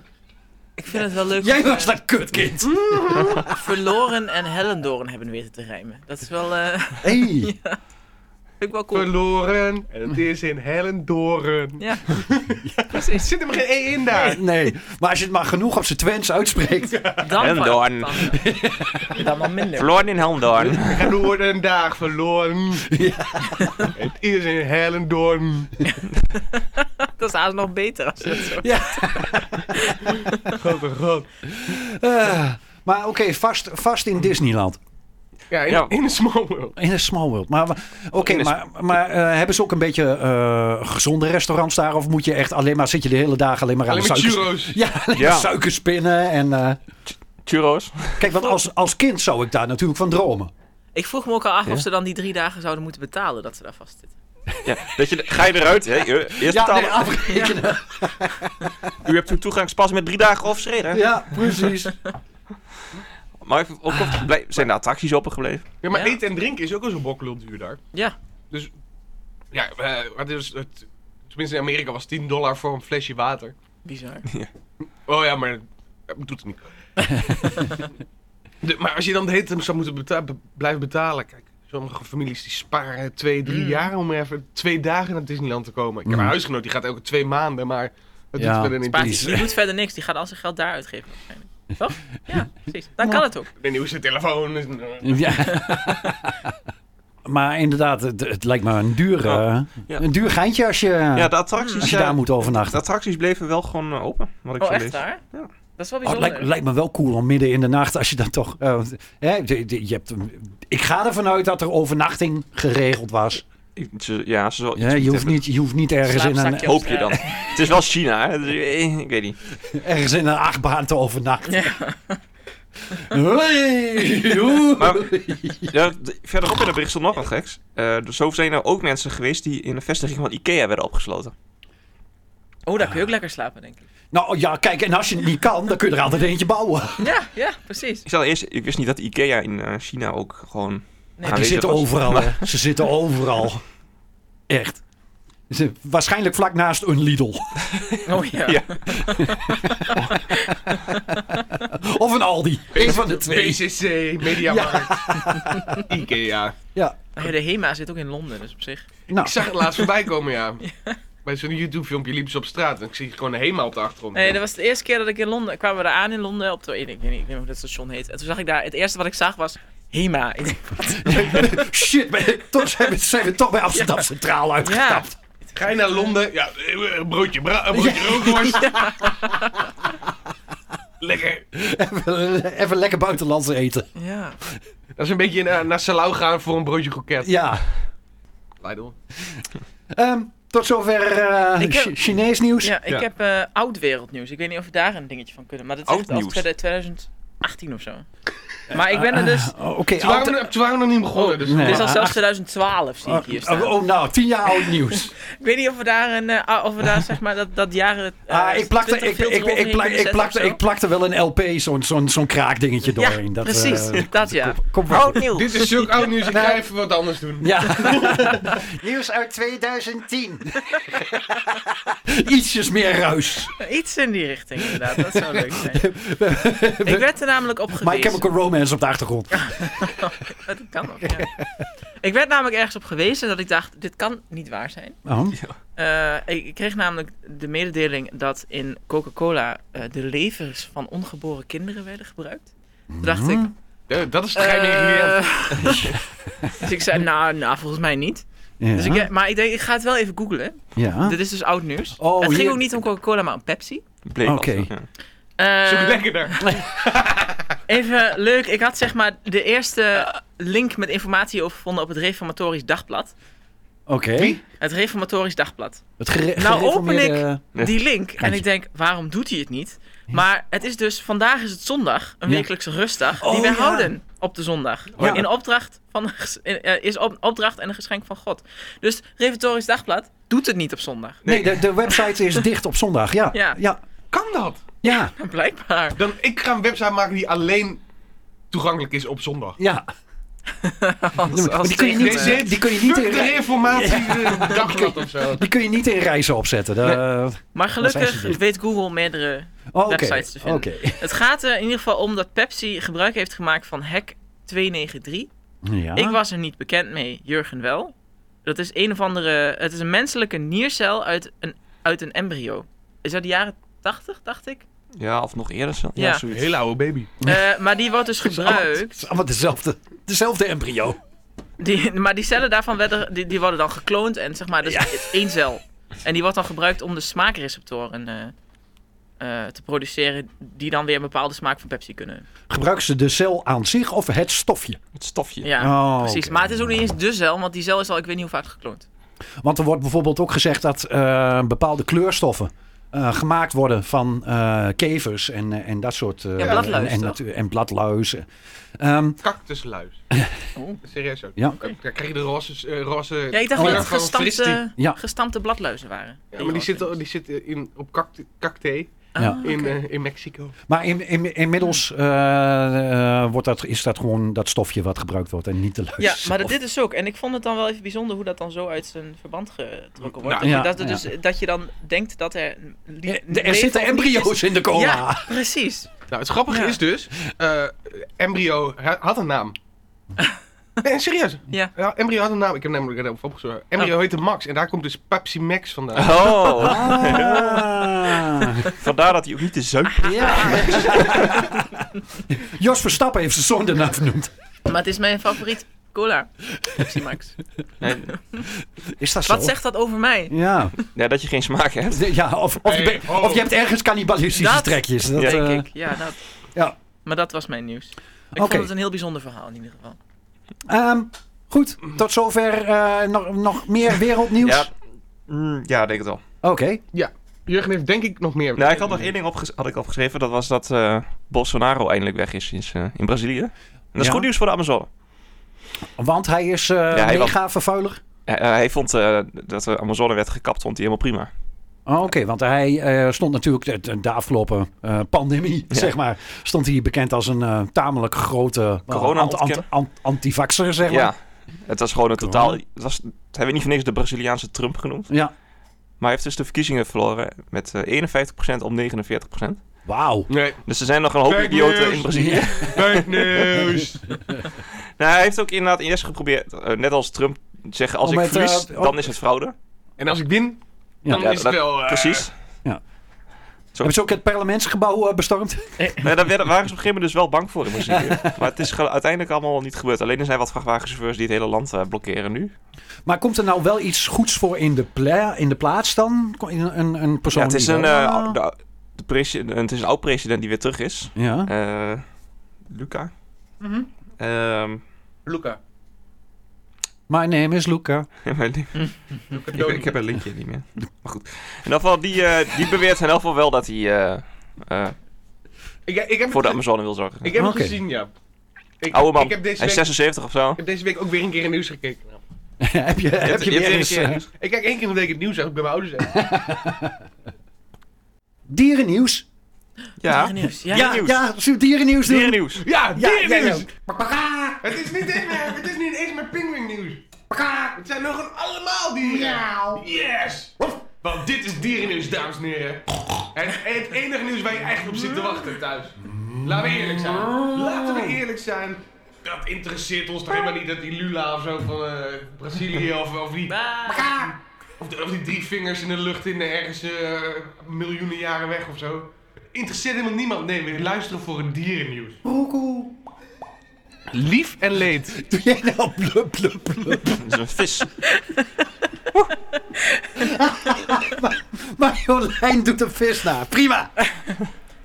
Speaker 3: Ik vind het wel leuk.
Speaker 6: Jij
Speaker 3: om,
Speaker 6: was
Speaker 3: eh,
Speaker 6: dat kutkind.
Speaker 3: Verloren en Hellendoorn hebben weten te rijmen. Dat is wel... eh,
Speaker 6: Hey.
Speaker 3: Vind ik wel cool.
Speaker 2: verloren. En het is in Hellendoren.
Speaker 3: Ja,
Speaker 2: Er zit hem geen E in daar.
Speaker 6: eh, Nee, maar als je het maar genoeg op zijn Twents uitspreekt.
Speaker 3: dan
Speaker 5: En
Speaker 3: van-
Speaker 5: dan.
Speaker 3: van- Dan maar minder.
Speaker 5: Verloren in Helmdoorn.
Speaker 2: Hellendoren een dag verloren. Het is in Hellendoorn.
Speaker 3: Dat is haast nog beter als je dat zo...
Speaker 2: Grote god.
Speaker 6: Eh, maar oké, vast, vast in Disneyland.
Speaker 2: Ja, in,
Speaker 5: Ja.
Speaker 2: in een small world.
Speaker 6: In een small world. Maar, wa- oké,
Speaker 5: In een
Speaker 6: maar, maar eh, hebben ze ook een beetje eh, gezonde restaurants daar? Of moet je echt alleen maar, zit je de hele dag alleen maar aan
Speaker 2: Alleen
Speaker 6: de
Speaker 2: met
Speaker 6: suikers-
Speaker 2: churros.
Speaker 6: Ja, alleen
Speaker 5: Ja.
Speaker 6: maar suikerspinnen. En, eh,
Speaker 5: Churros.
Speaker 6: kijk, want als, als kind zou ik daar natuurlijk van dromen.
Speaker 3: Ik vroeg me ook al af
Speaker 5: Ja.
Speaker 3: of ze dan die drie dagen zouden moeten betalen dat ze daar vastzitten.
Speaker 5: Ja, dat je, ga je eruit? Hè? Je- Eerst
Speaker 6: Ja,
Speaker 5: betalen.
Speaker 6: nee, afrekenen.
Speaker 5: U hebt uw toegangspas met drie dagen overschreden.
Speaker 6: Ja, precies.
Speaker 5: Maar ik- ook,
Speaker 6: Ah.
Speaker 5: of- blij- zijn de attracties opengebleven?
Speaker 2: Ja, maar
Speaker 3: Ja.
Speaker 2: eten en drinken is ook al zo bokkelend duur daar.
Speaker 3: Ja.
Speaker 2: Dus, ja, eh, wat is het, tenminste in Amerika was 10 dollar voor een flesje water.
Speaker 3: Bizar.
Speaker 2: Oh ja, maar dat doet het niet. De- maar als je dan de hele tijd zou moeten beta- be- blijven betalen. Kijk, sommige families die sparen twee, drie
Speaker 3: Mm.
Speaker 2: jaar om even twee dagen naar Disneyland te komen. Ik heb
Speaker 6: Mm.
Speaker 2: een huisgenoot, die gaat elke twee maanden, maar dat
Speaker 6: Ja.
Speaker 2: doet verder niet.
Speaker 3: Spaart,
Speaker 6: Precies.
Speaker 3: die doet verder niks. Die gaat al zijn geld daar uitgeven. waarschijnlijk. Toch? Ja, precies. Dan kan het ook.
Speaker 2: De nieuwste telefoon. is-
Speaker 6: Ja. maar inderdaad, het, het lijkt me een duur, eh,
Speaker 5: ja.
Speaker 6: een duur geintje als je,
Speaker 5: Ja, de attracties,
Speaker 6: als je
Speaker 5: eh,
Speaker 6: daar moet
Speaker 5: de
Speaker 6: overnachten.
Speaker 5: attracties bleven wel gewoon eh, open. Wat ik
Speaker 3: Oh,
Speaker 5: zo
Speaker 3: echt
Speaker 5: lees.
Speaker 3: waar?
Speaker 5: Ja.
Speaker 3: Dat is wel
Speaker 6: Oh, het
Speaker 3: bijzonder.
Speaker 6: lijkt, lijkt me wel cool om midden in de nacht als je dan toch... eh, hè, de- de- je hebt, ik ga ervan uit dat er overnachting geregeld was.
Speaker 5: Ik- ze- Ja, ze zal
Speaker 6: Ja, je, hoeft niet, je hoeft niet ergens in, een,
Speaker 3: Slaapzakje.
Speaker 5: Hoop je dan. het is wel China, hè? dus, eh, ik weet niet.
Speaker 6: ergens in een achtbaan te overnachten.
Speaker 3: Ja.
Speaker 6: Hoi, oeh.
Speaker 5: Maar- Ja, d- verderop in de bericht stond nog wat geks. Eh, dus zo zijn er ook mensen geweest die in de vestiging van Ikea werden opgesloten.
Speaker 3: Oh, daar kun je ook lekker slapen, denk ik.
Speaker 6: nou ja, kijk, en als je het niet kan, dan kun je er altijd eentje bouwen.
Speaker 3: Ja, ja, precies.
Speaker 5: Ik, zal eerst, ik wist niet dat Ikea in eh, China ook gewoon...
Speaker 3: Nee,
Speaker 6: Die
Speaker 5: aanwezig
Speaker 6: zitten
Speaker 5: was.
Speaker 6: overal,
Speaker 5: Maar-
Speaker 6: hè. Ze zitten overal. Echt. Ze- Waarschijnlijk vlak naast een Lidl.
Speaker 3: Oh ja.
Speaker 5: Ja.
Speaker 6: Of een Aldi. Eén van de twee.
Speaker 2: BCC, Mediamarkt, Ikea.
Speaker 3: Nou ja, de HEMA zit ook in Londen, dus op zich.
Speaker 6: Nou,
Speaker 2: Ik zag het laatst voorbij komen, ja. Bij zo'n YouTube-filmpje liepen ze op straat en ik zie gewoon helemaal op de achtergrond.
Speaker 3: Nee, dat was de eerste keer dat ik in Londen... kwamen we eraan in Londen op de... Ik weet niet, ik weet niet hoe dat station heet. En toen zag ik daar... Het eerste wat ik zag was... HEMA. Ik denk,
Speaker 6: shit. ben- Toch zijn we, zijn we toch bij Amsterdam Centraal
Speaker 3: ja.
Speaker 6: uitgestapt.
Speaker 2: Ga je naar Londen? Ja, eh, een broodje, bra een broodje rookworst. Lekker.
Speaker 6: Even, even lekker buitenlands eten.
Speaker 3: Ja.
Speaker 2: Dat is een beetje naar, naar Salau gaan voor een broodje kroket.
Speaker 6: Ja.
Speaker 2: Lidl.
Speaker 6: Ehm, tot zover eh,
Speaker 3: Ik heb-
Speaker 6: Chi- Chinees nieuws.
Speaker 3: Ja, ik
Speaker 2: Ja.
Speaker 3: heb eh oud wereldnieuws. Ik weet niet of we daar een dingetje van kunnen. Maar dat is
Speaker 5: Oud
Speaker 3: echt als
Speaker 5: nieuws?
Speaker 3: 2000- 2018 of zo. Maar ik ben er dus...
Speaker 6: Eh, Oké.
Speaker 2: Ze waren,
Speaker 6: oud-
Speaker 2: we- ze waren nog niet begonnen, dus...
Speaker 6: nee.
Speaker 3: Het is al
Speaker 6: eh,
Speaker 3: zelfs
Speaker 6: acht-
Speaker 3: 2012, zie ik hier staan.
Speaker 6: oh, oh, nou, tien jaar oud nieuws. Ah,
Speaker 3: Ik weet niet of we daar, een, eh, of we daar zeg maar, dat, dat jaren... eh,
Speaker 6: Ah, ik plakte,
Speaker 3: 20
Speaker 6: ik, ik,
Speaker 3: filter
Speaker 6: ik,
Speaker 3: overheen
Speaker 6: ik, plak-
Speaker 3: kunnen
Speaker 6: ik,
Speaker 3: zetten
Speaker 6: plakte,
Speaker 3: of zo.
Speaker 6: ik plakte wel een LP, zo'n zo'n zo'n kraakdingetje doorheen.
Speaker 3: Ja,
Speaker 6: dat,
Speaker 3: precies.
Speaker 6: eh,
Speaker 3: dat ja.
Speaker 6: kom maar.
Speaker 5: Oud nieuws!
Speaker 2: Dit is zulk oud nieuws, ik ga even wat anders doen.
Speaker 6: Ja. Nieuws uit 2010. Ietsjes meer ruis.
Speaker 3: Iets in die richting, inderdaad. Dat zou leuk zijn. ik werd er namelijk op gewezen.
Speaker 6: Maar ik heb ook een romance op de achtergrond.
Speaker 3: Dat kan nog, ja. Ik werd namelijk ergens op gewezen dat ik dacht, dit kan niet waar zijn.
Speaker 6: Oh.
Speaker 3: Eh, ik, ik kreeg namelijk de mededeling dat in Coca-Cola eh, de levers van ongeboren kinderen werden gebruikt. Toen dacht ik,
Speaker 6: Mm.
Speaker 2: Eh, Dat is het geheime ingrediënt.
Speaker 3: eh, dus ik zei, nou, nou, volgens mij niet.
Speaker 6: Ja.
Speaker 3: Dus ik, maar ik denk, ik ga het wel even googlen.
Speaker 6: ja.
Speaker 3: Dit is dus oud nieuws.
Speaker 6: Oh,
Speaker 3: het ging
Speaker 6: hier-
Speaker 3: ook niet om Coca-Cola, maar om Pepsi.
Speaker 5: Bleek
Speaker 6: Oké.
Speaker 5: wat, ja.
Speaker 3: Eh,
Speaker 2: Zoek het lekkerder.
Speaker 3: Even leuk, ik had zeg maar de eerste link met informatie over gevonden op het Reformatorisch Dagblad.
Speaker 6: Oké.
Speaker 2: Wie?
Speaker 3: Het Reformatorisch Dagblad.
Speaker 6: Het gere-
Speaker 3: Nou,
Speaker 6: gereformeerde-
Speaker 3: open
Speaker 5: Ja.
Speaker 3: Die link. En
Speaker 6: Geintje.
Speaker 3: ik denk, waarom doet hij het niet? Maar het is dus, vandaag is het zondag, een
Speaker 6: Ja.
Speaker 3: wekelijkse rustdag,
Speaker 6: Oh,
Speaker 3: die wij
Speaker 6: ja. Oh,
Speaker 3: houden op de zondag.
Speaker 6: Ja.
Speaker 3: In opdracht van, in, eh, is op, opdracht en een geschenk van God. Dus Reformatorisch Dagblad doet het niet op zondag.
Speaker 6: Nee, de, de website is dicht op zondag. Ja.
Speaker 3: Ja.
Speaker 6: Ja.
Speaker 2: Kan dat?
Speaker 6: Ja.
Speaker 3: Blijkbaar.
Speaker 2: Dan, ik ga een website maken die alleen toegankelijk is op zondag.
Speaker 6: ja.
Speaker 3: Als-
Speaker 6: maar
Speaker 3: als
Speaker 6: die kun je niet-
Speaker 3: tegen-
Speaker 6: eh, die kun je niet
Speaker 2: Fuck de
Speaker 6: in-
Speaker 2: reformatie eh, dagblad of zo.
Speaker 6: Die kun je niet in reizen opzetten. De-
Speaker 3: Maar
Speaker 6: Dan zijn ze dus.
Speaker 3: gelukkig
Speaker 6: dicht.
Speaker 3: weet Google meerdere
Speaker 6: Oké.
Speaker 3: Websites te vinden.
Speaker 6: eh, Oké.
Speaker 3: Het gaat er in ieder geval om dat Pepsi gebruik heeft gemaakt van hack 293.
Speaker 6: Ja. Ah.
Speaker 3: Ik was er niet bekend mee, Jurgen wel. Dat is een of andere. Het is een menselijke niercel uit een, uit een embryo. Is uit de jaren 80, dacht ik.
Speaker 5: Ja, of nog eerder. zo- Ja,
Speaker 3: Ja.
Speaker 5: zoiets.
Speaker 2: Hele oude baby.
Speaker 3: Eh, maar die wordt dus
Speaker 6: Het
Speaker 3: gebruikt.
Speaker 6: is allemaal dezelfde, dezelfde embryo.
Speaker 3: Die, maar die cellen daarvan werden, die, die worden dan gekloond en zeg maar, dus het is één cel. En die wordt dan gebruikt om de smaakreceptoren eh, eh, te produceren, die dan weer een bepaalde smaak van Pepsi kunnen.
Speaker 6: Gebruiken ze de cel aan zich of het stofje?
Speaker 5: Het stofje.
Speaker 3: Ja,
Speaker 6: Oh,
Speaker 3: precies.
Speaker 6: oké.
Speaker 3: Maar het is ook niet eens de cel, want die cel is al, ik weet niet hoe vaak gekloond.
Speaker 6: Want er wordt bijvoorbeeld ook gezegd dat eh, bepaalde kleurstoffen eh, gemaakt worden van eh, kevers en, eh, en dat soort... eh,
Speaker 3: Ja, bladluis,
Speaker 6: en, en,
Speaker 3: toch?
Speaker 6: natu- en bladluizen. Ehm,
Speaker 2: Cactusluis.
Speaker 3: Oh.
Speaker 2: Serieus zo.
Speaker 6: Ja.
Speaker 2: Dan krijg je de roze... eh, roze
Speaker 3: Ja, ik dacht
Speaker 2: kleur
Speaker 3: dat het
Speaker 2: van fristie.
Speaker 3: gestampte,
Speaker 6: Ja.
Speaker 3: gestampte bladluizen waren.
Speaker 2: Ja, maar die zit, al- die zit eh, in, op cacti- cacti
Speaker 6: Ja.
Speaker 2: in, eh, in Mexico.
Speaker 6: maar in, in, inmiddels eh, eh, wordt dat, is dat gewoon dat stofje wat gebruikt wordt en niet de luis.
Speaker 3: Ja, maar dat,
Speaker 6: zelf.
Speaker 3: dit is ook. En ik vond het dan wel even bijzonder hoe dat dan zo uit zijn verband getrokken
Speaker 6: Nou,
Speaker 3: wordt. dat, je-
Speaker 6: ja,
Speaker 3: dat, er dus, dat je dan denkt dat er... li-
Speaker 6: Eh,
Speaker 3: leven
Speaker 6: Er zitten
Speaker 3: of niet
Speaker 6: embryo's
Speaker 3: is.
Speaker 6: in de cola.
Speaker 3: Ja, precies.
Speaker 2: Nou, het grappige
Speaker 3: Ja.
Speaker 2: is dus... eh, embryo ha- had een naam. Nee, serieus.
Speaker 3: Ja.
Speaker 2: Embryo had een naam. Ik heb namelijk net over opgezocht. Embryo
Speaker 6: Oh.
Speaker 2: heette Max. En daar komt dus Pepsi Max vandaan.
Speaker 5: Oh,
Speaker 6: Ah.
Speaker 5: vandaar dat hij ook niet de zuip...
Speaker 3: Ah.
Speaker 6: Ja. Jos Verstappen heeft zijn zoon daarna vernoemd.
Speaker 3: Maar het is mijn favoriet cola. Pepsi Max.
Speaker 5: Nee,
Speaker 6: Is dat
Speaker 3: Wat
Speaker 6: zo?
Speaker 3: zegt dat over mij?
Speaker 6: Ja,
Speaker 5: ja, dat je geen smaak hebt.
Speaker 6: ja of, of, je
Speaker 2: Hey,
Speaker 6: bent-
Speaker 2: ho.
Speaker 6: of je hebt ergens cannibalistische
Speaker 3: Dat-
Speaker 6: trekjes. Dat,
Speaker 5: Ja.
Speaker 3: Denk
Speaker 6: eh,
Speaker 3: ik. Ja, dat.
Speaker 6: ja.
Speaker 3: Maar dat was mijn nieuws. Ik
Speaker 6: Oké.
Speaker 3: vond het een heel bijzonder verhaal in ieder geval.
Speaker 6: ehm, goed, tot zover eh, nog, nog meer wereldnieuws.
Speaker 5: Ja, mm, ja, ik denk het wel.
Speaker 6: Oké,
Speaker 2: Jurgen heeft denk ik nog meer.
Speaker 5: Nou, ik had nog één ding opges- had ik opgeschreven. Dat was dat eh, Bolsonaro eindelijk weg is in, eh, in Brazilië. En dat is
Speaker 6: Ja.
Speaker 5: goed nieuws voor de Amazone.
Speaker 6: want hij is eh
Speaker 5: hij was-
Speaker 6: mega vervuiler.
Speaker 5: Hij, hij vond eh, dat de Amazone werd gekapt, vond hij helemaal prima.
Speaker 6: Oh, Oké, want hij eh, stond natuurlijk de- de, de afgelopen eh, pandemie,
Speaker 5: Ja.
Speaker 6: zeg maar, stond hij bekend als een eh, tamelijk grote eh,
Speaker 5: Corona-ontkenner.
Speaker 6: ant- antivaxer, zeg maar.
Speaker 5: Ja, het was gewoon een
Speaker 6: Corona.
Speaker 5: totaal... Het was, hij werd niet voor niks de Braziliaanse Trump genoemd.
Speaker 6: ja.
Speaker 5: Maar hij heeft dus de verkiezingen verloren met eh, 51% om 49%.
Speaker 6: Wauw.
Speaker 2: Nee,
Speaker 5: Dus er zijn nog een hoop
Speaker 2: Fake
Speaker 5: idioten
Speaker 2: news.
Speaker 5: in Brazilië.
Speaker 2: fake news.
Speaker 5: Nou, hij heeft ook inderdaad eerst geprobeerd, eh, net als Trump, te zeggen als
Speaker 6: Om
Speaker 5: ik
Speaker 6: het, eh,
Speaker 5: verlies,
Speaker 6: op-
Speaker 5: dan is het fraude.
Speaker 2: en als ik win,
Speaker 6: Ja.
Speaker 2: dan
Speaker 5: Ja,
Speaker 2: is
Speaker 5: dat-
Speaker 2: het wel... eh,
Speaker 5: Precies.
Speaker 6: Hebben ze ook het parlementsgebouw eh, bestormd?
Speaker 5: Nee, daar werden- waren ze op een gegeven moment dus wel bang voor in Brazilië. maar het is ge- uiteindelijk allemaal niet gebeurd. Alleen er zijn wat vrachtwagenchauffeurs die het hele land eh, blokkeren nu.
Speaker 6: Maar komt er nou wel iets goeds voor in de, pla- in de plaats dan? Ko- in een, een persoon
Speaker 5: Ja, het, is
Speaker 6: die
Speaker 5: een,
Speaker 6: wel-
Speaker 5: eh, ou- de, de presi- het is een oud-president die weer terug is.
Speaker 6: ja.
Speaker 5: Eh, Luca.
Speaker 3: Mhm.
Speaker 5: Ehm,
Speaker 2: Luca.
Speaker 6: My name is Luca.
Speaker 5: mijn link-
Speaker 2: Luca
Speaker 5: ik, ik heb een linkje niet meer. Maar goed. In ieder geval, die, eh, die beweert in ieder geval wel dat hij eh, eh,
Speaker 2: ik, ik heb
Speaker 5: voor de
Speaker 2: het,
Speaker 5: Amazone wil zorgen.
Speaker 2: ik heb het
Speaker 6: Oké.
Speaker 2: gezien, ja. Ik,
Speaker 5: Oude man.
Speaker 2: Ik heb deze
Speaker 5: Hij is
Speaker 2: week, ik
Speaker 5: 76 of zo.
Speaker 2: heb deze week ook weer een keer in het nieuws gekeken. Nou,
Speaker 6: heb je, heb je
Speaker 5: je
Speaker 6: weer
Speaker 5: hebt
Speaker 6: eens...
Speaker 5: weer een
Speaker 6: eh,
Speaker 2: Ik kijk één keer in de week het nieuws, eigenlijk bij mijn ouders. hè.
Speaker 6: dierennieuws.
Speaker 5: Ja,
Speaker 3: Dierennieuws. Ja.
Speaker 6: Ja,
Speaker 5: Dierennieuws.
Speaker 6: ja, zullen we dierennieuws doen?
Speaker 5: dierennieuws.
Speaker 6: Ja, ja,
Speaker 2: Ja,
Speaker 6: ja. nou,
Speaker 2: dierennieuws. Het is niet eens meer, het is niet eens meer pinguïnnieuws. Het zijn nog een allemaal dieren. Yes. Want dit is dierennieuws, dames en heren. En het enige nieuws waar je echt op zit te wachten thuis. Laten we eerlijk zijn. Laten we eerlijk zijn. Dat interesseert ons toch helemaal niet dat die Lula of zo van eh, Brazilië of, of die... Of, de- of die drie vingers in de lucht in eh, ergens eh, miljoenen jaren weg of zo. Interesseert helemaal niemand. Nee, we luisteren voor het dierennieuws. Lief en leed.
Speaker 6: Doe jij nou blub, blub, blub?
Speaker 5: Dat is een vis.
Speaker 6: Maar Jolijn doet een vis na. Prima.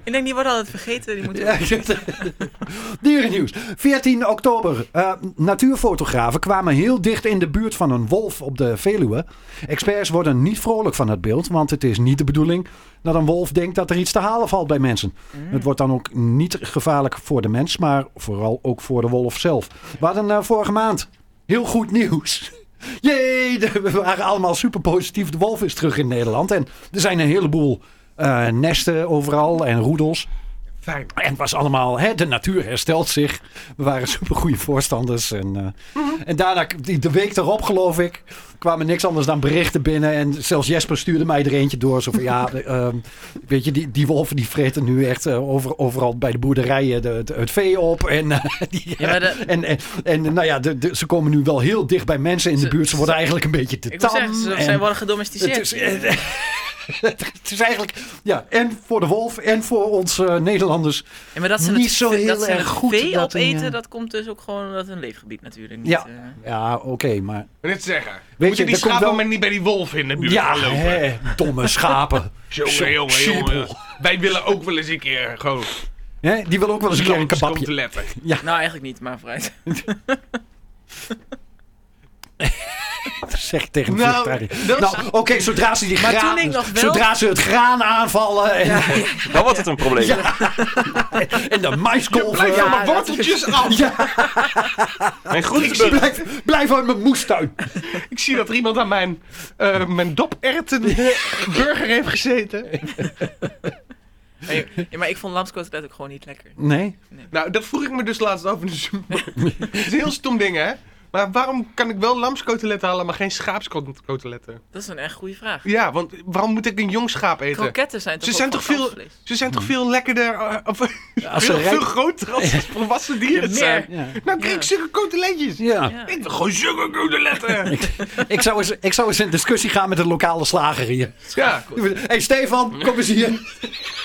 Speaker 3: Ik denk, die worden altijd vergeten. Die moeten...
Speaker 6: Ja, ik zit- Dierennieuws. 14 oktober. Eh, natuurfotografen kwamen heel dicht in de buurt van een wolf op de Veluwe. Experts worden niet vrolijk van het beeld, want het is niet de bedoeling dat een wolf denkt dat er iets te halen valt bij mensen. Het wordt dan ook niet gevaarlijk voor de mens, maar vooral ook voor de wolf zelf. We hadden eh, vorige maand heel goed nieuws. Jee, de- we waren allemaal super positief. De wolf is terug in Nederland en er zijn een heleboel eh, nesten overal en roedels.
Speaker 2: Fijn.
Speaker 6: En het was allemaal, hè, de natuur herstelt zich. We waren supergoeie voorstanders. En, eh,
Speaker 3: Mhm.
Speaker 6: en daarna, die- de week erop geloof ik, kwamen niks anders dan berichten binnen. En zelfs Jesper stuurde mij er eentje door. Zo van, ja, eh, ehm, weet je, die, die wolven die vreten nu echt eh, over, overal bij de boerderijen de, de- het vee op. En, eh, die,
Speaker 3: Ja, maar de-
Speaker 6: en, en, en, nou ja, de, de- ze komen nu wel heel dicht bij mensen in de
Speaker 3: Ze-
Speaker 6: buurt. Ze worden
Speaker 3: ze-
Speaker 6: eigenlijk een beetje te
Speaker 3: Ik wil zeggen, ze, zij
Speaker 6: en-
Speaker 3: worden
Speaker 6: het
Speaker 3: gedomesticeerd.
Speaker 6: is, eh, het is eigenlijk, ja, en voor de wolf en voor ons eh, Nederlanders.
Speaker 3: Ja, maar dat ze
Speaker 6: niet
Speaker 3: het,
Speaker 6: zo
Speaker 3: vee- dat
Speaker 6: heel
Speaker 3: ze het
Speaker 6: erg goed
Speaker 3: vee
Speaker 6: dat een,
Speaker 3: opeten,
Speaker 6: eh,
Speaker 3: dat komt dus ook gewoon omdat het een leefgebied natuurlijk niet...
Speaker 6: Ja.
Speaker 3: eh,
Speaker 6: Ja, oké, maar...
Speaker 2: Wil het zeggen.
Speaker 6: je,
Speaker 2: Moet je, die
Speaker 6: er komt
Speaker 2: schapen
Speaker 6: wel-
Speaker 2: maar niet bij die wolf in de buurt
Speaker 6: Ja,
Speaker 2: gaan lopen.
Speaker 6: hè, domme schapen. Zo
Speaker 2: Jongen, jongen,
Speaker 6: simpel.
Speaker 2: jongen. Wij willen ook wel eens een keer gewoon...
Speaker 6: Hè, die wil ook wel eens een keer een
Speaker 2: nergens komen te
Speaker 6: kebabje.
Speaker 2: letten.
Speaker 3: Nou, eigenlijk niet, maar vooruit.
Speaker 6: Zeg tegen een
Speaker 2: Nou,
Speaker 6: vegetariër.
Speaker 2: dat-
Speaker 6: Nou, oké, zodra ze die
Speaker 3: Maar
Speaker 6: graan...
Speaker 3: toen ik nog wel-
Speaker 6: Zodra ze het graan aanvallen en,
Speaker 5: Dan wordt het een probleem.
Speaker 6: en de maiskolven...
Speaker 2: Blijf van
Speaker 6: Ja,
Speaker 2: mijn worteltjes af.
Speaker 5: Mijn
Speaker 6: ik
Speaker 5: groentebult.
Speaker 6: zie- blijf, blijf uit mijn moestuin.
Speaker 2: Ik zie dat er iemand aan mijn, eh mijn doperten burger heeft gezeten.
Speaker 3: Maar, je- ja, maar ik vond lamskotelet ook gewoon niet lekker.
Speaker 6: Nee.
Speaker 2: Nou, dat vroeg ik me dus laatst af in de supermarkt. Het is een heel stom ding, hè? Maar waarom kan ik wel lamskoteletten halen, maar geen schaapskoteletten?
Speaker 3: Dat is een echt goede vraag.
Speaker 2: Ja, want waarom moet ik een jong schaap eten?
Speaker 3: Kroketten zijn toch
Speaker 2: Ze
Speaker 3: ook
Speaker 2: zijn
Speaker 3: van
Speaker 2: toch veel,
Speaker 3: kalfsvlees?
Speaker 2: ze zijn toch veel lekkerder, eh, of
Speaker 6: Als ze
Speaker 2: veel, veel
Speaker 6: rijk...
Speaker 2: groter als het volwassen dieren
Speaker 3: Ja,
Speaker 2: zijn.
Speaker 3: meer.
Speaker 6: Ja.
Speaker 2: Nou krijg ik
Speaker 3: Ja.
Speaker 2: zulke koteletjes.
Speaker 6: Ja.
Speaker 3: Ja.
Speaker 2: Ik wil gewoon zulke koteletten.
Speaker 6: Ik, zou eens, ik zou eens in discussie gaan met de lokale slager hier.
Speaker 2: ja,
Speaker 6: Hé hey, Stefan, kom eens hier.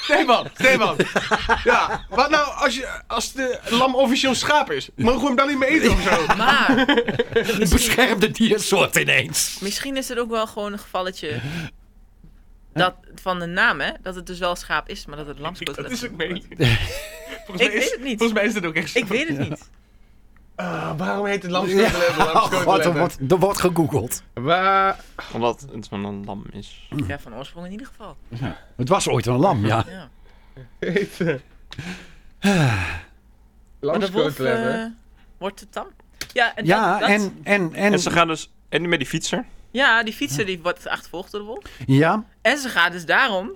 Speaker 2: Stefan, Stefan. Ja, wat nou als, je, als de lam officieel een schaap is? Mogen we hem dan niet meer eten of zo?
Speaker 3: Maar
Speaker 6: Een beschermde diersoort ineens.
Speaker 3: misschien is het ook wel gewoon een gevalletje dat, van de naam, hè? Dat het dus wel schaap is, maar dat het
Speaker 2: Dat
Speaker 3: lamskotelet
Speaker 2: is ook mee.
Speaker 3: genoemd
Speaker 2: Volgens mij
Speaker 3: Ik weet
Speaker 2: is-
Speaker 3: het niet.
Speaker 2: Volgens mij is dat ook echt
Speaker 3: wordt. Ik weet het niet.
Speaker 2: Ah, waarom heet het
Speaker 6: Ja,
Speaker 2: lamskoteletten?
Speaker 6: oh god, er wordt, er wordt gegoogeld.
Speaker 2: Waar...
Speaker 5: Omdat het van een lam is.
Speaker 3: Ja, van oorsprong in ieder geval.
Speaker 6: Het was ooit een lam, ja.
Speaker 3: Ja.
Speaker 2: heet... eh,
Speaker 3: Maar de wolf
Speaker 2: Lamskoteletten.
Speaker 3: eh, wordt te tam. Ja, en,
Speaker 6: Ja,
Speaker 3: dat- dat-
Speaker 6: en, en,
Speaker 5: En
Speaker 6: en,
Speaker 5: ze gaan dus... En met die fietser.
Speaker 3: ja, die fietser die wordt achtervolgd door de wolf.
Speaker 6: ja,
Speaker 3: En ze gaat dus daarom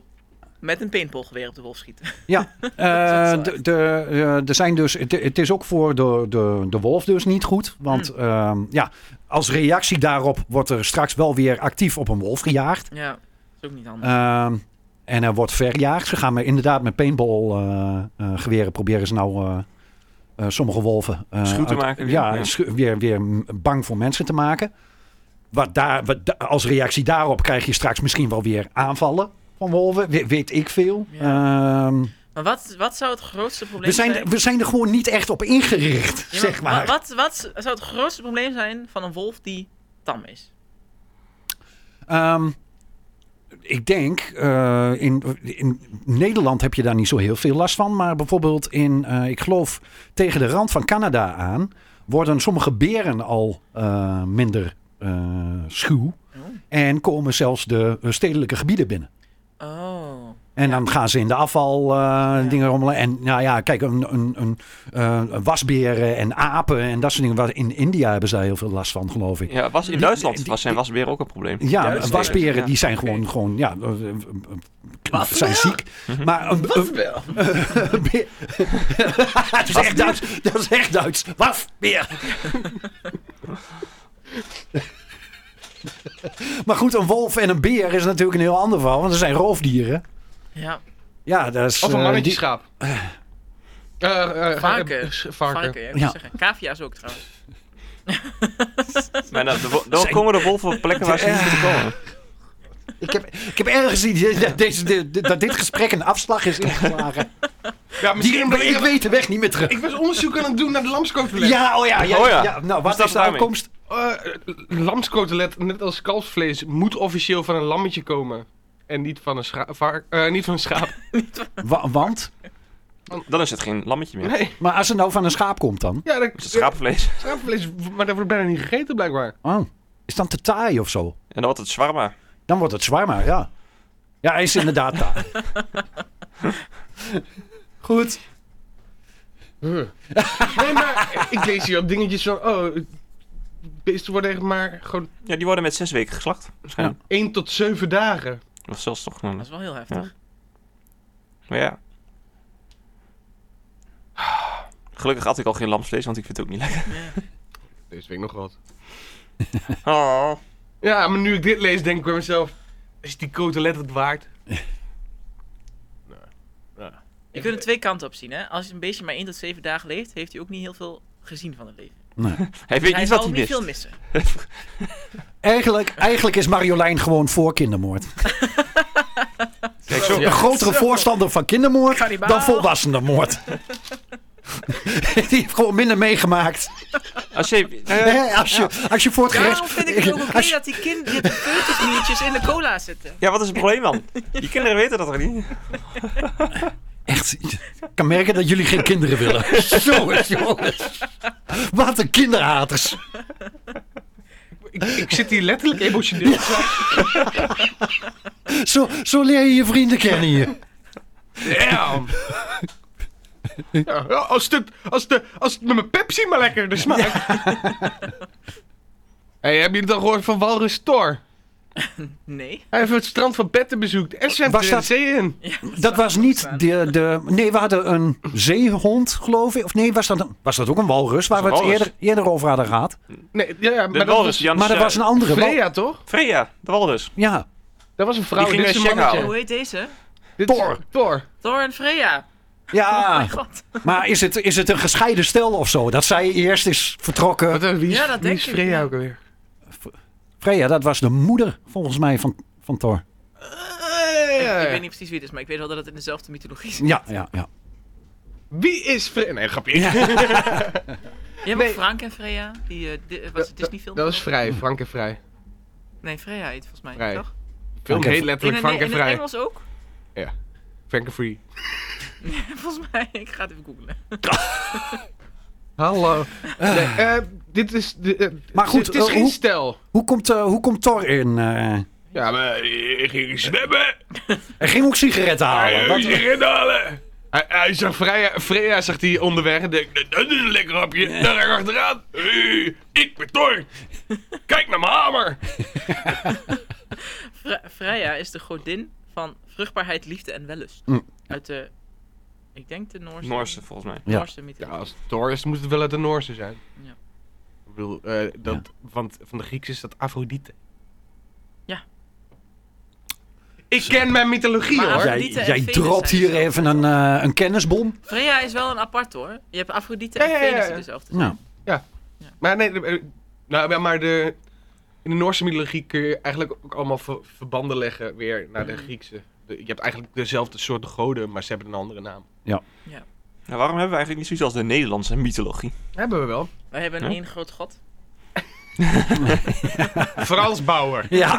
Speaker 3: met een paintballgeweer op de wolf schieten.
Speaker 6: ja.
Speaker 3: is
Speaker 6: Eh,
Speaker 3: wel
Speaker 6: de, de, eh, er zijn dus, het, het is ook voor de, de, de wolf dus niet goed.
Speaker 3: Hmm.
Speaker 6: Want ehm, ja, als reactie daarop wordt er straks wel weer actief op een wolf gejaagd.
Speaker 3: Ja, is ook niet anders.
Speaker 6: Ehm, en er wordt verjaagd. Ze gaan me inderdaad met paintballgeweren geweren proberen ze nou eh, eh, sommige wolven... eh,
Speaker 5: Schuw te
Speaker 6: uit-
Speaker 5: maken weer,
Speaker 6: Ja,
Speaker 5: ja.
Speaker 6: schu- weer, weer m- bang voor mensen te maken. Wat daar, wat da- als reactie daarop krijg je straks misschien wel weer aanvallen van wolven. We- weet ik veel. Ehm,
Speaker 3: Maar wat, wat zou het grootste probleem
Speaker 6: we, zijn,
Speaker 3: zijn?
Speaker 6: er- we zijn er gewoon niet echt op ingericht,
Speaker 3: Ja,
Speaker 6: zeg maar.
Speaker 3: Wat, wat zou het grootste probleem zijn van een wolf die tam is?
Speaker 6: Ehm, ik denk, eh, in, in Nederland heb je daar niet zo heel veel last van. Maar bijvoorbeeld in, eh, ik geloof, tegen de rand van Canada aan... worden sommige beren al eh, minder eh, schuw.
Speaker 3: Oh.
Speaker 6: En komen zelfs de eh, stedelijke gebieden binnen.
Speaker 3: Oh.
Speaker 6: En dan gaan ze in de afval eh, dingen rommelen. En nou ja, kijk, een, een, een, eh, wasberen en apen en dat soort dingen. Waar- In India hebben ze daar heel veel last van, geloof ik.
Speaker 5: Ja, was, in
Speaker 6: Die-
Speaker 5: Duitsland
Speaker 6: die-
Speaker 5: was zijn wasbeer ook een probleem.
Speaker 6: Ja,
Speaker 2: Juist,
Speaker 6: wasberen
Speaker 5: ja.
Speaker 6: die zijn gewoon, gewoon ja, eh, eh, eh, zijn ziek. Maar eh, een, een,
Speaker 2: Wel.
Speaker 6: een beer- dat is echt Duits. Dat is echt Duits. Wasbeer. maar goed, een wolf en een beer is natuurlijk een heel ander verhaal, want ze zijn roofdieren.
Speaker 3: Ja,
Speaker 6: Ja, dat is.
Speaker 2: Of een
Speaker 6: eh,
Speaker 2: mannetje
Speaker 6: die-
Speaker 2: schaap. Eh, eh,
Speaker 3: Varken.
Speaker 2: eh, s- varken.
Speaker 3: varken. ja, ik moet
Speaker 6: Ja.
Speaker 3: zeggen. Cavia's ook trouwens.
Speaker 5: Maar dan, de wo- dan komen de wolven op plekken waar ze niet moeten komen.
Speaker 6: ik, heb, ik heb ergens gezien dat, deze, de- de- dat dit gesprek een afslag is ingeslagen.
Speaker 2: Ja,
Speaker 6: Die,
Speaker 2: misschien...
Speaker 6: ik weet de weg niet meer terug.
Speaker 2: Ik was onderzoek aan het doen naar de lamskotelet.
Speaker 6: Ja, oh ja, ja,
Speaker 5: Oh ja.
Speaker 6: ja. Nou,
Speaker 5: Hoe
Speaker 6: wat
Speaker 5: staat
Speaker 6: is de
Speaker 5: het daarmee?
Speaker 6: aankomst?
Speaker 2: Eh, lamskotelet, net als kalfsvlees, moet officieel van een lammetje komen. En niet van een, scha- vark- eh, niet van een schaap.
Speaker 6: Wa- want?
Speaker 5: Dan is het geen lammetje meer.
Speaker 2: Nee.
Speaker 6: Maar als het nou van een schaap komt dan?
Speaker 2: Ja, dat
Speaker 5: Het is het schapenvlees. En
Speaker 2: schaapvlees, maar dat wordt bijna niet gegeten blijkbaar.
Speaker 6: Oh, is dan te taai of zo?
Speaker 5: dan wordt het zwarma.
Speaker 6: Dan wordt het zwaar maar, ja. Ja, hij is inderdaad taai. Goed.
Speaker 2: Nee, maar ik lees hier op dingetjes van, oh, beesten worden echt maar gewoon
Speaker 5: Ja, die worden met zes weken geslacht. Waarschijnlijk.
Speaker 2: 1 tot 7 dagen.
Speaker 5: Of zelfs toch
Speaker 3: Dat
Speaker 5: nog.
Speaker 3: is wel heel heftig.
Speaker 5: Maar ja. Gelukkig had ik al geen lamsvlees, want ik vind het ook niet lekker.
Speaker 2: Deze week nog wat.
Speaker 5: Oh.
Speaker 2: Ja, maar nu ik dit lees, denk ik bij mezelf: is die kotelet het waard?
Speaker 3: Je kunt er twee kanten op zien, hè. Als je een beestje maar 1 tot 7 dagen leeft, heeft hij ook niet heel veel gezien van het leven.
Speaker 6: Nee.
Speaker 5: Hij weet
Speaker 3: hij
Speaker 5: niet
Speaker 3: zal
Speaker 5: wat hij
Speaker 3: niet
Speaker 5: mist.
Speaker 3: veel missen.
Speaker 6: Eigenlijk, eigenlijk is Marjolein gewoon voor kindermoord.
Speaker 5: Kijk, zo,
Speaker 6: Een grotere voorstander van kindermoord
Speaker 3: Kannibaal.
Speaker 6: dan volwassenenmoord. Die heeft gewoon minder meegemaakt.
Speaker 5: als je,
Speaker 6: Hè, als, je, als je voor het
Speaker 3: Daarom
Speaker 6: gerecht...
Speaker 3: vind ik het ook oké
Speaker 6: als je-
Speaker 3: dat die kinderen de peutersniertjes in de cola zitten.
Speaker 5: ja, wat is het probleem dan? Die kinderen weten dat toch niet?
Speaker 6: Echt, ik kan merken dat jullie geen kinderen willen. Zo is jongens. Wat een kinderhaters.
Speaker 2: Ik, ik zit hier letterlijk emotioneel.
Speaker 6: Zo, zo leer je je vrienden kennen hier.
Speaker 2: Damn! Ja, als, het, als, de, als het met mijn Pepsi maar lekker de smaakt. Hey, hebben jullie het al gehoord van Walrus Thor?
Speaker 3: Nee.
Speaker 2: Hij heeft het strand van Petten bezoekt en zwemt
Speaker 6: Was
Speaker 2: er in de
Speaker 6: dat-
Speaker 2: zee in.
Speaker 6: Dat was niet de, de... Nee, we hadden een zeehond, geloof ik. Of nee, was dat, een- was dat ook een walrus? Waar we
Speaker 5: Was
Speaker 6: het
Speaker 5: een walrus.
Speaker 6: eerder, eerder over hadden gehad.
Speaker 2: Nee, ja, ja,
Speaker 5: De
Speaker 2: maar dat
Speaker 5: walrus,
Speaker 2: was
Speaker 5: Jans.
Speaker 6: Maar er
Speaker 5: eh,
Speaker 6: was een andere. wal-
Speaker 2: Freya, toch?
Speaker 5: Freya, de walrus.
Speaker 6: Ja,
Speaker 2: Dat was een vrouw,
Speaker 5: Die
Speaker 2: dit
Speaker 5: ging
Speaker 2: is
Speaker 5: naar
Speaker 2: een
Speaker 5: check
Speaker 2: mannetje.
Speaker 3: Hoe heet deze?
Speaker 2: Dit is-
Speaker 6: Thor.
Speaker 2: Thor.
Speaker 3: Thor en Freya. Oh
Speaker 6: ja.
Speaker 3: mijn god.
Speaker 6: Maar is het, is het een gescheiden stel of zo? Dat zij eerst is vertrokken.
Speaker 2: Wat, eh, wie is,
Speaker 3: Ja, dat
Speaker 2: wie
Speaker 3: denk
Speaker 2: is
Speaker 3: ik,
Speaker 2: Freya
Speaker 3: ja.
Speaker 2: ook alweer?
Speaker 6: Freya, dat was de moeder volgens mij van, van Thor.
Speaker 2: Eh,
Speaker 3: Ik, ik weet niet precies wie het is, maar ik weet wel dat het in dezelfde mythologie is.
Speaker 6: Ja, ja, ja.
Speaker 2: Wie is Freya? Nee, grapje.
Speaker 3: Je hebt
Speaker 2: Nee.
Speaker 3: ook Frank en Freya. Die, eh, di- eh, was het Disney film?
Speaker 2: Dat is Vrij, Frank en Vrij.
Speaker 3: Nee, Freya heet volgens mij,
Speaker 2: Vrij.
Speaker 3: toch?
Speaker 2: Film
Speaker 6: Frank en-
Speaker 2: heet
Speaker 3: In,
Speaker 2: letterlijk
Speaker 3: het-
Speaker 2: Frank
Speaker 3: in
Speaker 2: en
Speaker 3: het
Speaker 2: Vrij.
Speaker 3: Engels ook?
Speaker 2: Frank en Free.
Speaker 3: volgens mij. Ik ga het even googlen.
Speaker 2: Hallo. Nee, eh, dit is... De, eh,
Speaker 6: Maar goed,
Speaker 2: het is
Speaker 6: eh,
Speaker 2: geen
Speaker 6: hoe-
Speaker 2: stijl.
Speaker 6: Hoe komt, eh, hoe komt Thor in? eh,
Speaker 2: Ja, maar eh, ik ging zwemmen.
Speaker 6: Hij ging ook sigaretten halen.
Speaker 2: Hij
Speaker 6: Wat-
Speaker 2: ging erin halen. Hij, hij zag Freya, Freya zag hij onderweg en denkt, "Nou, dat is een lekker hapje. Daar ga ik achteraan. Hey, ik ben Thor. Kijk naar mijn hamer.
Speaker 3: Fre- Freya is de godin van vruchtbaarheid, liefde en wellust.
Speaker 6: Hm.
Speaker 3: Uit de, ik denk de Noorse,
Speaker 5: Noorse, volgens mij.
Speaker 6: Ja.
Speaker 3: Noorse mythologie.
Speaker 2: als Thor is, moet het wel uit de Noorse zijn.
Speaker 3: Ja.
Speaker 2: Ik bedoel, eh, dat, want van de Grieks is dat Afrodite.
Speaker 3: Ja.
Speaker 2: Ik ken mijn mythologie
Speaker 3: Maar-
Speaker 2: hoor.
Speaker 6: Jij,
Speaker 3: Afrodite en
Speaker 6: jij
Speaker 3: Venus
Speaker 6: dropt
Speaker 3: eh, zijn
Speaker 6: hier
Speaker 3: zo.
Speaker 6: even een, eh, een kennisbom.
Speaker 3: Freya is wel een apart hoor. Je hebt Afrodite
Speaker 2: Ja,
Speaker 3: en
Speaker 2: ja, ja,
Speaker 3: Venus die
Speaker 2: ja.
Speaker 3: dezelfde zijn.
Speaker 6: Nou,
Speaker 2: Maar nee, de- eh, nou, ja, maar de, in de Noorse mythologie kun je eigenlijk ook allemaal ver- verbanden leggen weer naar de
Speaker 3: Mhm.
Speaker 2: Griekse. De- je hebt eigenlijk dezelfde soort goden, maar ze hebben een andere naam.
Speaker 5: Nou, waarom hebben we eigenlijk niet zoiets als de Nederlandse mythologie?
Speaker 2: Hebben we wel.
Speaker 3: Wij hebben
Speaker 5: Ja.
Speaker 3: één groot god.
Speaker 2: Ah, Frans Bauer.
Speaker 6: ja.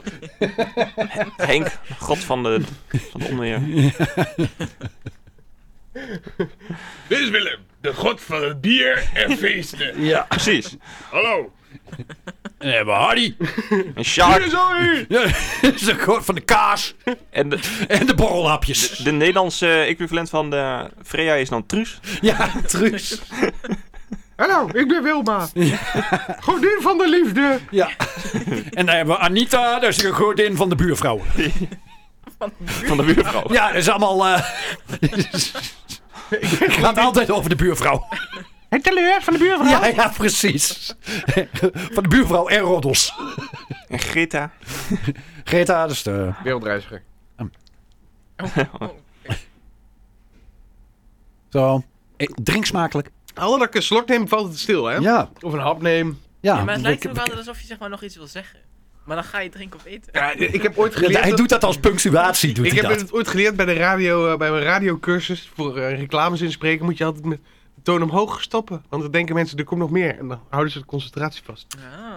Speaker 5: Henk, god van de, van de onweer.
Speaker 2: Dit is Willem, de god van het bier en feesten.
Speaker 6: ja.
Speaker 5: Precies.
Speaker 2: Hallo.
Speaker 6: En hebben we Hardy.
Speaker 5: Een shark.
Speaker 2: sorry.
Speaker 6: Ja, dat is een god van de kaas
Speaker 5: En de,
Speaker 6: en de borrelhapjes.
Speaker 5: de Nederlandse equivalent van de Freya is dan Truus.
Speaker 6: Ja, truus.
Speaker 2: Hallo, ik ben Wilma. Godin van de liefde.
Speaker 6: Ja. En dan hebben we Anita, dat is een godin van de buurvrouwen.
Speaker 5: Van de buurvrouw.
Speaker 6: Ja, dat is allemaal... eh, Het gaat altijd over de buurvrouw.
Speaker 2: Het teleur van de buurvrouw.
Speaker 6: Ja, ja, precies. Van de buurvrouw en roddels.
Speaker 5: En Greta.
Speaker 6: Greta, dat is de...
Speaker 2: Wereldreiziger.
Speaker 6: Zo. Eh, Drink smakelijk.
Speaker 2: Alle dat ik een slok neem, valt het stil, hè?
Speaker 6: Ja.
Speaker 2: Of een hap neem.
Speaker 6: Ja,
Speaker 3: Ja, maar het
Speaker 6: ik-
Speaker 3: lijkt er ook altijd alsof je zeg maar nog iets wil zeggen. Maar dan ga je drinken of eten.
Speaker 2: Ja, ik heb ooit
Speaker 6: Ja,
Speaker 2: geleerd...
Speaker 6: hij doet dat als punctuatie, doet
Speaker 2: ik
Speaker 6: hij
Speaker 2: heb
Speaker 6: dat.
Speaker 2: het ooit geleerd bij, de radio, eh, bij mijn radiocursus. Voor eh, reclames inspreken moet je altijd met de toon omhoog stoppen. Want dan denken mensen, er komt nog meer. En dan houden ze de concentratie vast.
Speaker 3: Oh.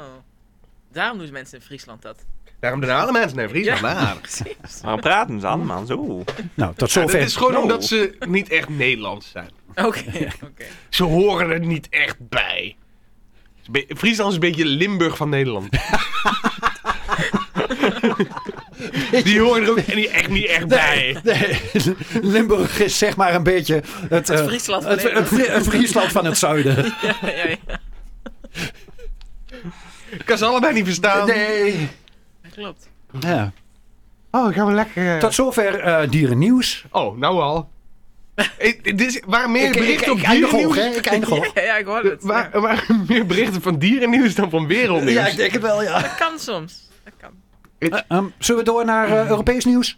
Speaker 3: Daarom doen mensen in Friesland dat.
Speaker 2: Daarom doen alle mensen naar Friesland.
Speaker 3: Ja.
Speaker 2: Ja.
Speaker 3: Precies.
Speaker 5: Waarom praten ze allemaal zo?
Speaker 6: Nou, tot
Speaker 2: Het
Speaker 6: zover.
Speaker 2: is gewoon
Speaker 5: Nou.
Speaker 2: omdat ze niet echt Nederlands zijn.
Speaker 3: Oké, oké.
Speaker 2: Ze horen er niet echt bij. Het is een be- Friesland is een beetje Limburg van Nederland. die horen er ook niet- echt niet echt bij.
Speaker 6: Nee, Limburg is zeg maar een beetje het, eh,
Speaker 3: Friesland van
Speaker 6: het, het,
Speaker 3: Nederland.
Speaker 6: Fri- het Friesland van het zuiden.
Speaker 3: Ja, ja, ja.
Speaker 2: Ik kan ze allebei niet verstaan.
Speaker 6: Nee.
Speaker 3: Dat klopt.
Speaker 6: Ja.
Speaker 2: Oh, gaan we lekker... eh,
Speaker 6: Tot zover eh dierennieuws.
Speaker 2: Oh, nou al. Eh, dit is, waren meer
Speaker 6: Ik, ik,
Speaker 2: berichten
Speaker 6: ik
Speaker 2: op
Speaker 6: eindig hoog,
Speaker 2: dierennieuws...
Speaker 6: hè? Ik eindig hoog.
Speaker 3: Ja, ja, ik hoor het.
Speaker 2: Er wa- er waren meer berichten van dierennieuws dan van wereldnieuws.
Speaker 6: Ja, ik denk het wel, ja.
Speaker 3: Dat kan soms. Dat kan.
Speaker 6: Eh, ehm, zullen we door naar eh, Europees nieuws?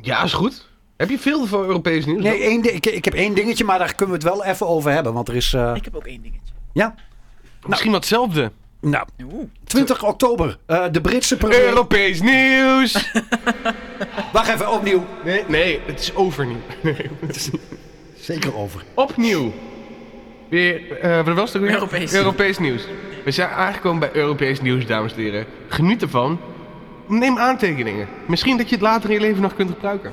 Speaker 2: Ja, is goed. Heb je veel van Europees nieuws?
Speaker 6: Nee, één, di- ik, ik heb één dingetje, maar daar kunnen we het wel even over hebben. Want er is... eh,
Speaker 3: Ik heb ook één dingetje.
Speaker 6: ja,
Speaker 2: Misschien wat hetzelfde.
Speaker 6: nou,
Speaker 3: Oeh.
Speaker 6: 20 oktober. eh, de Britse premier...
Speaker 2: Europees nieuws!
Speaker 6: Wacht even, opnieuw.
Speaker 2: Nee, nee, het is overnieuw. Nee.
Speaker 6: Zeker over.
Speaker 2: Opnieuw. Weer, eh wat was het ook weer?
Speaker 3: Europees.
Speaker 2: Europees nieuws. We zijn aangekomen bij Europees nieuws, dames en heren. Geniet ervan. Neem aantekeningen. Misschien dat je het later in je leven nog kunt gebruiken.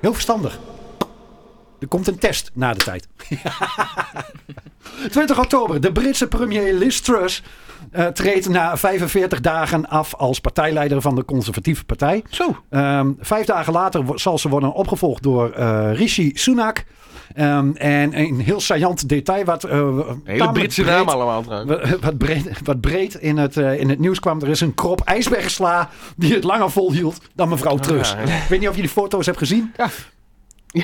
Speaker 6: Heel verstandig. Er komt een test na de tijd. 20 oktober. De Britse premier Liz Truss eh, treedt na 45 dagen af als partijleider van de Conservatieve Partij.
Speaker 2: Zo.
Speaker 6: Ehm, vijf dagen later wo- zal ze worden opgevolgd door eh, Rishi Sunak. Ehm, en een heel saillant detail wat... eh,
Speaker 2: Hele
Speaker 6: tamelijk
Speaker 2: Britse
Speaker 6: breed-
Speaker 2: naam allemaal trouwens.
Speaker 6: Wat- Wat breed, wat breed in, het, eh, in het nieuws kwam. Er is een krop ijsbergsla die het langer volhield dan mevrouw Trus.
Speaker 2: ja.
Speaker 6: Ik weet niet of je die foto's hebt gezien.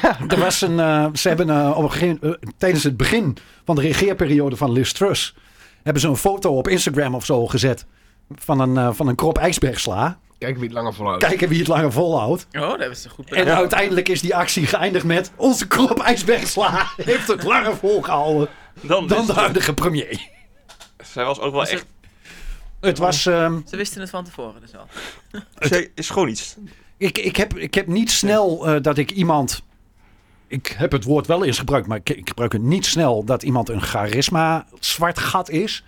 Speaker 2: Ja,
Speaker 6: Er was een, eh, ze hebben eh, op een gegeven, eh, tijdens het begin van de regeerperiode van Liz Truss... hebben ze een foto op Instagram of zo gezet van een, eh, van een krop ijsbergsla.
Speaker 2: kijk wie het langer volhoudt.
Speaker 6: Kijken wie het langer volhoudt.
Speaker 3: Oh, dat is een goed punt.
Speaker 6: En uiteindelijk is die actie geëindigd met... onze krop ijsbergsla heeft het langer volgehouden
Speaker 5: Dan,
Speaker 6: dan
Speaker 5: is-
Speaker 6: de huidige premier.
Speaker 5: Zij was ook wel
Speaker 3: Is
Speaker 5: echt...
Speaker 6: Het was... ehm,
Speaker 3: Ze wisten het van tevoren dus al.
Speaker 5: Zij is gewoon iets.
Speaker 6: Ik, ik, heb, ik heb niet snel eh, dat ik iemand. Ik heb het woord wel eens gebruikt, maar ik, ik gebruik het niet snel dat iemand een charisma zwart gat is.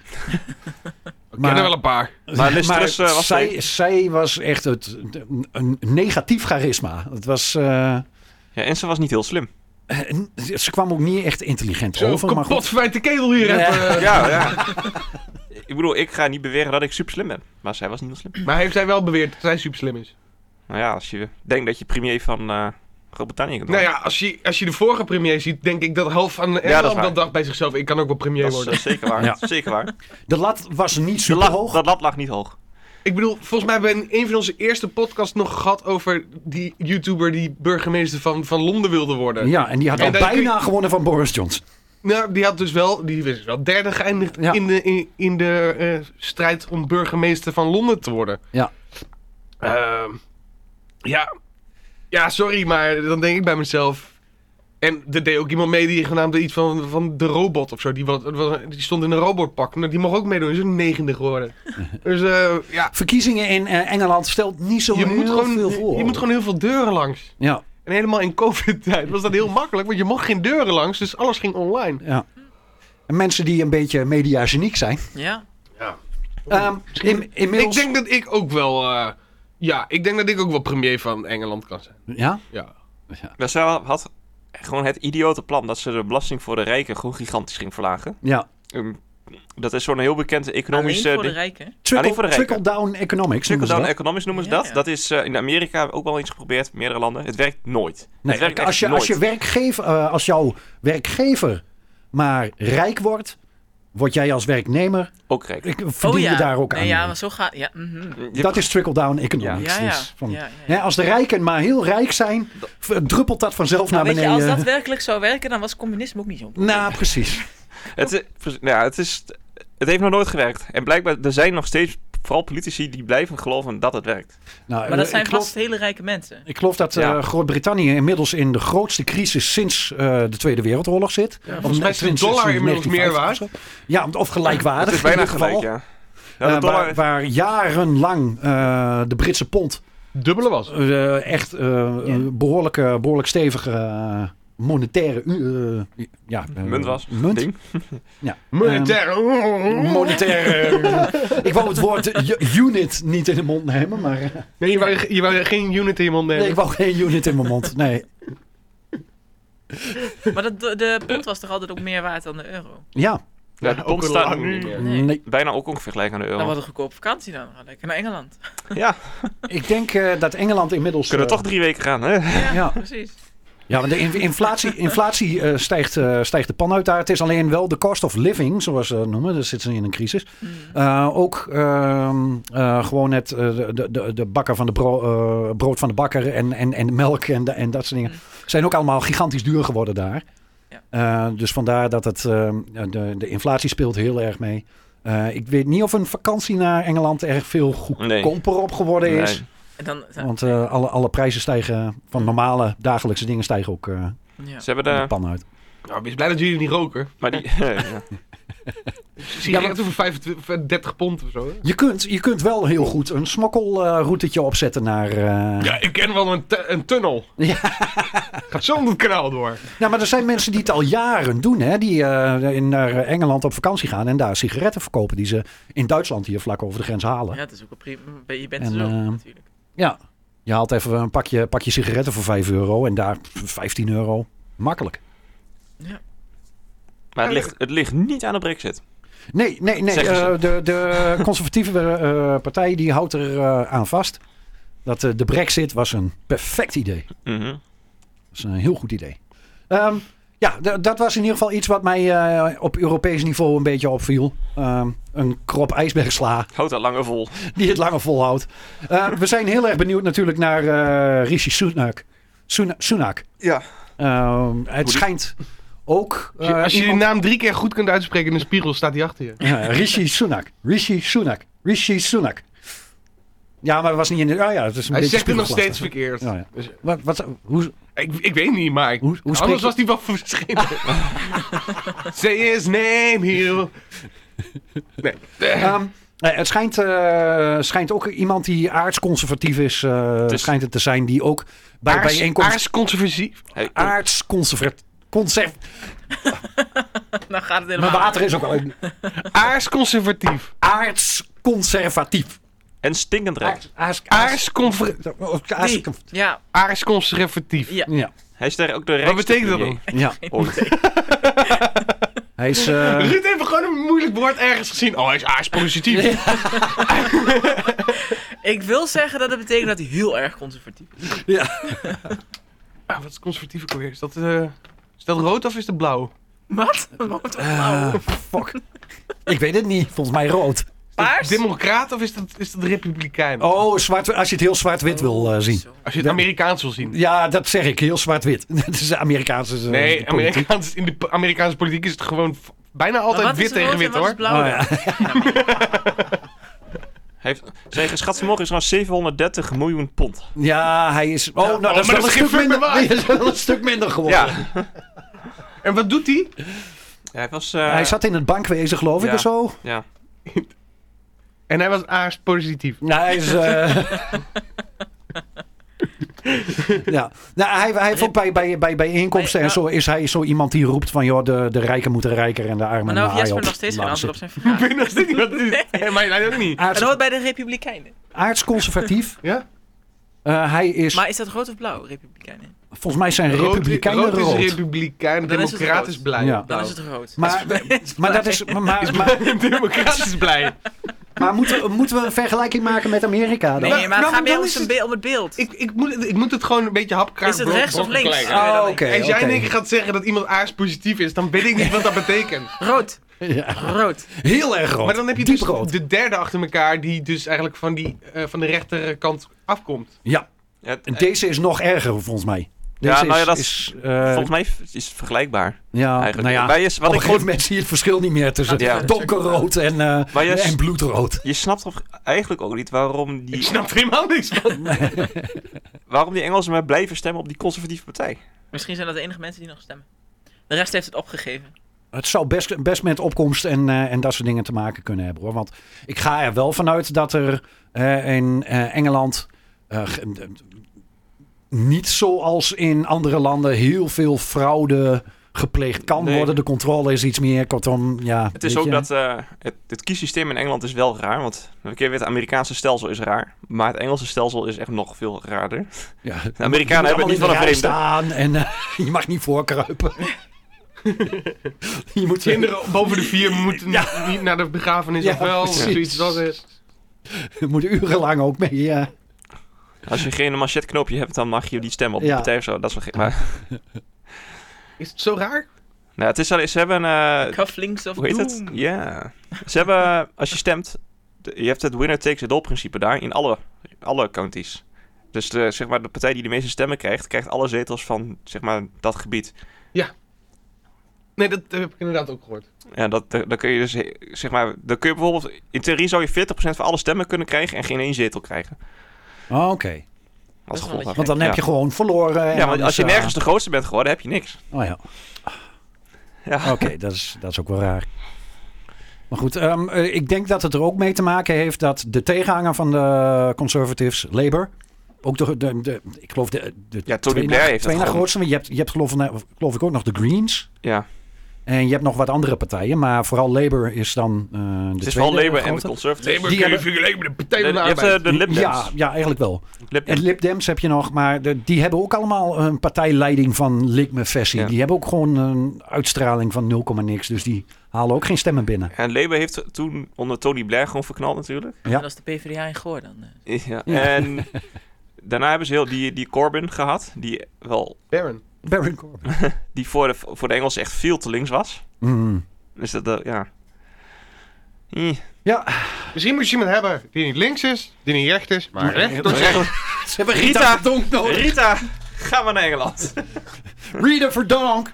Speaker 2: We kennen wel een paar.
Speaker 5: Maar Liz Truss, eh, was
Speaker 6: zij,
Speaker 5: er
Speaker 6: zij was echt het, een- een negatief charisma. Het was, eh,
Speaker 5: Ja, en ze was niet heel slim.
Speaker 6: ze kwam ook niet echt intelligent
Speaker 2: Zo,
Speaker 6: over. Maar
Speaker 2: kapot
Speaker 6: goed,
Speaker 2: verwijt de ketel hier.
Speaker 6: Ja.
Speaker 2: even.
Speaker 5: Ja, ja. ik bedoel, ik ga niet beweren dat ik super slim ben. Maar zij was niet heel slim.
Speaker 2: Maar heeft zij wel beweerd dat zij super slim is?
Speaker 5: Nou ja, als je denkt dat je premier van eh, Groot-Brittannië kunt
Speaker 2: Nou
Speaker 5: worden.
Speaker 2: ja, als je, als je de vorige premier ziet, denk ik dat half van
Speaker 5: is
Speaker 2: Engeland
Speaker 5: waar.
Speaker 2: dat dacht bij zichzelf, ik kan ook wel premier
Speaker 5: dat is
Speaker 2: worden.
Speaker 5: eh, zeker waar.
Speaker 6: Ja.
Speaker 5: Zeker waar.
Speaker 6: de lat was niet
Speaker 5: De
Speaker 6: super
Speaker 5: lat-
Speaker 6: hoog.
Speaker 5: dat lat lag niet hoog.
Speaker 2: Ik bedoel, volgens mij hebben we in een van onze eerste podcasts nog gehad over die YouTuber die burgemeester van, van Londen wilde worden.
Speaker 6: Ja, en die had
Speaker 2: En
Speaker 6: al
Speaker 2: dan kun je-
Speaker 6: bijna gewonnen van Boris Johnson.
Speaker 2: Nou, die had dus wel, die is wel derde geëindigd
Speaker 6: Ja.
Speaker 2: in de, in, in de eh, strijd om burgemeester van Londen te worden.
Speaker 6: Ja.
Speaker 2: Ehm, ja. Ja, sorry, maar dan denk ik bij mezelf. En er deed ook iemand mee die genaamd iets van, van de robot of zo. Die, wat, wat- die stond in een robotpak. Nou, die mag ook meedoen. Die is een negende geworden. dus eh, ja,
Speaker 6: Verkiezingen in eh, Engeland stelt niet zo
Speaker 2: je
Speaker 6: heel
Speaker 2: moet, gewoon,
Speaker 6: veel voor.
Speaker 2: je moet gewoon heel veel deuren langs.
Speaker 6: Ja,
Speaker 2: En helemaal in COVID-tijd was dat heel makkelijk, want je mocht geen deuren langs, dus alles ging online.
Speaker 6: ja. En mensen die een beetje mediageniek zijn.
Speaker 3: Ja.
Speaker 6: Ehm, in, inmiddels...
Speaker 2: Ik denk dat ik ook wel. eh, ja, ik denk dat ik ook wel premier van Engeland kan zijn.
Speaker 6: Ja?
Speaker 2: Ja.
Speaker 5: Maar zij had gewoon het idiote plan dat ze de belasting voor de rijken gewoon gigantisch ging verlagen.
Speaker 6: Ja.
Speaker 5: Ehm, dat is zo'n heel bekend
Speaker 3: Alleen
Speaker 5: economisch... eh,
Speaker 3: voor de
Speaker 5: ding.
Speaker 3: rijken.
Speaker 5: Alleen voor
Speaker 6: Trickle,
Speaker 5: de rijken.
Speaker 6: down economics. noemen ze
Speaker 5: Trickle-down
Speaker 6: dat.
Speaker 5: economics noemen ze
Speaker 3: Ja,
Speaker 5: dat.
Speaker 3: ja.
Speaker 5: Dat is eh, in Amerika ook wel eens geprobeerd, meerdere landen. Het werkt nooit.
Speaker 6: Nee,
Speaker 5: het werkt
Speaker 6: als,
Speaker 5: echt
Speaker 6: je,
Speaker 5: nooit.
Speaker 6: als, je werkgever, eh, als jouw werkgever maar rijk wordt, word jij als werknemer,
Speaker 5: Ook rijk.
Speaker 6: ik, verdien
Speaker 3: oh ja.
Speaker 6: je daar ook
Speaker 3: nee,
Speaker 6: aan.
Speaker 3: Ja, maar zo gaat... Ja, mhm.
Speaker 6: Dat is trickle down economics.
Speaker 3: Ja, ja.
Speaker 6: Dus van,
Speaker 3: Ja, ja, ja.
Speaker 6: Hè, als de rijken maar heel rijk zijn, v- druppelt dat vanzelf
Speaker 3: Nou,
Speaker 6: naar
Speaker 3: weet je,
Speaker 6: beneden.
Speaker 3: als dat werkelijk zou werken, dan was communisme ook niet zo.
Speaker 6: Nou, precies.
Speaker 5: Het, is- vers- nou ja, het, is, het heeft nog nooit gewerkt. En blijkbaar, er zijn nog steeds vooral politici die blijven geloven dat het werkt.
Speaker 6: Nou,
Speaker 3: Maar dat
Speaker 6: eh,
Speaker 3: zijn
Speaker 6: ik geloof-
Speaker 3: vast hele rijke mensen.
Speaker 6: Ik geloof dat eh,
Speaker 5: Ja.
Speaker 6: Groot-Brittannië inmiddels in de grootste crisis sinds eh, de Tweede Wereldoorlog zit. Of
Speaker 2: volgens mij is de
Speaker 6: sinds-
Speaker 2: dollar
Speaker 6: sinds
Speaker 2: inmiddels meer
Speaker 6: 1950 of zo. Ja, of gelijkwaardig.
Speaker 5: het is bijna
Speaker 6: in ieder
Speaker 5: gelijk,
Speaker 6: geval.
Speaker 5: ja. Ja, de
Speaker 6: Eh,
Speaker 5: dollar-
Speaker 6: waar, waar jarenlang eh, de Britse pond
Speaker 2: Dubbele was. het.
Speaker 6: eh, echt eh, een behoorlijke, behoorlijk stevige eh, monetaire u- eh, ja, eh,
Speaker 5: munt was.
Speaker 6: munt.
Speaker 5: Ding.
Speaker 2: Monetair.
Speaker 6: Monetaire. ik wou het woord eh, unit niet in de mond nemen, maar eh,
Speaker 2: Nee, je wou, je wou geen unit in je mond nemen.
Speaker 6: nee, ik wou geen unit in mijn mond. Nee.
Speaker 3: Maar dat, de, de pond was toch altijd ook meer waard dan de euro?
Speaker 6: Ja,
Speaker 5: Ja,
Speaker 2: Ja,
Speaker 5: de
Speaker 2: ook
Speaker 5: pond
Speaker 2: al
Speaker 5: staat
Speaker 2: lang niet meer.
Speaker 3: Nee.
Speaker 6: nee.
Speaker 5: bijna ook ongeveer gelijk aan de
Speaker 3: Dan
Speaker 5: euro.
Speaker 3: wat een goedkoop vakantie dan. Ga Lekker naar Engeland.
Speaker 5: Ja,
Speaker 6: Ik denk eh, dat Engeland inmiddels.
Speaker 5: kunnen we
Speaker 6: eh,
Speaker 5: toch drie weken gaan, hè?
Speaker 3: Ja,
Speaker 6: Ja.
Speaker 3: precies.
Speaker 6: Ja, want de in- inflatie, inflatie eh, stijgt, eh, stijgt de pan uit daar. Het is alleen wel de cost of living, zoals ze dat noemen. Daar zitten ze in een crisis. Eh, ook ehm, eh, gewoon het, eh, de, de, de bakker van de bro- eh, brood van de bakker en, en, en de melk en, da- en dat soort dingen. Zijn ook allemaal gigantisch duur geworden daar.
Speaker 3: Ja.
Speaker 6: Eh, dus vandaar dat het, ehm, de, de inflatie speelt heel erg mee. Eh, ik weet niet of een vakantie naar Engeland erg veel goedkoper op geworden is.
Speaker 5: Nee.
Speaker 3: En dan,
Speaker 6: Want eh, alle, alle prijzen stijgen, van normale dagelijkse dingen stijgen ook eh,
Speaker 3: ja.
Speaker 5: Ze hebben
Speaker 6: de
Speaker 5: daar...
Speaker 6: pan uit.
Speaker 2: Nou, wees blij dat jullie niet roken.
Speaker 5: Maar die... ja.
Speaker 2: Sigaretten voor 25, voor 30 eh, pond of zo. hè?
Speaker 6: Je kunt, je kunt wel heel goed een smokkelroutetje opzetten naar... eh,
Speaker 2: Ja, ik ken wel een, tu- een tunnel.
Speaker 6: Ja.
Speaker 2: Gaat zo het kanaal door.
Speaker 6: Nou, maar er zijn mensen die het al jaren doen, hè, die eh, in, naar Engeland op vakantie gaan en daar sigaretten verkopen die ze in Duitsland hier vlak over de grens halen.
Speaker 3: ja,
Speaker 6: Ja,
Speaker 3: het is ook wel prima. Je bent
Speaker 6: En,
Speaker 3: er zo,
Speaker 6: eh,
Speaker 3: natuurlijk.
Speaker 6: je haalt even een pakje, pakje sigaretten voor 5 euro en daar 15 euro. Makkelijk.
Speaker 5: Maar het ligt, het ligt niet aan de brexit.
Speaker 6: Nee, nee, nee.
Speaker 5: Zeggen ze.
Speaker 6: eh, de, de conservatieve eh, partij die houdt er eh, aan vast dat eh, de brexit was een perfect idee.
Speaker 5: Mhm.
Speaker 6: Dat is een heel goed idee. Ehm, ja, d- dat was in ieder geval iets wat mij eh, op Europees niveau een beetje opviel. Ehm, een krop ijsbergsla
Speaker 5: Houd dat langer vol.
Speaker 6: die het langer volhoudt. Eh, we zijn heel erg benieuwd natuurlijk naar eh, Rishi Sunak. Suna- Sunak.
Speaker 5: Ja.
Speaker 6: Ehm, het
Speaker 5: die-
Speaker 6: schijnt ook...
Speaker 2: Als je,
Speaker 6: eh,
Speaker 2: als je die
Speaker 6: iemand-
Speaker 2: naam drie keer goed kunt uitspreken in de spiegel, staat hij achter je.
Speaker 6: Ja, Rishi Sunak. Rishi Sunak. Rishi Sunak. Ja, maar het was niet in de... Ah ja, het is een
Speaker 2: Hij
Speaker 6: beetje
Speaker 2: zegt het nog
Speaker 6: spiegelglas.
Speaker 2: steeds verkeerd.
Speaker 6: Ja, ja.
Speaker 2: Dus,
Speaker 6: Wat, wat, hoe,
Speaker 2: ik, ik weet niet, maar ik-
Speaker 6: Hoe- hoe spreek
Speaker 2: anders
Speaker 6: je-
Speaker 2: was hij wel verschenen. Say his name, heel. Nee. Eh,
Speaker 6: Ehm, eh, het schijnt, eh, schijnt ook iemand die aardsconservatief is, eh,
Speaker 5: is-
Speaker 6: schijnt het te zijn, die ook bij
Speaker 2: aars-
Speaker 6: bijeenkomst
Speaker 2: Aars-conservatief.
Speaker 5: Hey,
Speaker 6: Ah. aardsconservatief... Conserv...
Speaker 3: Nou gaat het helemaal.
Speaker 6: Mijn water is ook al
Speaker 2: Aars-conservatief.
Speaker 6: aardsconservatief.
Speaker 5: en stinkend rijk.
Speaker 6: Aards... aards-
Speaker 2: Aars-conver-
Speaker 6: aards-
Speaker 3: Die. Ja,
Speaker 2: Aars-conservatief.
Speaker 3: Ja.
Speaker 6: Ja,
Speaker 5: Hij is daar ook de
Speaker 2: Wat
Speaker 5: rijkste
Speaker 2: betekent dat
Speaker 5: premier.
Speaker 2: dan?
Speaker 6: ja.
Speaker 5: Ooit.
Speaker 6: Hij is... eh,
Speaker 2: Ruud heeft gewoon een moeilijk woord ergens gezien. Oh, hij is aars-positief.
Speaker 3: ik wil zeggen dat het betekent dat hij heel erg conservatief is.
Speaker 2: Ah, wat is conservatief ook weer? Is dat, eh, is dat rood of is dat blauw?
Speaker 3: Wat? Wat?
Speaker 6: eh, fuck. Ik weet het niet. Volgens mij rood.
Speaker 3: Paars?
Speaker 2: Democraat of is dat, is dat republikein?
Speaker 6: Oh, zwart, als je het heel zwart-wit wil eh, zien.
Speaker 3: Zo.
Speaker 2: Als je het Amerikaans wil zien.
Speaker 6: Ja, dat zeg ik. Heel zwart-wit. Het is de Amerikaanse... eh,
Speaker 2: Nee,
Speaker 6: de politiek.
Speaker 2: Amerikaans, in de po- Amerikaanse politiek is het gewoon v- bijna
Speaker 3: Maar
Speaker 2: altijd
Speaker 3: wat is
Speaker 2: wit
Speaker 3: rood
Speaker 2: tegen
Speaker 3: en
Speaker 2: wit
Speaker 3: wat is
Speaker 2: hoor.
Speaker 3: blauw
Speaker 6: Oh,
Speaker 3: dan?
Speaker 5: Hij heeft, zijn geschat vermogen is nog 730 miljoen pond.
Speaker 6: Ja, hij is. Oh, nou,
Speaker 2: maar
Speaker 6: dat, is
Speaker 2: dat
Speaker 6: wel een
Speaker 2: is geen
Speaker 6: stuk
Speaker 2: fuck
Speaker 6: minder,
Speaker 2: meer waard.
Speaker 6: dat is wel een stuk minder geworden.
Speaker 2: En wat doet hij?
Speaker 5: Hij was... eh,
Speaker 6: Hij zat in het bankwezen, geloof ik,
Speaker 5: Ja.
Speaker 6: of zo.
Speaker 5: Ja.
Speaker 2: En hij was aars positief.
Speaker 6: Nou, hij is. eh, ja, nou, hij, hij heeft ook bij, bij, bij bijeenkomsten en zo is hij zo iemand die roept van joh, de, de rijken moeten rijker en de
Speaker 3: Maar
Speaker 6: armen
Speaker 3: nou
Speaker 6: de
Speaker 3: heeft
Speaker 6: haaien
Speaker 3: Jesper nog steeds geen
Speaker 6: laten
Speaker 3: antwoord op
Speaker 6: zitten.
Speaker 3: zijn vraag.
Speaker 2: Ik weet nog steeds niet wat het is.
Speaker 3: Nee.
Speaker 2: En mij lijkt ook niet.
Speaker 3: En dat
Speaker 6: Aards,
Speaker 3: hoort bij de Republikeinen.
Speaker 6: aardsconservatief.
Speaker 2: Ja?
Speaker 6: Eh, hij is,
Speaker 3: Maar is dat rood of blauw, Republikeinen?
Speaker 6: volgens mij zijn republikeinen
Speaker 2: rood
Speaker 6: rood.
Speaker 2: is republikein,
Speaker 3: Dan is het
Speaker 2: democrat
Speaker 3: rood.
Speaker 2: is blij.
Speaker 6: Ja.
Speaker 3: Dan is het rood.
Speaker 6: Maar, maar dat is. Maar, maar, maar,
Speaker 2: democrat is blij.
Speaker 6: maar moeten, we- moeten we een vergelijking maken met Amerika? Dan?
Speaker 3: Nee, maar
Speaker 2: Nou,
Speaker 3: het gaat
Speaker 2: dan
Speaker 3: meer om,
Speaker 2: is
Speaker 3: zijn
Speaker 2: het-
Speaker 3: be- om het beeld.
Speaker 2: Ik, ik, moet, ik moet het gewoon een beetje hapkraak
Speaker 3: Is het rechts of links?
Speaker 2: Als
Speaker 6: Oh, oké.
Speaker 2: jij in
Speaker 6: oké.
Speaker 2: één keer gaat zeggen dat iemand aars positief is, dan weet ik niet wat dat betekent.
Speaker 3: Rood.
Speaker 6: Ja.
Speaker 3: Rood.
Speaker 6: Heel erg rood.
Speaker 2: Maar dan heb je
Speaker 6: Diep
Speaker 2: dus
Speaker 6: rood.
Speaker 2: de derde achter elkaar die dus eigenlijk van, die, eh, van de rechterkant afkomt.
Speaker 6: Ja.
Speaker 5: Ja,
Speaker 6: En deze is nog erger, volgens mij. Deze
Speaker 5: Ja, nou ja,
Speaker 6: is-
Speaker 5: dat
Speaker 6: is... eh,
Speaker 5: Volgens mij is het vergelijkbaar.
Speaker 6: ja,
Speaker 5: Eigenlijk.
Speaker 6: nou ja,
Speaker 5: Waar je,
Speaker 6: op
Speaker 5: wat
Speaker 6: een
Speaker 5: ik
Speaker 6: gegeven moment zie je het verschil niet meer tussen
Speaker 5: Ja.
Speaker 6: donkerrood en, eh,
Speaker 5: Maar je-
Speaker 6: en bloedrood.
Speaker 5: Je snapt toch eigenlijk ook niet waarom
Speaker 2: Ik
Speaker 5: die,
Speaker 2: snap er helemaal niks van.
Speaker 5: waarom die Engelsen maar blijven stemmen op die conservatieve partij.
Speaker 3: Misschien zijn dat de enige mensen die nog stemmen. De rest heeft het opgegeven.
Speaker 6: Het zou best, best met opkomst en, eh, en dat soort dingen te maken kunnen hebben. hoor. Want ik ga er wel vanuit dat er eh, in eh, Engeland... eh, ge- eh, niet zoals in andere landen heel veel fraude gepleegd kan
Speaker 5: Nee.
Speaker 6: worden. De controle is iets meer. Kortom, ja.
Speaker 5: Het is
Speaker 6: weet
Speaker 5: ook
Speaker 6: je.
Speaker 5: dat eh, het, het kiessysteem in Engeland is wel raar. Want een keer weer het Amerikaanse stelsel is raar. Maar het Engelse stelsel is echt nog veel raarder.
Speaker 6: Ja,
Speaker 5: De Amerikanen
Speaker 6: Je moet
Speaker 5: hebben niet van
Speaker 6: allemaal
Speaker 5: een
Speaker 6: in de
Speaker 5: vreemde.
Speaker 6: rij staan en eh, je mag niet voorkruipen. je moet
Speaker 2: Kinderen boven de vier moeten niet naar de begrafenis
Speaker 6: Ja,
Speaker 2: of wel.
Speaker 6: precies.
Speaker 2: Zoiets als is.
Speaker 6: je moet urenlang ook mee. eh,
Speaker 5: Als je geen manchetknoopje hebt, dan mag je die stemmen op de
Speaker 6: Ja.
Speaker 5: partij of zo. Dat is wel gek. Maar,
Speaker 2: Is het zo raar?
Speaker 5: nou, het is alleen, ze hebben... eh,
Speaker 3: Cufflinks of
Speaker 5: hoe heet het?
Speaker 3: Doom.
Speaker 5: Ja. Ze hebben, als je stemt, de- je hebt het winner takes it all principe daar in alle, alle counties. Dus de, zeg maar, de partij die de meeste stemmen krijgt, krijgt alle zetels van zeg maar, dat gebied.
Speaker 2: Nee, dat heb ik inderdaad ook gehoord.
Speaker 5: Ja, dat, da- dan kun je dus, eh, zeg maar, dan kun je bijvoorbeeld, in theorie zou je 40% van alle stemmen kunnen krijgen en geen één zetel krijgen.
Speaker 6: Oh, Oké,
Speaker 5: Als
Speaker 3: is wel een
Speaker 5: gevolg
Speaker 6: want dan heb
Speaker 5: Ja.
Speaker 6: je gewoon verloren. en
Speaker 5: Ja,
Speaker 6: dan
Speaker 5: want
Speaker 6: is,
Speaker 5: als je
Speaker 6: eh,
Speaker 5: nergens de grootste bent geworden, heb je niks.
Speaker 6: Oh ja.
Speaker 5: Ja.
Speaker 6: Oké, dat, is, dat is ook wel raar. Maar goed, ehm, eh, ik denk dat het er ook mee te maken heeft dat de tegenhanger van de Conservatives, Labour, ook de, de, de- ik geloof de, de
Speaker 5: Ja, Tony
Speaker 6: twee
Speaker 5: Blair
Speaker 6: na-
Speaker 5: heeft
Speaker 6: twee
Speaker 5: het
Speaker 6: na
Speaker 5: gewoon.
Speaker 6: grootste, maar je hebt, je hebt geloof, ik- geloof ik ook nog de Greens
Speaker 5: Ja.
Speaker 6: en je hebt nog wat andere partijen, maar vooral Labour is dan eh, de
Speaker 5: Het is
Speaker 6: tweede
Speaker 5: vooral Labour en de
Speaker 6: grote.
Speaker 5: Conservatives.
Speaker 2: Labour
Speaker 6: Die
Speaker 2: kun je
Speaker 6: hebben-
Speaker 2: vergelijken met de Partij
Speaker 5: Je
Speaker 2: van de
Speaker 5: hebt
Speaker 2: Arbeid.
Speaker 5: eh, de Lib
Speaker 6: ja,
Speaker 5: Dems.
Speaker 6: ja, eigenlijk wel.
Speaker 5: Lib
Speaker 6: En
Speaker 5: Dems.
Speaker 6: Lib Dems heb je nog, maar de- die hebben ook allemaal een partijleiding van Likme-versie.
Speaker 5: Ja.
Speaker 6: Die hebben ook gewoon een uitstraling van 0, niks. Dus die halen ook geen stemmen binnen.
Speaker 5: En Labour heeft toen onder Tony Blair gewoon verknald natuurlijk.
Speaker 6: Ja.
Speaker 3: En als de PvdA in Goor dan. eh.
Speaker 5: Ja.
Speaker 6: Ja.
Speaker 5: En daarna hebben ze heel die, die Corbyn gehad, die wel
Speaker 2: Baron.
Speaker 6: Baron Corbin.
Speaker 5: die voor de, voor de Engelsen echt veel te links was.
Speaker 6: Mm.
Speaker 5: Dus dat, eh, ja. Ih,
Speaker 6: Ja,
Speaker 2: Misschien moet je iemand hebben die niet links is, die niet recht is, maar recht tot recht.
Speaker 6: ze hebben
Speaker 5: Rita
Speaker 6: Verdonk nodig.
Speaker 5: Rita, ga maar naar Engeland.
Speaker 6: Rita Verdonk.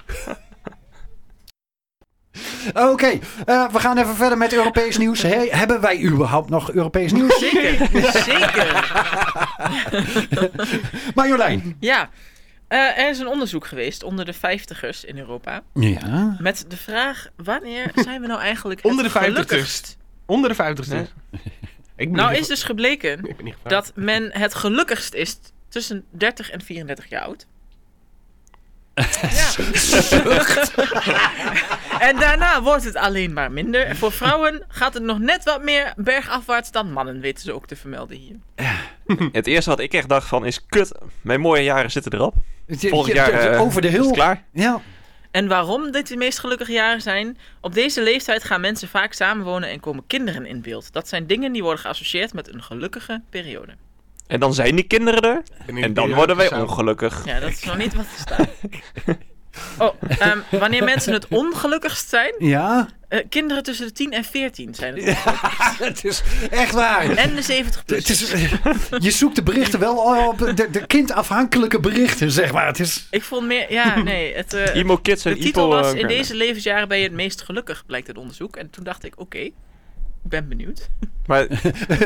Speaker 6: Oké, eh, we gaan even verder met Europees nieuws. Hey, hebben wij überhaupt nog Europees nieuws?
Speaker 3: Zeker, zeker.
Speaker 6: Marjolein.
Speaker 3: Ja. Eh, er is een onderzoek geweest onder de vijftigers in Europa.
Speaker 6: Ja.
Speaker 3: Met de vraag, wanneer zijn we nou eigenlijk
Speaker 2: Onder
Speaker 3: het
Speaker 2: de vijftigers.
Speaker 3: gelukkigst?
Speaker 2: Onder de 50
Speaker 5: Nee.
Speaker 2: Ik ben
Speaker 3: Nou
Speaker 2: niet
Speaker 3: is
Speaker 2: ge-
Speaker 3: dus gebleken
Speaker 2: Ik ben niet gevraagd.
Speaker 3: dat men het gelukkigst is tussen 30 en 34 jaar oud. Ja. en daarna wordt het alleen maar minder. En voor vrouwen gaat het nog net wat meer bergafwaarts dan mannen, weten ze ook te vermelden hier.
Speaker 5: Het eerste wat ik echt dacht van is, kut, mijn mooie jaren zitten erop. Volgend jaar eh,
Speaker 6: Over de
Speaker 5: is het
Speaker 6: hill.
Speaker 5: klaar.
Speaker 6: Ja.
Speaker 3: En waarom dit de meest gelukkige jaren zijn? Op deze leeftijd gaan mensen vaak samenwonen en komen kinderen in beeld. Dat zijn dingen die worden geassocieerd met een gelukkige periode.
Speaker 5: En dan zijn die kinderen er.
Speaker 2: in die
Speaker 5: En dan
Speaker 2: periode
Speaker 5: worden wij
Speaker 2: samen.
Speaker 5: ongelukkig.
Speaker 3: Ja, dat is nog niet wat er staat. Oh, ehm, wanneer mensen het ongelukkigst zijn?
Speaker 6: Ja.
Speaker 3: Eh, kinderen tussen de 10 en 14 zijn het.
Speaker 6: Het is echt waar.
Speaker 3: En de 70 plus.
Speaker 6: Het is, je zoekt de berichten wel op, de, de kindafhankelijke berichten, zeg maar. Het is,
Speaker 3: Ik vond meer... Ja, nee. Het, eh,
Speaker 5: Imo Kids en
Speaker 3: de titel
Speaker 5: Ipo...
Speaker 3: was
Speaker 5: eh,
Speaker 3: In deze levensjaren ben je het meest gelukkig, blijkt uit onderzoek. En toen dacht ik, oké, ik ben benieuwd.
Speaker 5: Maar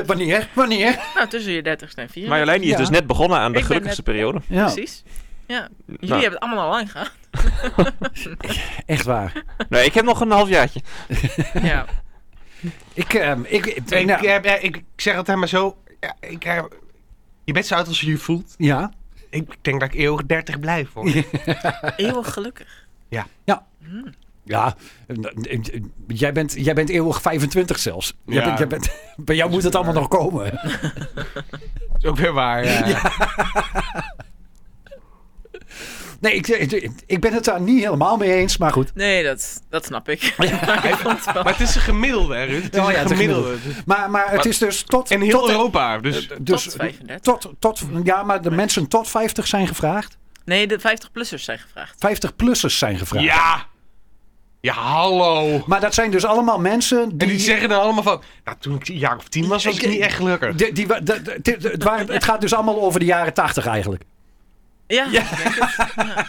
Speaker 6: wanneer? Wanneer?
Speaker 3: Nou, tussen je 30ste en 34
Speaker 5: Marjolein die is
Speaker 6: Ja.
Speaker 5: dus net begonnen aan de
Speaker 3: Ik ben
Speaker 5: gelukkigste
Speaker 3: net-
Speaker 5: periode.
Speaker 6: Ja,
Speaker 3: Precies. Ja, jullie
Speaker 5: Nou.
Speaker 3: hebben het allemaal al lang gehad.
Speaker 6: echt waar.
Speaker 5: Nee, ik heb nog een halfjaartje.
Speaker 3: Ja.
Speaker 6: Ik, ehm, ik,
Speaker 2: Ik,
Speaker 6: nou,
Speaker 2: eh, eh, ik zeg altijd maar zo. ja, ik, eh, je bent zo oud als je je voelt.
Speaker 6: ja,
Speaker 2: Ik denk dat ik eeuwig 30 blijf hoor.
Speaker 3: Eeuwig gelukkig.
Speaker 6: Ja, eh, eh, jij bent, jij bent eeuwig 25 zelfs. Jij
Speaker 2: Ja.
Speaker 6: bent, jij bent, bij jou moet het allemaal nog komen.
Speaker 2: is ook weer waar. ja.
Speaker 6: Nee, ik, ik, ik ben het daar niet helemaal mee eens, maar goed.
Speaker 3: Nee, dat, dat snap ik. Maar ik vond het wel-
Speaker 2: Maar het is een gemiddelde, hè, Ruud. Het is
Speaker 6: Oh ja,
Speaker 2: een
Speaker 6: het is een
Speaker 2: gemiddelde.
Speaker 6: Maar, maar het is dus tot...
Speaker 2: En heel
Speaker 6: tot,
Speaker 2: Europa. Dus
Speaker 6: dus,
Speaker 3: Tot 35.
Speaker 6: Tot, tot, ja, maar de mensen tot 50 zijn gevraagd.
Speaker 3: Nee, de 50-plussers zijn gevraagd.
Speaker 6: 50-plussers zijn gevraagd.
Speaker 2: ja. Ja, hallo.
Speaker 6: Maar dat zijn dus allemaal mensen
Speaker 2: En
Speaker 6: die...
Speaker 2: die zeggen dan allemaal van. Nou, toen ik een jaar of tien was, was ik
Speaker 6: Ik-
Speaker 2: niet echt gelukkig.
Speaker 6: die- die wa- de- de- het- het, waren- het gaat dus allemaal over de jaren 80 eigenlijk.
Speaker 3: Ja, ik denk het. Ja.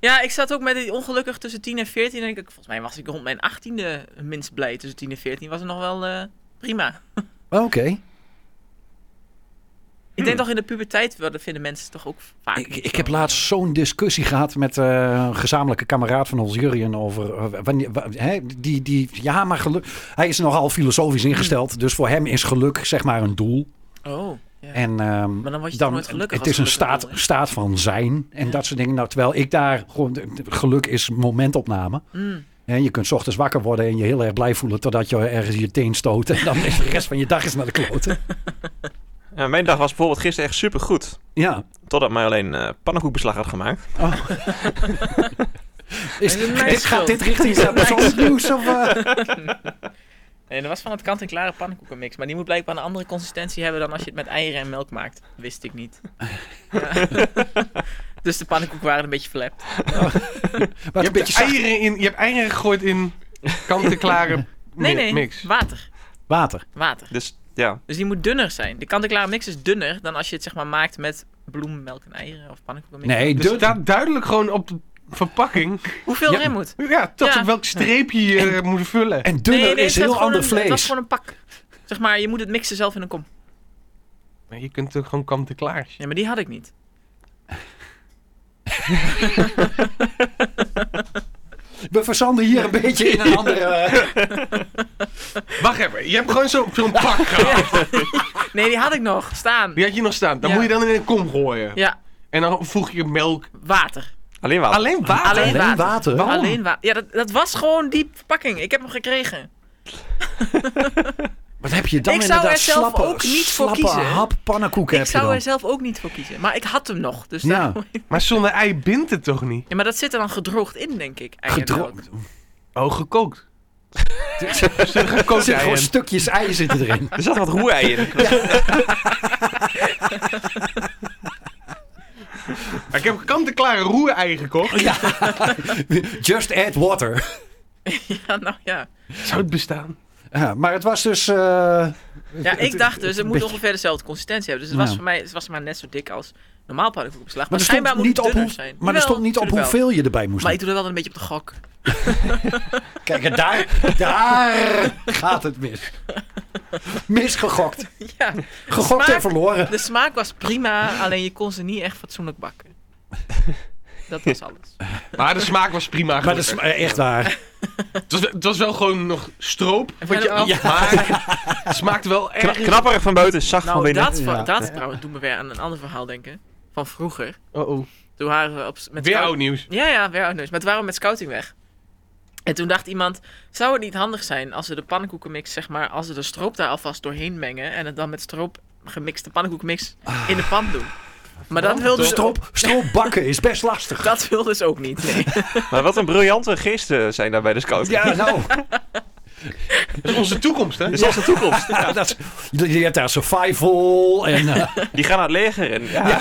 Speaker 3: Ja, ik zat ook met die ongelukkig tussen 10 en 14. En ik, dacht, volgens mij was ik rond mijn 18e minst blij. Tussen 10 en 14 was het nog wel eh, prima.
Speaker 6: Oké.
Speaker 3: Ik denk toch in de puberteit wel, dat vinden mensen toch ook vaak.
Speaker 6: Hmm. Ik,
Speaker 3: niet
Speaker 6: ik
Speaker 3: zo,
Speaker 6: heb
Speaker 3: eh,
Speaker 6: laatst zo'n discussie gehad met eh, een gezamenlijke kameraad van ons, Jurjen, over... eh, wanneer, wa- hè, die, die, ja, maar geluk... Hij is nogal filosofisch ingesteld, dus voor hem is geluk zeg maar een doel.
Speaker 3: Oh, Mm. ja.
Speaker 6: En, ehm,
Speaker 3: Maar dan word je toch nooit gelukkig
Speaker 6: Het is
Speaker 3: als
Speaker 6: een
Speaker 3: geluk een
Speaker 6: staat,
Speaker 3: doel is.
Speaker 6: staat van zijn en
Speaker 3: Ja.
Speaker 6: dat soort dingen. Nou, terwijl ik daar gewoon... de- de- Geluk is momentopname.
Speaker 3: Mm.
Speaker 6: En je kunt 's ochtends wakker worden en je heel erg blij voelen totdat je ergens je teen stoot. En dan is de rest van je dag is naar de kloten.
Speaker 5: Ja, mijn dag was bijvoorbeeld gisteren echt supergoed.
Speaker 6: Ja.
Speaker 5: Totdat mij alleen eh pannenkoekbeslag had gemaakt.
Speaker 6: Oh. Is,
Speaker 3: Is het mijn
Speaker 6: dit,
Speaker 3: schuld?
Speaker 6: gaat dit richting eh, persoonlijk nieuws? Of, eh?
Speaker 3: Nee, dat was van het kant-en-klare pannenkoekenmix. Maar die moet blijkbaar een andere consistentie hebben dan als je het met eieren en melk maakt. Wist ik niet. Ja. dus de pannenkoeken waren een beetje flapped.
Speaker 2: Je
Speaker 6: Wat een
Speaker 2: hebt,
Speaker 6: beetje zacht
Speaker 2: eieren in, je hebt eieren gegooid in kant-en-klare mi-
Speaker 3: Nee, nee.
Speaker 2: mix.
Speaker 3: Water.
Speaker 6: water.
Speaker 3: Water.
Speaker 5: Dus ja,
Speaker 3: Dus die moet dunner zijn. De kant-en-klare mix is dunner dan als je het zeg maar maakt met bloem, melk en eieren of pannenkoekenmix.
Speaker 6: Nee,
Speaker 2: Dus
Speaker 6: dun-
Speaker 2: het staat duidelijk gewoon op de verpakking.
Speaker 3: Hoeveel
Speaker 6: Ja.
Speaker 3: erin moet?
Speaker 2: Ja, tot
Speaker 3: Ja.
Speaker 2: op welk streepje je eh, moet vullen.
Speaker 6: en dunner
Speaker 3: nee, nee,
Speaker 6: is
Speaker 3: het werd
Speaker 6: heel
Speaker 3: gewoon
Speaker 6: ander
Speaker 3: een-
Speaker 6: vlees.
Speaker 3: Het was gewoon een pak. Zeg maar, je moet het mixen zelf in een kom.
Speaker 2: Maar je kunt ook gewoon kant-en-klaar.
Speaker 3: Ja, maar die had ik niet.
Speaker 6: We verzanden hier een beetje in een andere... eh,
Speaker 2: Wacht even, je hebt gewoon zo- zo'n pak gehad.
Speaker 3: Nee, die had ik nog staan.
Speaker 2: Die had je nog staan. Dan
Speaker 3: Ja.
Speaker 2: moet je dan in een kom gooien.
Speaker 3: Ja,
Speaker 2: En dan voeg je melk. Ah.
Speaker 3: water.
Speaker 5: alleen water.
Speaker 2: Alleen water?
Speaker 3: Alleen water.
Speaker 6: water.
Speaker 2: Waarom?
Speaker 3: Alleen water. Ja, dat, dat was gewoon die verpakking. Ik heb hem gekregen.
Speaker 6: Wat heb je dan
Speaker 3: Ik zou
Speaker 6: inderdaad
Speaker 3: er zelf
Speaker 6: slappe,
Speaker 3: ook niet voor
Speaker 6: slappe
Speaker 3: kiezen.
Speaker 6: hap pannenkoeken
Speaker 3: ik
Speaker 6: heb je
Speaker 3: zou
Speaker 6: dan.
Speaker 3: er zelf ook niet voor kiezen. Maar ik had hem nog. Dus
Speaker 6: Ja.
Speaker 3: daar-
Speaker 2: Maar zonder ei bindt het toch niet?
Speaker 3: ja, maar dat zit er dan gedroogd in, denk ik. eigenlijk ook.
Speaker 6: Gedroogd.
Speaker 2: Oh, gekookt.
Speaker 6: Er
Speaker 2: Ze gekookt
Speaker 6: zitten
Speaker 2: ei
Speaker 6: gewoon
Speaker 2: in.
Speaker 6: stukjes ei zitten erin.
Speaker 5: Er zat wat roerei in.
Speaker 2: Maar Ik heb kant-en-klare roerei gekocht.
Speaker 6: Ja. Just add water.
Speaker 3: Ja, nou ja.
Speaker 2: Zou het bestaan?
Speaker 6: Ja, maar het was dus... eh,
Speaker 3: Ja, ik dacht dus, het moet
Speaker 6: beetje-
Speaker 3: ongeveer dezelfde consistentie hebben. Dus het
Speaker 6: Ja.
Speaker 3: was voor mij het was maar net zo dik als normaal pannenkoekenbeslag.
Speaker 6: Maar
Speaker 3: Maar
Speaker 6: er stond
Speaker 3: schijnbaar moet
Speaker 6: niet
Speaker 3: het
Speaker 6: op,
Speaker 3: dunner
Speaker 6: hoe,
Speaker 3: zijn.
Speaker 6: maar er
Speaker 3: Jawel,
Speaker 6: stond niet op
Speaker 3: natuurlijk wel.
Speaker 6: hoeveel je erbij moest
Speaker 3: Maar
Speaker 6: doen.
Speaker 3: ik doe er wel een beetje op de gok.
Speaker 6: Kijk, en daar, daar gaat het mis. Misgegokt.
Speaker 3: Ja,
Speaker 6: Gegokt en
Speaker 3: Smaak.
Speaker 6: verloren.
Speaker 3: de smaak was prima, alleen je kon ze niet echt fatsoenlijk bakken. Dat was alles.
Speaker 2: Maar de smaak was prima.
Speaker 6: Maar dat
Speaker 2: gelukkig.
Speaker 6: is eh, echt waar.
Speaker 2: het, was, het was wel gewoon nog stroop.
Speaker 3: En
Speaker 2: Wat je
Speaker 3: verder
Speaker 2: af, maar het smaakte wel
Speaker 5: Kna-
Speaker 2: erg.
Speaker 5: knapperig van buiten, zacht van
Speaker 3: Nou,
Speaker 5: binnen.
Speaker 3: dat,
Speaker 6: Ja.
Speaker 3: dat trouwens doet me weer aan een ander verhaal denken. Van vroeger.
Speaker 2: Oh, oh.
Speaker 3: Toen waren we op, s- met
Speaker 2: Weer
Speaker 3: scout-
Speaker 2: oud nieuws.
Speaker 3: Ja, ja, weer oud nieuws. Maar toen waren we met scouting weg. En toen dacht iemand, zou het niet handig zijn als we de pannenkoekenmix, zeg maar, als we de stroop daar alvast doorheen mengen en het dan met stroop gemixte pannenkoekenmix in de pan doen. Maar dat wilde, ze,
Speaker 6: Stroop, stroop bakken is best lastig.
Speaker 3: dat wilde ze ook niet. Nee.
Speaker 5: Maar wat een briljante geesten zijn daar bij de scout.
Speaker 6: Ja, nou,
Speaker 2: Dat is onze toekomst, hè?
Speaker 5: Dus dat is de toekomst.
Speaker 6: dat is, je je hebt daar survival en... eh,
Speaker 5: Die gaan naar het leger. En, ja.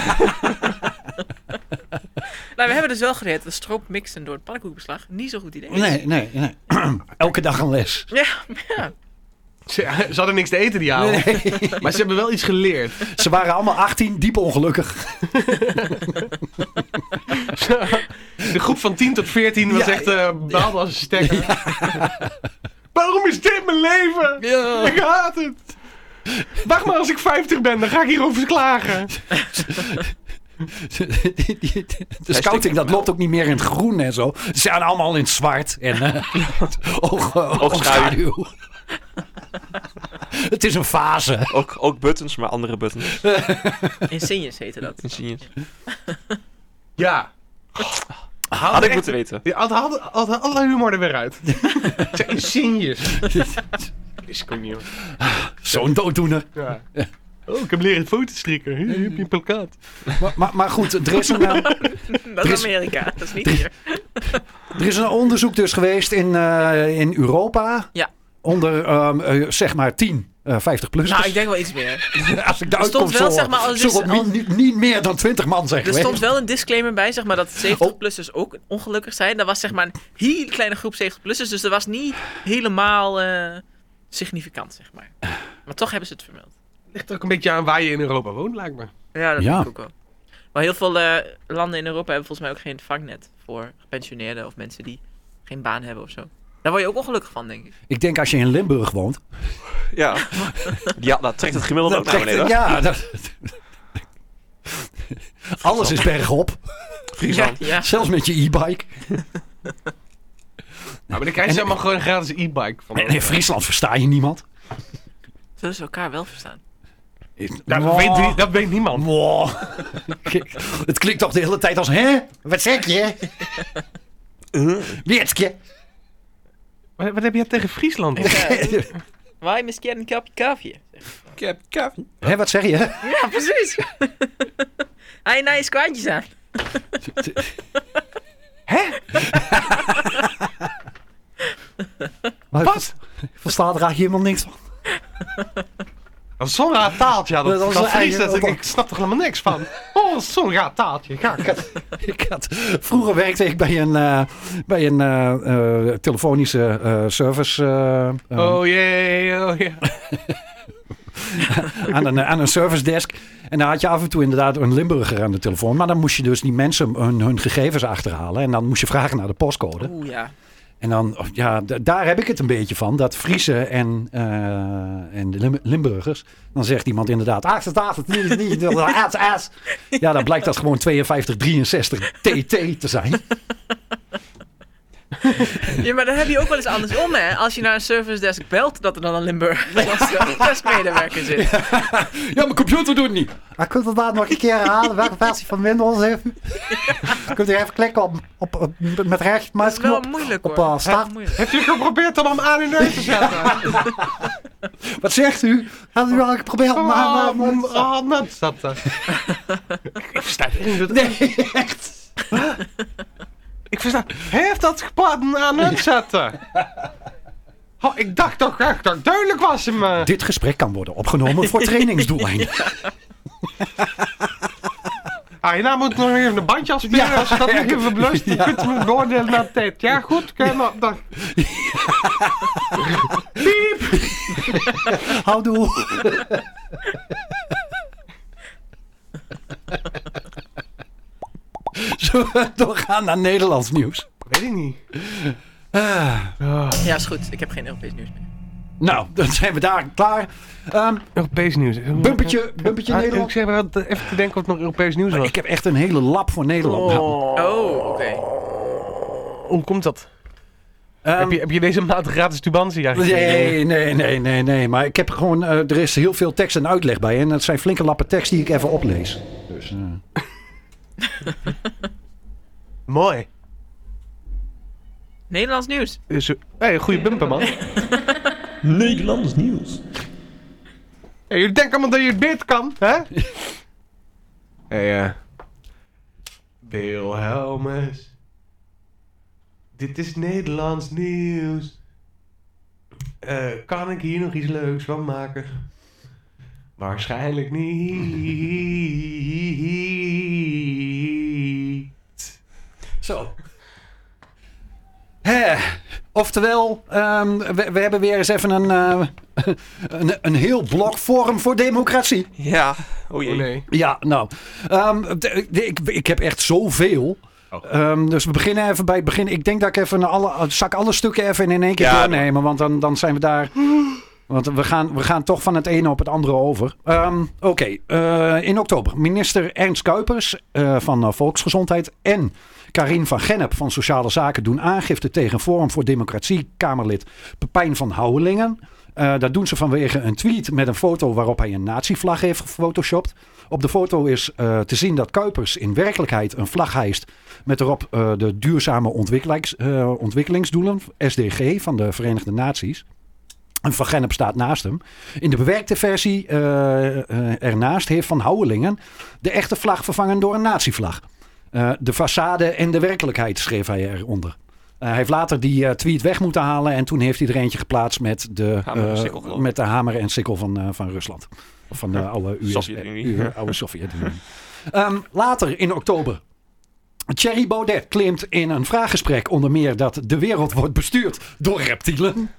Speaker 3: Nou, we hebben dus wel geleerd dat stroop mixen door het pannenkoekbeslag niet zo'n goed idee is.
Speaker 6: Nee, nee, nee. Elke dag een les.
Speaker 3: Ja,
Speaker 2: Ze, ze hadden niks te eten, die ouwe. Maar ze hebben wel iets geleerd.
Speaker 6: Ze waren allemaal 18, diep ongelukkig.
Speaker 2: De groep van 10 tot 14 was
Speaker 6: Ja,
Speaker 2: echt eh baalde als een stekker. Waarom is dit mijn leven? Ik haat het. Wacht maar als ik 50 ben, dan ga ik hierover klagen.
Speaker 6: De scouting, dat loopt ook niet meer in het groen en zo. Ze zijn allemaal in het zwart en eh, oog, eh, oogschaduw. Het is een fase.
Speaker 5: Ook, ook buttons, maar andere buttons.
Speaker 3: insignes heette dat.
Speaker 5: Ingenieurs.
Speaker 2: Ja.
Speaker 5: Had ik moeten weten.
Speaker 2: Ja, had, had, had, had alle humor er weer uit. Het zijn insignes. Is ik ook niet, hoor.
Speaker 6: Zo'n dooddoener.
Speaker 2: Ja. Oh, ik heb leren foto's strikken. Hier heb je een plakkaat.
Speaker 6: Maar, maar, maar goed, er is, een, eh,
Speaker 3: Dat is Amerika, dat is niet hier.
Speaker 6: er is een onderzoek dus geweest in, eh, in Europa.
Speaker 3: Ja.
Speaker 6: Onder ehm, eh, zeg maar 10, eh 50 plus.
Speaker 3: Nou, ik denk wel iets meer.
Speaker 6: Als ik de
Speaker 3: Er stond
Speaker 6: uitkomst
Speaker 3: wel,
Speaker 6: zo
Speaker 3: zeg maar, als
Speaker 6: zo
Speaker 3: is-
Speaker 6: wat niet, niet- niet meer dan 20 man zijn
Speaker 3: Er
Speaker 6: geweest.
Speaker 3: stond wel een disclaimer bij, zeg maar, dat 70-plussers ook ongelukkig zijn. Dat was zeg maar een hele kleine groep 70-plussers, dus dat was niet helemaal eh, significant, zeg maar. Maar toch hebben ze het vermeld.
Speaker 2: Ligt ook een beetje aan waar je in Europa woont, lijkt me. Nou,
Speaker 3: Ja, dat
Speaker 6: Ja.
Speaker 3: denk ik ook wel. Maar heel veel eh, landen in Europa hebben volgens mij ook geen vangnet voor gepensioneerden of mensen die geen baan hebben of zo. Daar word je ook ongelukkig van, denk ik.
Speaker 6: Ik denk als je in Limburg woont.
Speaker 5: Ja. ja, dat trekt het gemiddelde ook naar
Speaker 6: trekt-
Speaker 5: beneden.
Speaker 6: ja, dat- alles is bergop.
Speaker 5: Friesland.
Speaker 3: Ja,
Speaker 6: Zelfs met je e-bike.
Speaker 2: Ja, maar dan krijg je allemaal gewoon een gratis e-bike. van.
Speaker 6: En in Friesland versta je niemand.
Speaker 3: zullen ze elkaar wel verstaan.
Speaker 2: Ja, dat,
Speaker 5: Nou,
Speaker 6: Mwah.
Speaker 2: weet, nie- dat weet niemand.
Speaker 6: Mwah. Kijk, Het klinkt toch de hele tijd als, hè? Wat zeg je? Uh-huh. Witske.
Speaker 2: Wat, wat heb jij tegen Friesland?
Speaker 3: Wij misschien een kopje koffie.
Speaker 6: Hè, wat zeg je?
Speaker 3: Ja, precies. Hij naar je kwaadjes aan.
Speaker 6: Wat? verstaat er eigenlijk helemaal niks van.
Speaker 2: Als zo'n raar taaltje, ja, dat,
Speaker 6: Dat
Speaker 2: dat,
Speaker 6: was een
Speaker 2: Fries,
Speaker 6: eigen-
Speaker 2: dat- ik, ik snap er helemaal niks van. Oh, zo'n raar taaltje. Ga ik het.
Speaker 6: Ik had, vroeger werkte ik bij een, eh, bij een eh, eh, telefonische eh, service. eh, eh,
Speaker 2: Oh jee, oh jee.
Speaker 6: aan, een, eh, aan een service desk. En daar had je af en toe inderdaad een Limburger aan de telefoon. Maar dan moest je dus die mensen hun, hun gegevens achterhalen. En dan moest je vragen naar de postcode.
Speaker 3: Oeh ja.
Speaker 6: En dan, oh, ja, d- daar heb ik het een beetje van. Dat Friese en, eh, en de Lim- Limburgers. Dan zegt iemand inderdaad. "Ah, Aas, aas, aas, niet, niet, aas, aas. Ja, dan blijkt dat gewoon 52, 63 TT te zijn.
Speaker 3: Ja, maar dan heb je ook wel eens andersom, hè? Als je naar een service desk belt, dat er dan een Limburg testmedewerker zit.
Speaker 6: Ja, mijn computer doet het niet. Ah, kunt u dat nog een keer herhalen? Welke versie van Windows heeft u? Kunt u even klikken op, op, op- met recht
Speaker 3: Dat is wel
Speaker 6: muisknop
Speaker 3: moeilijk,
Speaker 6: op
Speaker 3: hoor.
Speaker 6: eh, start?
Speaker 3: Heel moeilijk.
Speaker 2: Heb je geprobeerd om hem aan en uit te zetten?
Speaker 6: Wat zegt u? Had u al geprobeerd?
Speaker 2: Oh,
Speaker 6: maar, maar, maar-
Speaker 2: oh, nat zat dat. Ik versta het niet.
Speaker 6: nee, echt.
Speaker 2: Ik versta. Heeft dat gepaard aan het zetten? Oh, ik dacht toch echt dat ik duidelijk was hem. eh.
Speaker 6: Dit gesprek kan worden opgenomen voor trainingsdoeleinden.
Speaker 2: Ah, hierna moet ik nog even een bandje afspelen.
Speaker 6: Ja,
Speaker 2: als je dat nog even blust, dan
Speaker 6: ja.
Speaker 2: kunt u me beoordelen na de tijd. Ja, goed. Kijk maar. Dan... Piep!
Speaker 6: Houdoe. Zullen we doorgaan naar Nederlands nieuws?
Speaker 2: Weet ik niet.
Speaker 6: Ah.
Speaker 3: Ja, is goed. Ik heb geen Europees nieuws meer.
Speaker 6: nou, dan zijn we daar klaar. Ehm,
Speaker 2: Europees nieuws.
Speaker 6: bumpertje, bumpertje
Speaker 2: Ah,
Speaker 6: Nederland. Ah,
Speaker 2: Ik zeg maar dat- even te denken wat nog Europees nieuws was.
Speaker 6: Ik heb echt een hele lap voor Nederland. Nou,
Speaker 3: Oh, oké.
Speaker 2: Hoe komt dat?
Speaker 6: ehm,
Speaker 2: heb, je, heb je deze maand gratis tubantie eigenlijk?
Speaker 6: Nee, nee, nee, nee, nee. Maar ik heb gewoon, eh, er is heel veel tekst en uitleg bij. En dat zijn flinke lappen tekst die ik even oplees. Dus, eh,
Speaker 2: Mooi.
Speaker 3: Nederlands nieuws.
Speaker 2: Dus, hey, goede bumper, man.
Speaker 1: Nederlands nieuws.
Speaker 2: Hey, jullie denken allemaal dat je het beter kan, hè? hey, eh. Wilhelmus. Dit is Nederlands nieuws. Eh, kan ik hier nog iets leuks van maken? Waarschijnlijk niet.
Speaker 6: Zo. Hè, oftewel, ehm, we, we hebben weer eens even een, eh, een, een heel blok Forum voor Democratie.
Speaker 5: Ja, oh jee.
Speaker 2: Oh nee.
Speaker 6: Ja, nou. ehm, de- de- ik, ik heb echt zoveel. Ehm, dus we beginnen even bij het begin. Ik denk dat ik even alle, zak alle stukken even in één keer
Speaker 5: Ja,
Speaker 6: doornemen. Want dan, dan zijn we daar. Want we gaan, we gaan toch van het ene op het andere over. Ehm, Oké, eh, in oktober. Minister Ernst Kuipers eh, van eh, Volksgezondheid en Karin van Gennep van Sociale Zaken doen aangifte tegen Forum voor Democratie, Kamerlid Pepijn van Houwelingen. Eh, dat doen ze vanwege een tweet met een foto waarop hij een nazi-vlag heeft gefotoshopt. Op de foto is eh, te zien dat Kuipers in werkelijkheid een vlag hijst met erop eh, de duurzame ontwikkelings- eh, ontwikkelingsdoelen, SDG, van de Verenigde Naties. En Van Gennep staat naast hem. In de bewerkte versie eh, eh, ernaast heeft Van Houwelingen de echte vlag vervangen door een natievlag. Eh, de façade en de werkelijkheid schreef hij eronder. Eh, hij heeft later die eh, tweet weg moeten halen en toen heeft hij er eentje geplaatst met de
Speaker 5: Hamer en
Speaker 6: eh,
Speaker 5: sikkel, geloof ik.
Speaker 6: met de hamer en sikkel van, eh, van Rusland. Of van eh, de oude US,
Speaker 5: Sovjet-Unie.
Speaker 6: eh, oude Sovjet-Unie. Ehm, later in oktober. Thierry Baudet claimt in een vraaggesprek onder meer dat de wereld wordt bestuurd door reptielen.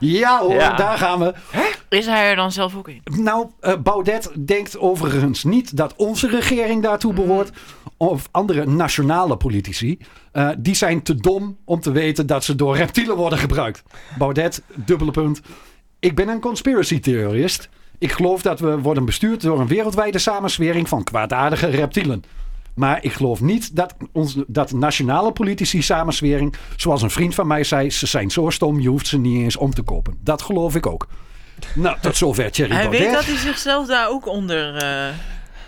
Speaker 6: Ja hoor,
Speaker 5: Ja.
Speaker 6: daar gaan we.
Speaker 3: Is hij er dan zelf ook in?
Speaker 6: Nou, eh, Baudet denkt overigens niet dat onze regering daartoe behoort. Of andere nationale politici. Eh, die zijn te dom om te weten dat ze door reptielen worden gebruikt. Baudet, dubbele punt. Ik ben een conspiracy theorist. Ik geloof dat we worden bestuurd door een wereldwijde samenswering van kwaadaardige reptielen. Maar ik geloof niet dat, ons, dat nationale politici samenswering, zoals een vriend van mij zei, ze zijn zo stom, je hoeft ze niet eens om te kopen. Dat geloof ik ook. Nou, tot zover Thierry
Speaker 3: Hij
Speaker 6: Baudet.
Speaker 3: weet dat hij zichzelf daar ook onder... eh,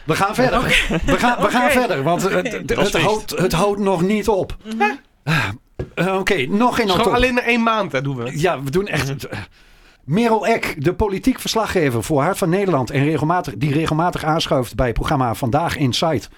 Speaker 6: We gaan verder. We, gaan, we gaan
Speaker 3: Oké. Hm?
Speaker 6: verder, want eh, d- d-
Speaker 5: was
Speaker 6: het,
Speaker 5: feest.
Speaker 6: houdt, het houdt nog niet op. Ah, eh, Oké, nog in
Speaker 2: Gewoon
Speaker 6: oktober.
Speaker 7: Nou,
Speaker 2: alleen één maand, hè, doen we.
Speaker 6: Ja, we doen echt... eh, Merel Eck, de politiek verslaggever voor Hart van Nederland en regelmatig, die regelmatig aanschuift bij het programma Vandaag Insight.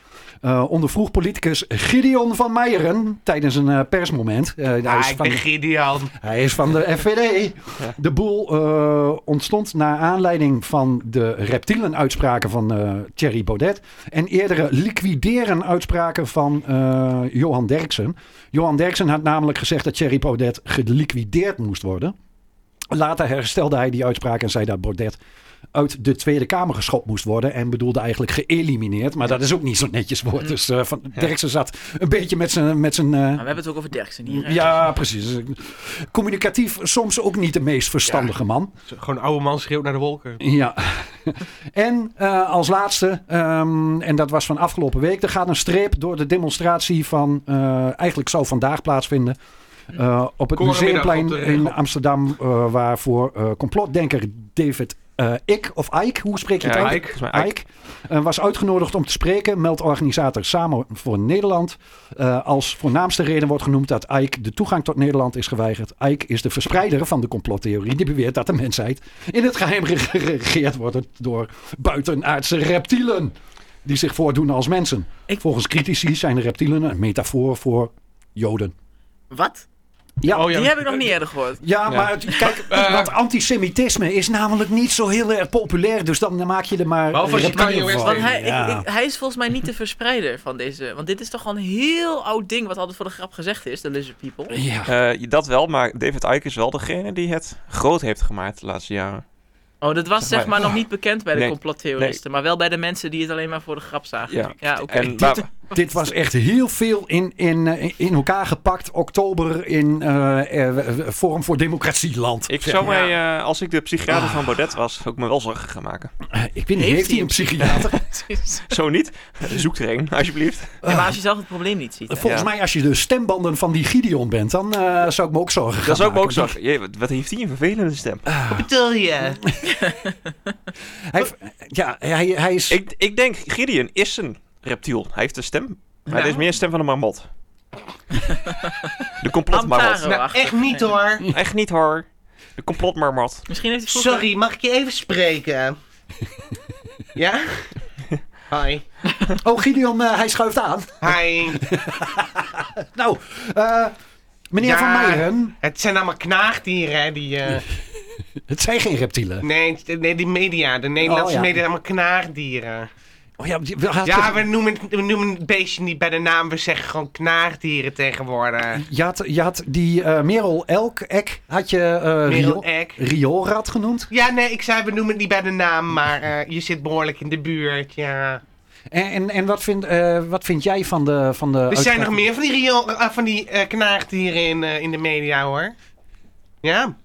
Speaker 6: eh ondervroeg politicus Gideon van Meijeren tijdens een eh, persmoment. Eh, hij, is van,
Speaker 2: Gideon.
Speaker 6: hij is van de FVD. De boel eh, ontstond naar aanleiding van de reptielenuitspraken van eh, Thierry Baudet. En eerdere liquideren uitspraken van eh, Johan Derksen. Johan Derksen had namelijk gezegd dat Thierry Baudet geliquideerd moest worden. Later herstelde hij die uitspraak en zei dat Baudet uit de Tweede Kamer geschopt moest worden. En bedoelde eigenlijk geëlimineerd. Maar dat is ook niet zo'n netjes woord. Dus eh, van, Derksen zat een beetje met zijn... Met zijn eh,
Speaker 3: Maar Nou, we hebben het ook over Derksen hier. hè?
Speaker 6: ja, precies. Dus Communicatief soms ook niet de meest verstandige man.
Speaker 2: Gewoon oude man schreeuwt naar de wolken.
Speaker 6: Ja. en eh, als laatste, ehm, en dat was van afgelopen week, er gaat een streep door de demonstratie van, eh, eigenlijk zou vandaag plaatsvinden, eh, op het
Speaker 2: Korenmiddag
Speaker 6: museumplein
Speaker 2: op de regel.
Speaker 6: in Amsterdam, eh, waarvoor eh, complotdenker David eh Ik, of Ike, hoe spreek je het
Speaker 5: Ja,
Speaker 6: uit?
Speaker 5: Ike, volgens mij
Speaker 6: Ike, eh, was uitgenodigd om te spreken, meldt organisator Samen voor Nederland. Eh, als voornaamste reden wordt genoemd dat Ike de toegang tot Nederland is geweigerd. Ike is de verspreider van de complottheorie die beweert dat de mensheid in het geheim ge- ge- geregeerd wordt door buitenaardse reptielen. Die zich voordoen als mensen.
Speaker 3: Ik-
Speaker 6: Volgens critici zijn de reptielen een metafoor voor Joden.
Speaker 3: Wat?
Speaker 6: Ja,
Speaker 2: Oh,
Speaker 6: ja.
Speaker 2: ja.
Speaker 3: Die heb ik nog niet eerder gehoord.
Speaker 6: maar het- kijk, want antisemitisme is namelijk niet zo heel erg populair. Dus dan maak je er maar
Speaker 2: Behalve als je
Speaker 6: reptielen
Speaker 2: Kanye West
Speaker 6: van.
Speaker 3: Want hij,
Speaker 6: Ja.
Speaker 3: ik, ik- hij is volgens mij niet de verspreider van deze. Want dit is toch al een heel oud ding wat altijd voor de grap gezegd is, de lizard people.
Speaker 6: Ja.
Speaker 5: Eh, dat wel, maar David Icke is wel degene die het groot heeft gemaakt de laatste jaren.
Speaker 3: Oh, dat was
Speaker 5: Zeg
Speaker 3: zeg maar nog niet bekend bij de
Speaker 5: Nee.
Speaker 3: complottheoristen. Maar wel bij de mensen die het alleen maar voor de grap zagen. Ja,
Speaker 5: Ja.
Speaker 3: oké.
Speaker 5: En waar-
Speaker 6: Dit, dit was echt heel veel in, in, eh, in elkaar gepakt. Oktober in eh, eh, Forum voor Democratieland.
Speaker 5: ik
Speaker 6: zeg
Speaker 5: zou
Speaker 6: maar.
Speaker 5: mij, eh, als ik de psychiater van Baudet was, zou ik me wel zorgen gaan maken.
Speaker 6: Eh, ik weet niet, heeft hij een psychiater?
Speaker 5: Zo niet, zoek er een, alsjeblieft.
Speaker 3: Ja, maar als je zelf het probleem niet ziet. hè?
Speaker 6: Volgens
Speaker 5: Ja.
Speaker 6: mij, als je de stembanden van die Gideon bent, dan eh, zou ik me ook zorgen
Speaker 5: Dat
Speaker 6: gaan
Speaker 5: zou ik me ook
Speaker 6: maken.
Speaker 5: zorgen. Jee, wat, wat heeft hij een vervelende stem.
Speaker 6: Hij, heeft- ja, hij, hij is...
Speaker 5: Ik, ik denk, Gideon is een reptiel. Hij heeft een stem. Maar het is meer een stem van een marmot. de complotmarmot.
Speaker 3: Amtaro.
Speaker 7: Nou, echt niet hoor.
Speaker 5: Echt niet hoor. De complotmarmot.
Speaker 3: Misschien heeft hij vroeger-
Speaker 7: Sorry, mag ik je even spreken? Ja? Hi.
Speaker 6: Oh, Gideon, eh, hij schuift aan.
Speaker 7: Hi.
Speaker 6: Nou, eh, meneer
Speaker 7: Ja.
Speaker 6: Van Meijeren,
Speaker 7: Het zijn allemaal knaagdieren, hè? Die, eh,
Speaker 6: het zijn geen reptielen.
Speaker 7: nee, het- nee, die media. De Nederlandse
Speaker 6: Oh, ja.
Speaker 7: media zijn allemaal knaagdieren.
Speaker 6: Oh, ja, die- had je-
Speaker 7: Ja, we noemen, het- we noemen het beestje niet bij de naam. We zeggen gewoon knaagdieren tegenwoordig.
Speaker 6: je, had, je had die eh, Merel Elk, Ek, had je eh
Speaker 7: Merel
Speaker 6: Rio,
Speaker 7: Eck.
Speaker 6: Rioolrad genoemd.
Speaker 7: Ja, nee, ik zei we noemen het niet bij de naam, maar eh, je zit behoorlijk in de buurt, ja.
Speaker 6: En, en, en wat, vind, eh, wat vind jij van de... Van de
Speaker 7: Er zijn nog
Speaker 6: uitspraak-
Speaker 7: meer van die, rio- eh, van die eh, knaagdieren in, eh, in de media, hoor. Ja.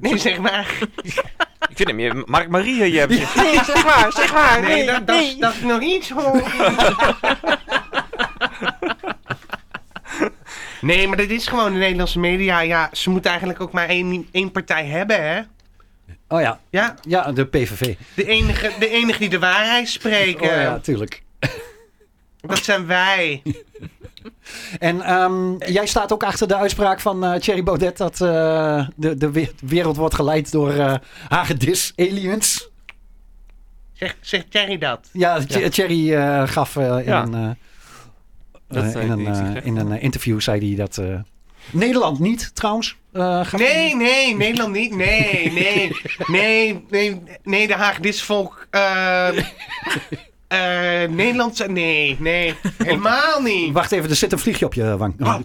Speaker 7: Nee, zeg maar.
Speaker 5: Ik vind hem meer eh, Mark Marie hier hebben. ze-
Speaker 7: Nee, zeg maar, zeg maar. Nee, dat, dat, is- dat is nog iets hoor. Nee, maar dit is gewoon de Nederlandse media. Ja, ze moeten eigenlijk ook maar één, één partij hebben, hè?
Speaker 6: Oh ja,
Speaker 7: Ja,
Speaker 6: ja de PVV.
Speaker 7: de enige, de enige die de waarheid
Speaker 6: Oh
Speaker 7: spreken.
Speaker 6: ja, tuurlijk.
Speaker 7: Dat zijn wij.
Speaker 6: En ehm, jij staat ook achter de uitspraak van eh, Thierry Baudet... dat eh, de, de we- wereld wordt geleid door eh hagedis-aliens.
Speaker 7: Zeg, zegt Thierry dat?
Speaker 6: Ja, Th- Thierry eh, gaf eh, in,
Speaker 5: Ja.
Speaker 6: een, eh,
Speaker 5: Dat
Speaker 6: eh,
Speaker 5: zei
Speaker 6: in,
Speaker 5: hij
Speaker 6: een,
Speaker 5: niet,
Speaker 6: eh,
Speaker 5: zeg.
Speaker 6: in een eh, interview zei hij dat... eh, Nederland niet, trouwens. eh, gaf-
Speaker 7: Nee, nee, Nederland niet. Nee, nee, nee, nee, nee, de Haag, dit is volk. eh eh, Nederlandse, nee, nee, helemaal niet.
Speaker 6: Wacht even, er zit een vliegje op je wang. Oh,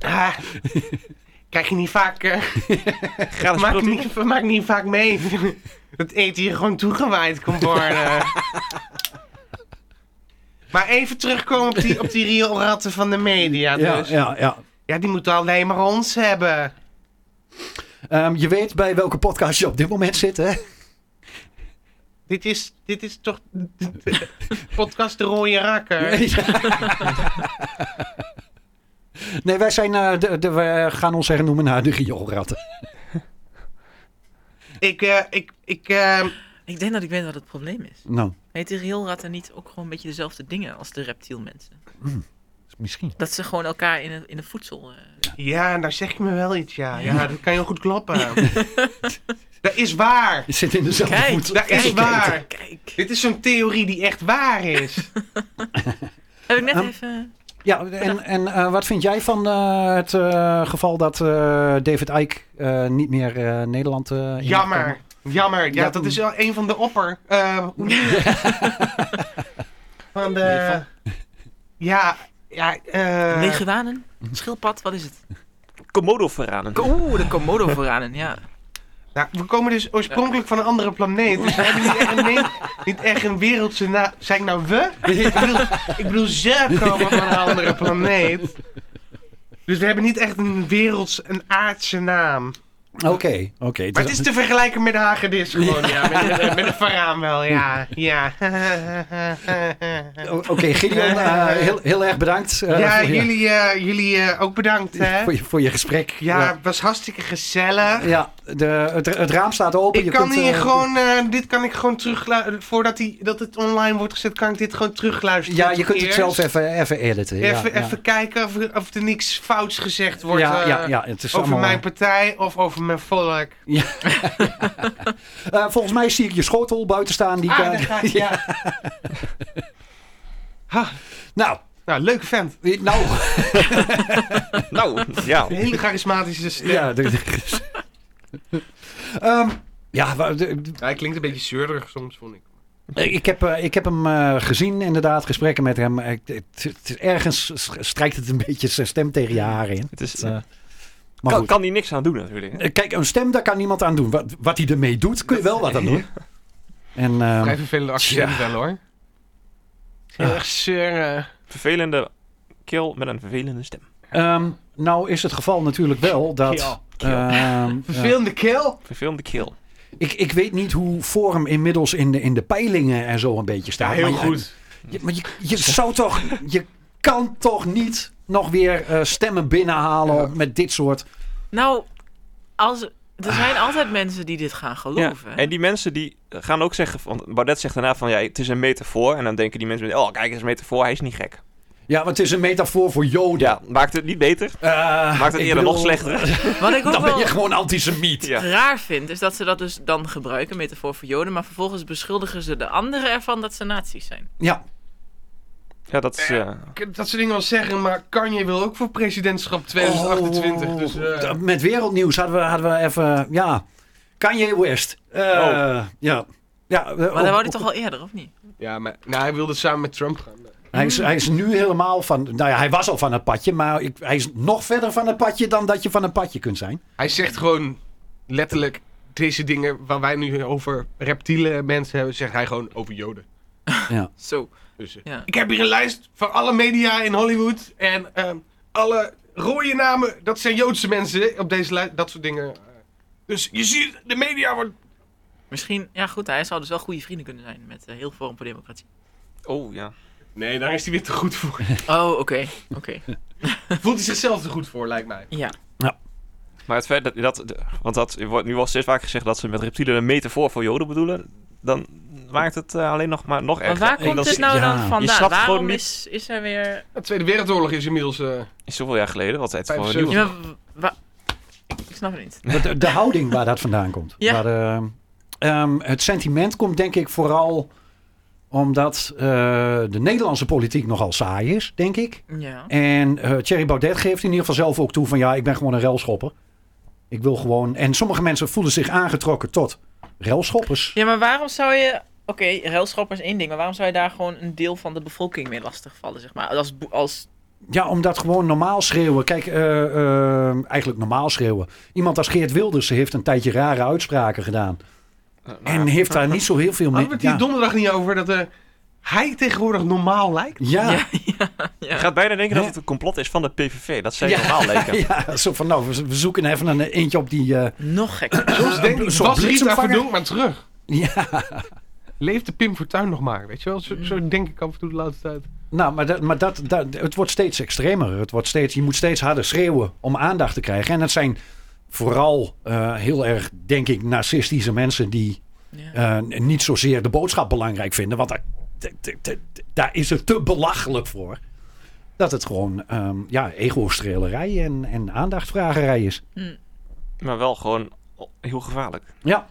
Speaker 7: Ah, krijg je niet vaak. eh,
Speaker 5: Gratis
Speaker 7: maak,
Speaker 5: proteïne.
Speaker 7: niet, maak niet vaak mee. dat eten hier gewoon toegewaaid kon worden. maar even terugkomen op die, op die rioolratten van de media. Dus.
Speaker 6: ja,
Speaker 7: Ja,
Speaker 6: ja, ja.
Speaker 7: die moeten alleen maar ons hebben.
Speaker 6: Ehm, je weet bij welke podcast je op dit moment zit, hè?
Speaker 7: Dit is, dit is toch. podcast De Rode Rakker.
Speaker 6: nee, wij zijn, eh, de, de, we gaan ons hernoemen naar de rioolratten.
Speaker 7: Ik, eh, ik, ik, eh,
Speaker 3: Ik denk dat ik weet wat het probleem is.
Speaker 6: Nou,
Speaker 3: Heet die ratten niet ook gewoon een beetje dezelfde dingen als de reptielmensen?
Speaker 6: misschien.
Speaker 3: Dat ze gewoon elkaar in het, in het voedsel... eh,
Speaker 7: Ja, nou zeg je me wel iets, ja. Ja, dat kan je heel goed klappen. dat is waar.
Speaker 6: Het zit in dezelfde
Speaker 3: Kijk,
Speaker 6: voet.
Speaker 7: Dat is
Speaker 3: Kijk,
Speaker 7: waar.
Speaker 3: Kijk.
Speaker 7: Dit is zo'n theorie die echt waar is.
Speaker 3: Heb ik net
Speaker 6: Ehm,
Speaker 3: even...
Speaker 6: Ja, en, en eh, wat vind jij van eh, het eh, geval dat eh, David Icke eh, niet meer eh, Nederland eh, in mag
Speaker 7: Jammer.
Speaker 6: komen?
Speaker 7: Jammer. Ja,
Speaker 6: Ja,
Speaker 7: dat
Speaker 6: mm.
Speaker 7: is wel een van de opper. eh, hoe noem je dat? Van de... Ja, ja, eh,
Speaker 3: Leguanen? Schildpad? Wat is het?
Speaker 5: Komodo-verraden.
Speaker 3: Oeh, de Komodo-veranen, ja.
Speaker 7: nou, we komen dus oorspronkelijk van een andere planeet. Dus we hebben niet echt een, ne- niet echt een wereldse naam. Zijn ik nou we? Ik bedoel, ik bedoel, ze komen van een andere planeet. Dus we hebben niet echt een werelds, een aardse naam.
Speaker 6: Oké, oké. Dus-
Speaker 7: Maar het is te vergelijken met de hagedis gewoon, ja. Met, een- met een varaan wel, ja. Ja,
Speaker 6: O- Oké, Gideon, eh, heel, heel erg bedankt eh,
Speaker 7: ja
Speaker 6: voor, je,
Speaker 7: jullie, eh, jullie eh, ook bedankt, hè.
Speaker 6: voor, je, voor je gesprek.
Speaker 7: Ja, het was hartstikke gezellig.
Speaker 6: Ja, de, het, het raam staat open.
Speaker 7: Ik
Speaker 6: je
Speaker 7: kan
Speaker 6: kunt,
Speaker 7: hier
Speaker 6: eh,
Speaker 7: gewoon, eh, dit kan ik gewoon terugluisteren. Voordat die, dat het online wordt gezet, kan ik dit gewoon terugluisteren.
Speaker 6: Ja, je kunt het
Speaker 7: Eerst
Speaker 6: zelf even, even editen. ja,
Speaker 7: Even,
Speaker 6: ja.
Speaker 7: even kijken of, er- of er niks fouts gezegd wordt
Speaker 6: ja,
Speaker 7: eh,
Speaker 6: ja, ja, het is
Speaker 7: over
Speaker 6: allemaal...
Speaker 7: mijn partij of over mijn volk.
Speaker 6: Eh, volgens mij zie ik je schotel buiten staan. Die eh,
Speaker 7: Ah,
Speaker 6: kan-
Speaker 7: daar ga ik, ja. Ha,
Speaker 6: Nou,
Speaker 7: nou, leuke vent.
Speaker 6: eh, nou...
Speaker 5: Nou, ja.
Speaker 7: Een hele charismatische stem.
Speaker 6: ja, de- Ehm, ja, wa- de-
Speaker 2: Hij klinkt een beetje zeurderig soms, vond ik.
Speaker 6: Ik heb, eh, ik heb hem eh, gezien, inderdaad, gesprekken met hem. Ik- het, het- ergens s- strijkt het een beetje zijn stem tegen je haren in.
Speaker 5: Het is,
Speaker 6: Eh, Maar
Speaker 5: kan,
Speaker 6: goed.
Speaker 5: kan die niks aan doen natuurlijk. hè?
Speaker 6: Eh, Kijk, een stem, daar kan niemand aan doen. Wat, wat hij ermee doet, kun je wel wat aan doen. En, ehm,
Speaker 2: Vrij vervelende accent
Speaker 6: tja.
Speaker 2: wel hoor.
Speaker 7: Heel erg zeuren.
Speaker 5: Vervelende keel met een vervelende stem.
Speaker 6: ehm, nou is het geval natuurlijk wel dat... ehm, eh,
Speaker 7: Vervelende keel.
Speaker 5: Vervelende keel.
Speaker 6: ik, ik weet niet hoe Forum inmiddels in de, in de peilingen en zo een beetje staat.
Speaker 2: heel
Speaker 6: maar je-
Speaker 2: goed.
Speaker 6: Je, maar je, je zou toch... Je kan toch niet nog weer eh, stemmen binnenhalen
Speaker 2: Ja.
Speaker 6: met dit soort...
Speaker 3: Nou, als, er zijn altijd mensen die dit gaan geloven.
Speaker 5: Ja. En die mensen die gaan ook zeggen, van, Baudet zegt daarna van ja, het is een metafoor. En dan denken die mensen, oh kijk, het is een metafoor, hij is niet gek.
Speaker 6: Ja, want het is een metafoor voor Joden.
Speaker 5: Ja, maakt het niet beter,
Speaker 6: Eh,
Speaker 5: maakt het
Speaker 6: ik
Speaker 5: eerder nog
Speaker 6: bedoel,
Speaker 5: slechter.
Speaker 3: Wat ik ook
Speaker 6: Dan ben
Speaker 3: wel
Speaker 6: je gewoon antisemiet.
Speaker 5: Ja.
Speaker 3: raar vind, is dat ze dat dus dan gebruiken, metafoor voor joden, maar vervolgens beschuldigen ze de anderen ervan dat ze nazi's zijn.
Speaker 6: Ja,
Speaker 5: Ja, dat is... eh,
Speaker 2: Ik heb dat soort dingen wel zeggen, maar Kanye wil ook voor presidentschap 2028. dus, eh,
Speaker 6: Oh, d- Met wereldnieuws hadden we, hadden we even... Ja, Kanye West. Eh,
Speaker 5: Oh.
Speaker 6: Ja. Ja, eh,
Speaker 3: Maar dat
Speaker 6: oh,
Speaker 3: wou hij
Speaker 6: oh,
Speaker 3: toch al eerder, of niet?
Speaker 2: ja, maar nou, hij wilde samen met Trump gaan.
Speaker 6: hij, is, hij is nu helemaal van... Nou ja, hij was al van het padje, maar ik, hij is nog verder van het padje dan dat je van een padje kunt zijn.
Speaker 2: Hij zegt gewoon letterlijk deze dingen waar wij nu over reptiele mensen hebben, zegt hij gewoon over joden.
Speaker 3: Zo.
Speaker 2: Dus, eh,
Speaker 3: Ja.
Speaker 2: Ik heb hier een lijst van alle media in Hollywood en ehm, alle rode namen, dat zijn Joodse mensen op deze lijst, dat soort dingen. Dus je ziet, de media wordt...
Speaker 3: Misschien, ja goed, hij zou dus wel goede vrienden kunnen zijn met eh, heel Forum voor Democratie.
Speaker 5: oh ja.
Speaker 2: Nee, daar is hij weer te goed voor.
Speaker 3: Oh, oké. Oké.
Speaker 2: Voelt hij zichzelf te goed voor, lijkt mij.
Speaker 3: Ja.
Speaker 5: Maar het feit dat... dat de- want dat, wordt nu al steeds vaak gezegd dat ze met reptielen een metafoor voor joden bedoelen. Dan maakt het eh, alleen nog maar nog
Speaker 3: Maar
Speaker 5: erger.
Speaker 3: waar
Speaker 5: En dat
Speaker 3: komt
Speaker 5: is-
Speaker 3: het nou
Speaker 6: ja. Je
Speaker 3: dan vandaan?
Speaker 5: snapt gewoon
Speaker 3: Waarom
Speaker 5: niet-
Speaker 3: is, is er weer...
Speaker 2: De Tweede Wereldoorlog is inmiddels... eh,
Speaker 5: is zoveel jaar geleden, wat het voor een
Speaker 2: 75.
Speaker 5: nieuwe-
Speaker 3: Ja, maar wa- Ik snap het niet.
Speaker 6: De, de houding waar dat vandaan komt.
Speaker 3: Ja.
Speaker 6: Waar de, ehm, het sentiment komt denk ik vooral omdat eh, de Nederlandse politiek nogal saai is, denk ik.
Speaker 3: Ja.
Speaker 6: En eh, Thierry Baudet geeft in ieder geval zelf ook toe van ja, ik ben gewoon een relschopper. Ik wil gewoon... En sommige mensen voelen zich aangetrokken tot relschoppers.
Speaker 3: Ja, maar waarom zou je... Oké, ruilschap is één ding, maar waarom zou je daar gewoon een deel van de bevolking mee lastigvallen, zeg maar? Als, bo- als...
Speaker 6: Ja, omdat gewoon normaal schreeuwen. Kijk, eh, eh, eigenlijk normaal schreeuwen. Iemand als Geert Wilders heeft een tijdje rare uitspraken gedaan. En heeft daar niet zo heel veel mee...
Speaker 2: Eh, nou Hadden we het hier
Speaker 6: ja.
Speaker 2: donderdag niet over dat eh, hij tegenwoordig normaal lijkt?
Speaker 6: ja.
Speaker 3: Ja, ja,
Speaker 5: Je
Speaker 3: ja.
Speaker 5: gaat bijna denken dat
Speaker 6: Hè?
Speaker 5: het een complot is van de PVV. Dat zij
Speaker 6: Ja.
Speaker 5: normaal leken.
Speaker 6: Ja, zo van nou, we we zoeken even een eentje op die... eh,
Speaker 3: Nog gekker.
Speaker 2: Soms denk ik,
Speaker 6: Zo'n
Speaker 2: was Rita
Speaker 6: bliksemvanger?
Speaker 2: Verdonk maar terug.
Speaker 6: ja,
Speaker 2: Leefde Pim Fortuyn nog maar, weet je wel? Zo, zo denk ik af en toe de laatste tijd.
Speaker 6: nou, maar, dat, maar dat, dat, het wordt steeds extremer. Het wordt steeds, je moet steeds harder schreeuwen om aandacht te krijgen. En dat zijn vooral eh, heel erg, denk ik, narcistische mensen die
Speaker 3: Ja.
Speaker 6: eh, niet zozeer de boodschap belangrijk vinden. Want daar, d- d- d- daar is het te belachelijk voor. dat het gewoon ehm, ja, ego-strelerij en, en aandachtvragerij is.
Speaker 5: Maar wel gewoon heel gevaarlijk.
Speaker 6: Ja.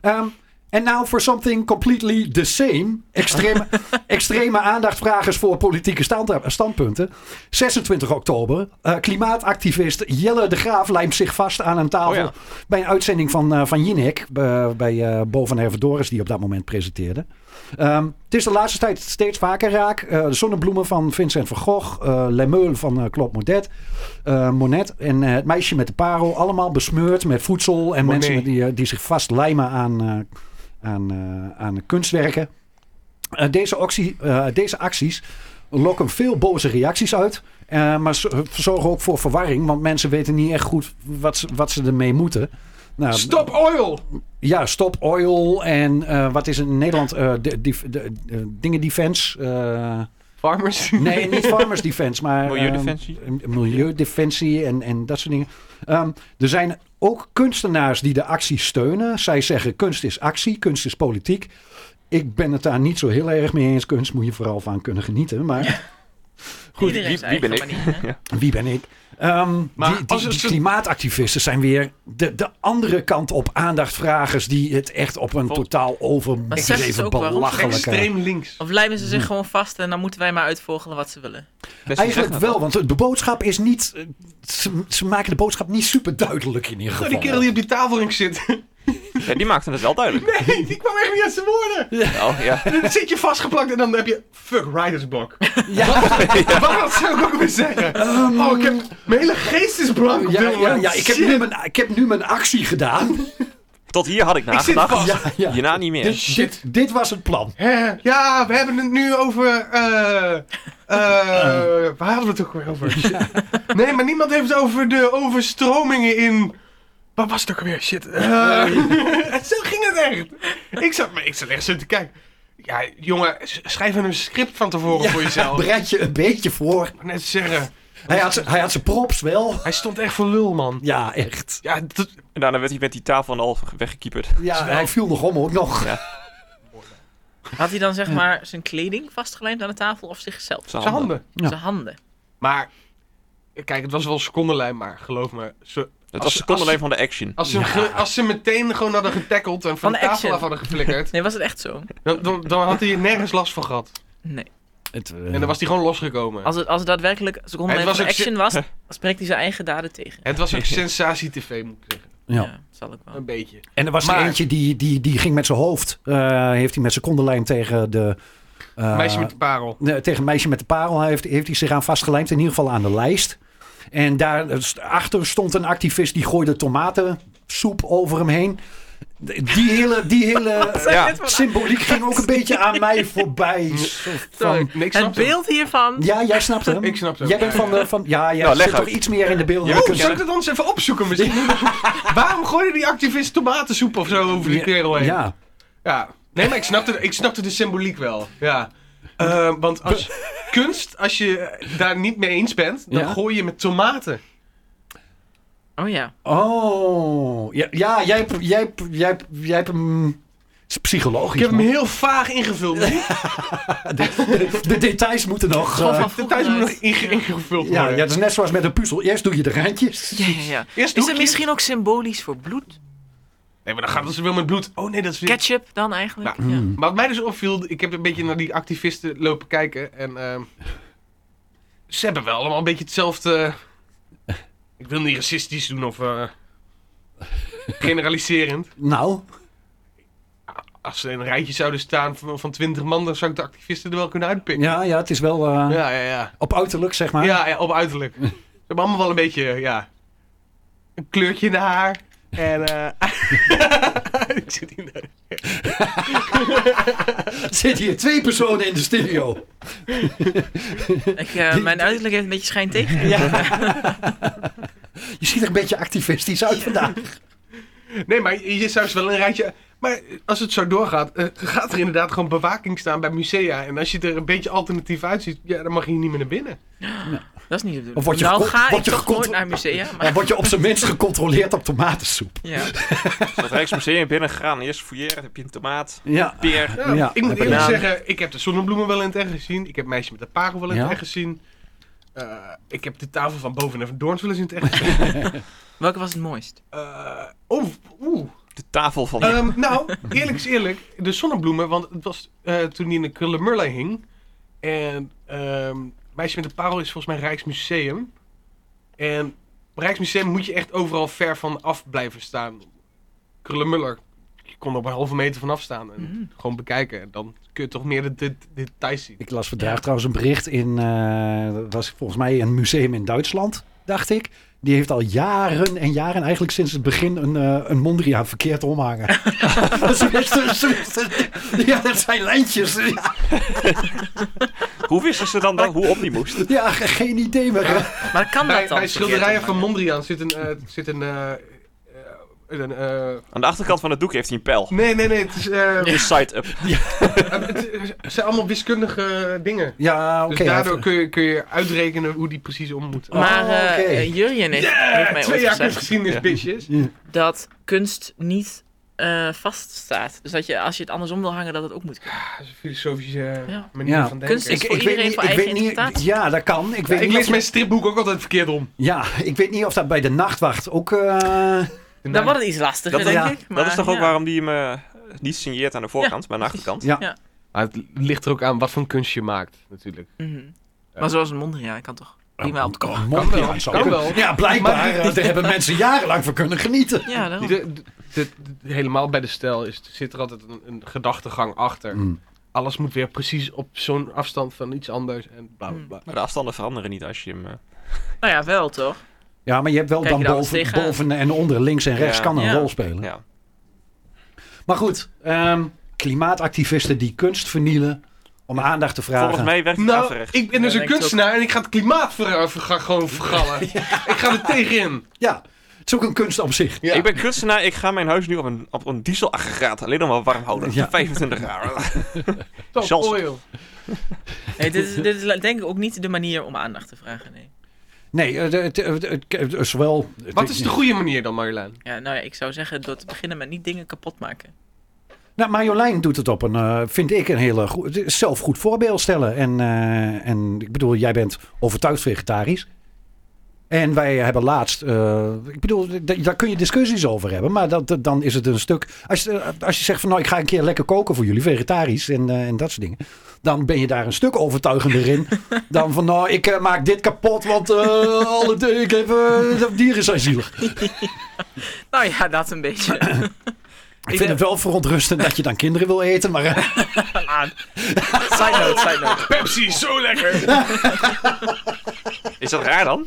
Speaker 6: Ehm, En now for something completely the same. Extreme, extreme aandachtvragers voor politieke stand- standpunten. 26 oktober. eh, klimaatactivist Jelle de Graaf lijmt zich vast aan een tafel.
Speaker 5: Oh ja.
Speaker 6: Bij een uitzending van, eh, van Jinek. eh, bij eh, Bo van Hervedoris die op dat moment presenteerde. Ehm, het is de laatste tijd steeds vaker raak. Eh, de zonnebloemen van Vincent van Gogh. eh Les Meules van eh, Claude Monet. eh, Monet en eh, het meisje met de parel. Allemaal besmeurd met voedsel. En
Speaker 2: Monet.
Speaker 6: mensen met die, eh, die zich vastlijmen aan, eh, aan, eh, aan kunstwerken. Eh, deze, actie, eh, deze acties lokken veel boze reacties uit. eh, maar z- zorgen ook voor verwarring. Want mensen weten niet echt goed wat ze, wat ze ermee moeten. Nou,
Speaker 8: Stop oil!
Speaker 6: ja, stop oil en eh, wat is het in Nederland? Eh, de, die- de- de- dingen defense. eh,
Speaker 8: Farmers.
Speaker 6: nee, niet farmers defense, maar...
Speaker 5: Milieudefensie?
Speaker 6: ehm, milieudefensie en, en dat soort dingen. Ehm, er zijn ook kunstenaars die de actie steunen. Zij zeggen kunst is actie, kunst is politiek. Ik ben het daar niet zo heel erg mee eens. Kunst moet je vooral van kunnen genieten. Maar
Speaker 3: Goed,
Speaker 5: wie- wie ben ik?
Speaker 6: wie ben ik? Ehm,
Speaker 8: Maar
Speaker 6: die, die,
Speaker 8: als het
Speaker 6: die
Speaker 8: zo-
Speaker 6: klimaatactivisten zijn weer de, de andere kant op aandachtvragens die het echt op een
Speaker 5: Vol-
Speaker 6: totaal
Speaker 3: Maar zegt ze
Speaker 6: overbekreven
Speaker 3: ook waarom?
Speaker 6: belachelijke...
Speaker 2: Extreem links.
Speaker 3: Of lijmen ze
Speaker 6: Hm.
Speaker 3: zich gewoon vast en dan moeten wij maar uitvogelen wat ze willen.
Speaker 5: Best
Speaker 6: Eigenlijk
Speaker 5: gezegd,
Speaker 6: wel, want de boodschap is niet. eh, Ze, ze maken de boodschap niet super duidelijk in ieder
Speaker 2: Oh,
Speaker 6: geval.
Speaker 2: die kerel die op die tafelring zit.
Speaker 5: dat- Ja, die maakte het wel duidelijk.
Speaker 2: Nee, die kwam echt niet uit zijn woorden.
Speaker 5: Oh, ja.
Speaker 2: Dan zit je vastgeplakt en dan heb je... Fuck, writer's block. Wat, wat zou ik ook weer zeggen? oh, ik heb... Mijn hele geest is blank op
Speaker 6: Um, Ja,
Speaker 2: dit
Speaker 6: ja,
Speaker 2: moment.
Speaker 6: ja, ik, heb
Speaker 2: Shit.
Speaker 6: nu mijn, ik heb nu mijn actie gedaan.
Speaker 5: Tot hier had ik
Speaker 2: zit
Speaker 5: nagedacht.
Speaker 2: vast.
Speaker 6: Ja, ja. Dus-
Speaker 5: Hierna niet meer.
Speaker 2: Shit.
Speaker 6: Dit was het plan.
Speaker 2: Hè? Ja, we hebben het nu over... eh, eh, waar hadden we het ook weer over? Nee, maar niemand heeft het over de overstromingen in... Wat was het ook alweer? Shit. Eh, zo ging het echt. Ik zat, maar ik zat echt zo te kijken. Ja, jongen, s- schrijf er een script van tevoren voor jezelf.
Speaker 6: Bereid je een beetje voor.
Speaker 2: Ik wou net zeggen.
Speaker 6: Hij had, z'n- hij had zijn props wel.
Speaker 2: Hij stond echt voor lul, man.
Speaker 6: Ja, echt.
Speaker 2: Ja, dat,
Speaker 5: En daarna werd hij met die tafel al weggekieperd.
Speaker 6: Ja, hij viel nog om ook nog.
Speaker 3: Had hij dan zeg maar zijn kleding vastgelijmd aan de tafel of zichzelf?
Speaker 5: Zijn
Speaker 2: zijn handen.
Speaker 6: Ja.
Speaker 3: Zijn handen.
Speaker 2: Maar, kijk, het was wel secondenlijn, maar geloof me. Ze,
Speaker 5: Dat
Speaker 2: Als-
Speaker 5: was de alleen van de action.
Speaker 2: als, ze hem ge- als ze meteen gewoon hadden getackled en van,
Speaker 3: Van
Speaker 2: de
Speaker 3: de
Speaker 2: tafel
Speaker 3: action.
Speaker 2: af hadden geflikkerd,
Speaker 3: Nee, was het echt zo?
Speaker 2: dan, dan, dan had hij er nergens last van gehad.
Speaker 3: Nee.
Speaker 6: Het, eh,
Speaker 2: En dan was hij gewoon losgekomen.
Speaker 3: Als het, als het daadwerkelijk een seconde
Speaker 2: Het
Speaker 3: van
Speaker 2: was
Speaker 3: de
Speaker 2: ook
Speaker 3: action was, spreekt hij zijn eigen daden tegen.
Speaker 2: Het was ook sensatie-tv, moet ik zeggen.
Speaker 6: ja.
Speaker 3: Ja, zal ik wel.
Speaker 2: Een beetje.
Speaker 6: En er was er
Speaker 2: Maar-
Speaker 6: eentje die, die, die ging met zijn hoofd. eh, heeft hij met zijn kondenlijm tegen de. eh,
Speaker 2: Meisje met de parel.
Speaker 6: Nee, tegen een meisje met de parel heeft, heeft hij zich aan vastgelijmd. In ieder geval aan de lijst. En daarachter stond een activist die gooide tomatensoep over hem heen. Die hele, die hele
Speaker 5: Ja,
Speaker 6: symboliek ging ook een beetje aan mij voorbij. Zo Van,
Speaker 2: Nee, ik
Speaker 3: Het
Speaker 2: snap het.
Speaker 3: beeld hiervan.
Speaker 6: ja, jij snapt hem.
Speaker 2: Ik snap hem.
Speaker 6: Jij bent van de... Van, ja, jij
Speaker 5: Nou, leg
Speaker 6: zit toch
Speaker 5: uit.
Speaker 6: iets meer in de beelden.
Speaker 2: Oeh, Oh, zou ik dat anders even opzoeken misschien? Waarom gooide die activist tomatensoep of zo over die kerel heen?
Speaker 6: Ja.
Speaker 2: Ja. Nee, maar ik snapte, ik snapte de symboliek wel. Ja. Eh, want als kunst, als je daar niet mee eens bent, dan
Speaker 6: Ja.
Speaker 2: gooi je met tomaten.
Speaker 3: Oh ja.
Speaker 6: Oh. Ja, ja jij, hebt- jij, hebt- jij, hebt- jij hebt hem... Het is
Speaker 2: Ik
Speaker 6: psychologisch.
Speaker 2: heb hem
Speaker 6: man.
Speaker 2: heel vaag ingevuld. De
Speaker 6: De details moeten nog...
Speaker 3: Gewoon
Speaker 6: eh,
Speaker 3: van vroeger
Speaker 2: tijd moet nog
Speaker 3: uit.
Speaker 2: inge- ingevuld
Speaker 6: ja,
Speaker 2: worden.
Speaker 6: ja, het is net zoals met een puzzel. Eerst doe je de randjes.
Speaker 3: Ja, ja, ja.
Speaker 2: Eerst
Speaker 3: Is
Speaker 2: doe
Speaker 3: het misschien ook symbolisch voor bloed?
Speaker 2: Nee, maar dan gaat het zo wel met bloed. Oh nee, dat is weer...
Speaker 3: Ketchup dan eigenlijk?
Speaker 2: Nou,
Speaker 6: Hm.
Speaker 3: Ja.
Speaker 2: Maar wat mij dus opviel, ik heb een beetje naar die activisten lopen kijken. En ehm, ze hebben wel allemaal een beetje hetzelfde. eh, Ik wil niet racistisch doen of eh, generaliserend.
Speaker 6: Nou...
Speaker 2: Als ze in een rijtje zouden staan van, van 20 man, dan zou ik de activisten er wel kunnen uitpikken.
Speaker 6: Ja, ja, het is wel eh,
Speaker 2: ja, ja. ja.
Speaker 6: op uiterlijk, zeg maar.
Speaker 2: Ja, ja, op uiterlijk. Ze hebben allemaal wel een beetje, eh, ja... Een kleurtje in de haar. En, eh ik zit hier nou-
Speaker 6: Zit hier twee personen in de studio.
Speaker 3: Ik, eh, mijn uiterlijk heeft een beetje schijn tegen.
Speaker 6: Je ziet er een beetje activistisch uit vandaag.
Speaker 2: Nee, maar je je zou ze wel een rijtje... Maar als het zo doorgaat, eh, gaat er inderdaad gewoon bewaking staan bij musea. En als je er een beetje alternatief uitziet, ja, dan mag je hier niet meer naar binnen.
Speaker 3: Dat is niet de bedoeling.
Speaker 6: Of word je
Speaker 3: nou
Speaker 6: gecon-
Speaker 3: ga
Speaker 6: word
Speaker 3: ik
Speaker 6: je
Speaker 3: toch nooit
Speaker 6: gecon-
Speaker 3: naar musea. Maar,
Speaker 6: Dan word je op zijn minst gecontroleerd op tomatensoep.
Speaker 3: ja.
Speaker 5: het Rijksmuseum binnengegaan. Eerst fouilleren, heb je een tomaat,
Speaker 6: Ja.
Speaker 5: peer.
Speaker 2: Ja,
Speaker 6: Ja,
Speaker 2: ik moet
Speaker 6: en
Speaker 2: eerlijk
Speaker 5: banaan.
Speaker 2: zeggen, ik heb de zonnebloemen wel in het echt gezien. Ik heb meisje met de parel wel in
Speaker 6: Ja.
Speaker 2: het echt gezien. Eh, ik heb de tafel van boven en van Doorns wel eens in het echt gezien.
Speaker 3: Welke was het mooist?
Speaker 2: Eh, oh, oeh.
Speaker 5: De tafel van...
Speaker 2: Ehm, nou, eerlijk is eerlijk. De zonnebloemen, want het was eh, toen die in de Kullemurlei hing. En ehm, Meisje met de Parel is volgens mij Rijksmuseum. En Rijksmuseum moet je echt overal ver van af blijven staan. Kullemuller, je kon er op een halve meter vanaf staan. En
Speaker 3: Mm.
Speaker 2: gewoon bekijken. En dan kun je toch meer de, de- de details zien.
Speaker 6: Ik las vandaag trouwens een bericht in, eh, dat was volgens mij een museum in Duitsland, dacht ik. Die heeft al jaren en jaren, eigenlijk sinds het begin, een, eh, een Mondriaan verkeerd omhangen. Ze wisten- ze wisten- ja, dat zijn lijntjes. Ja,
Speaker 5: Hoe wisten ze dan, dan hoe op die moest?
Speaker 6: ja, ge- geen idee meer.
Speaker 3: Maar kan
Speaker 2: Bij,
Speaker 3: dat dan?
Speaker 2: bij schilderijen
Speaker 3: verkeerd
Speaker 2: van
Speaker 3: omhangen?
Speaker 2: Mondriaan zit een... eh, zit een eh, eh, een, eh,
Speaker 5: Aan de achterkant van het doek heeft hij een pijl.
Speaker 2: nee, nee, nee. Het, is, eh,
Speaker 5: Een side-up.
Speaker 2: het- het zijn allemaal wiskundige dingen.
Speaker 6: Ja, oké.
Speaker 2: Dus daardoor kun je, kun je uitrekenen hoe die precies om moeten.
Speaker 3: Maar eh
Speaker 6: Oh, oké.
Speaker 3: eh, Jurjen heeft, heeft mij
Speaker 2: twee
Speaker 3: ooit
Speaker 2: jaar
Speaker 3: gezegd
Speaker 2: kunstgeschiedenis,
Speaker 5: Ja.
Speaker 2: bitches.
Speaker 3: dat kunst niet eh, vaststaat. Dus dat je, als je het andersom wil hangen, dat het ook moet kunnen.
Speaker 2: Dat is een filosofische eh,
Speaker 3: Ja.
Speaker 2: manier
Speaker 6: Ja.
Speaker 2: van denken.
Speaker 3: Kunst is
Speaker 2: ik,
Speaker 3: voor iedereen voor eigen interpretatie.
Speaker 6: ja, dat kan. Ik,
Speaker 2: ja,
Speaker 6: weet
Speaker 2: ik
Speaker 6: niet
Speaker 2: lees
Speaker 6: of,
Speaker 2: mijn stripboek ook altijd verkeerd om.
Speaker 6: ja, ik weet niet of dat bij de nachtwacht ook... eh,
Speaker 3: Dan wordt het iets lastiger,
Speaker 5: Dat-
Speaker 3: denk
Speaker 6: ja,
Speaker 3: ik.
Speaker 5: Dat
Speaker 3: maar
Speaker 5: is toch ook
Speaker 3: ja.
Speaker 5: waarom die hem eh, niet signeert aan de voorkant, maar aan de achterkant.
Speaker 6: ja.
Speaker 2: Maar het ligt er ook aan wat voor een kunst je maakt, natuurlijk.
Speaker 3: Mhm. Maar zoals een Mondriaan kan toch prima op
Speaker 6: Een
Speaker 2: Oh, Kan
Speaker 6: Mondriaan
Speaker 2: wel,
Speaker 6: zou
Speaker 2: kan
Speaker 6: kunnen.
Speaker 2: wel.
Speaker 6: Ja, blijkbaar. eh, daar hebben mensen jarenlang van kunnen genieten.
Speaker 3: Ja, daarom.
Speaker 2: De- de- de- de- helemaal bij de stijl is, zit er altijd een, een gedachtegang achter.
Speaker 6: Mm.
Speaker 2: Alles moet weer precies op zo'n afstand van iets anders en bla bla bla.
Speaker 5: Maar de afstanden veranderen niet als je hem... eh,
Speaker 3: Nou ja, wel toch?
Speaker 6: Ja, maar je hebt wel
Speaker 3: Kijk je
Speaker 6: dan
Speaker 3: dan
Speaker 6: boven,
Speaker 3: tegen?
Speaker 6: boven en onder, links en rechts
Speaker 5: Ja.
Speaker 6: kan een
Speaker 3: Ja.
Speaker 6: rol spelen.
Speaker 5: ja.
Speaker 6: Maar goed, ehm, klimaatactivisten die kunst vernielen om aandacht te vragen.
Speaker 5: Volgens mij werkt het
Speaker 2: Nou,
Speaker 5: averechts.
Speaker 2: ik ben dus
Speaker 3: Ja,
Speaker 2: een
Speaker 3: denk ik
Speaker 2: kunstenaar en ik ga het klimaat ver, ver- gewoon vergallen. Ik ga er tegenin.
Speaker 6: Ja, het is ook een kunst op zich.
Speaker 2: Ja.
Speaker 5: Ik ben kunstenaar, ik ga mijn huis nu op een, op een dieselaggregaat alleen nog maar warm houden.
Speaker 6: Ja.
Speaker 5: 25 graden.
Speaker 2: Top,
Speaker 5: Zelfs-
Speaker 2: oil.
Speaker 3: Nee, dit, is, dit is denk ik ook niet de manier om aandacht te vragen. Nee.
Speaker 6: Nee, eh, het- het- het- het is wel...
Speaker 2: Wat is de goede manier dan, Marjolein?
Speaker 3: Ja, nou ja, ik zou zeggen door te beginnen met niet dingen kapot maken.
Speaker 6: Nou, Marjolein doet het op een, eh, vind ik, een hele goed, zelf goed voorbeeld stellen. En, eh, en ik bedoel, jij bent overtuigd vegetarisch. En wij hebben laatst, eh, ik bedoel, d- daar kun je discussies over hebben, maar dat, dat- dan is het een stuk. Als je, eh, als je zegt van nou, ik ga een keer lekker koken voor jullie, vegetarisch en, eh, en dat soort dingen, dan ben je daar een stuk overtuigender in dan van nou, ik eh, maak dit kapot, want eh, alle di- ik heb, eh, de dieren zijn zielig.
Speaker 3: Nou ja, dat een beetje.
Speaker 6: Ik vind het wel verontrustend dat je dan kinderen wil eten, maar eh,
Speaker 3: aan. Side note, side note.
Speaker 2: Pepsi, zo lekker!
Speaker 5: Is dat raar dan?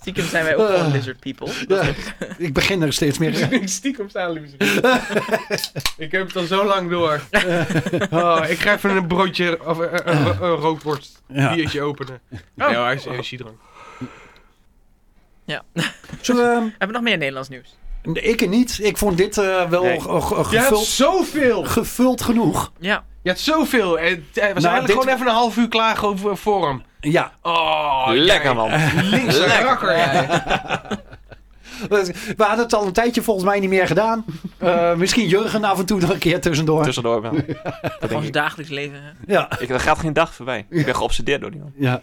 Speaker 3: Stiekem zijn wij ook gewoon lizard people. Dat
Speaker 6: ja, ik begin er steeds meer.
Speaker 2: Ik stiekem staan, Lucy. ik heb het al zo lang door. Oh, ik ga even een broodje, of eh, eh, een ro- een rookworst,
Speaker 6: Ja.
Speaker 2: biertje openen. Ja, hij is energiedrank.
Speaker 6: Zullen
Speaker 3: Hebben we nog meer Nederlands nieuws?
Speaker 6: we- ehm, ik niet. Ik vond dit eh, wel
Speaker 5: Nee.
Speaker 6: ge- ge-
Speaker 2: Je hebt
Speaker 6: gevuld,
Speaker 2: zoveel!
Speaker 6: gevuld genoeg.
Speaker 3: Ja,
Speaker 2: Je hebt zoveel! En Het eh, was
Speaker 6: Nou,
Speaker 2: eigenlijk
Speaker 6: dit-
Speaker 2: gewoon even een half uur klagen over voor hem.
Speaker 6: Ja,
Speaker 2: Oh,
Speaker 5: Lekker man.
Speaker 2: Links
Speaker 5: Lekker.
Speaker 2: rakker, jij.
Speaker 6: we hadden het al een tijdje volgens mij niet meer gedaan. Eh, misschien Jurgen af en toe nog een keer tussendoor.
Speaker 5: Tussendoor man. Dat denk
Speaker 3: gewoon ons
Speaker 5: ik.
Speaker 3: dagelijks leven. hè.
Speaker 6: Ja,
Speaker 5: Ik, er gaat geen dag voorbij. Ik ben geobsedeerd door die man.
Speaker 6: ja.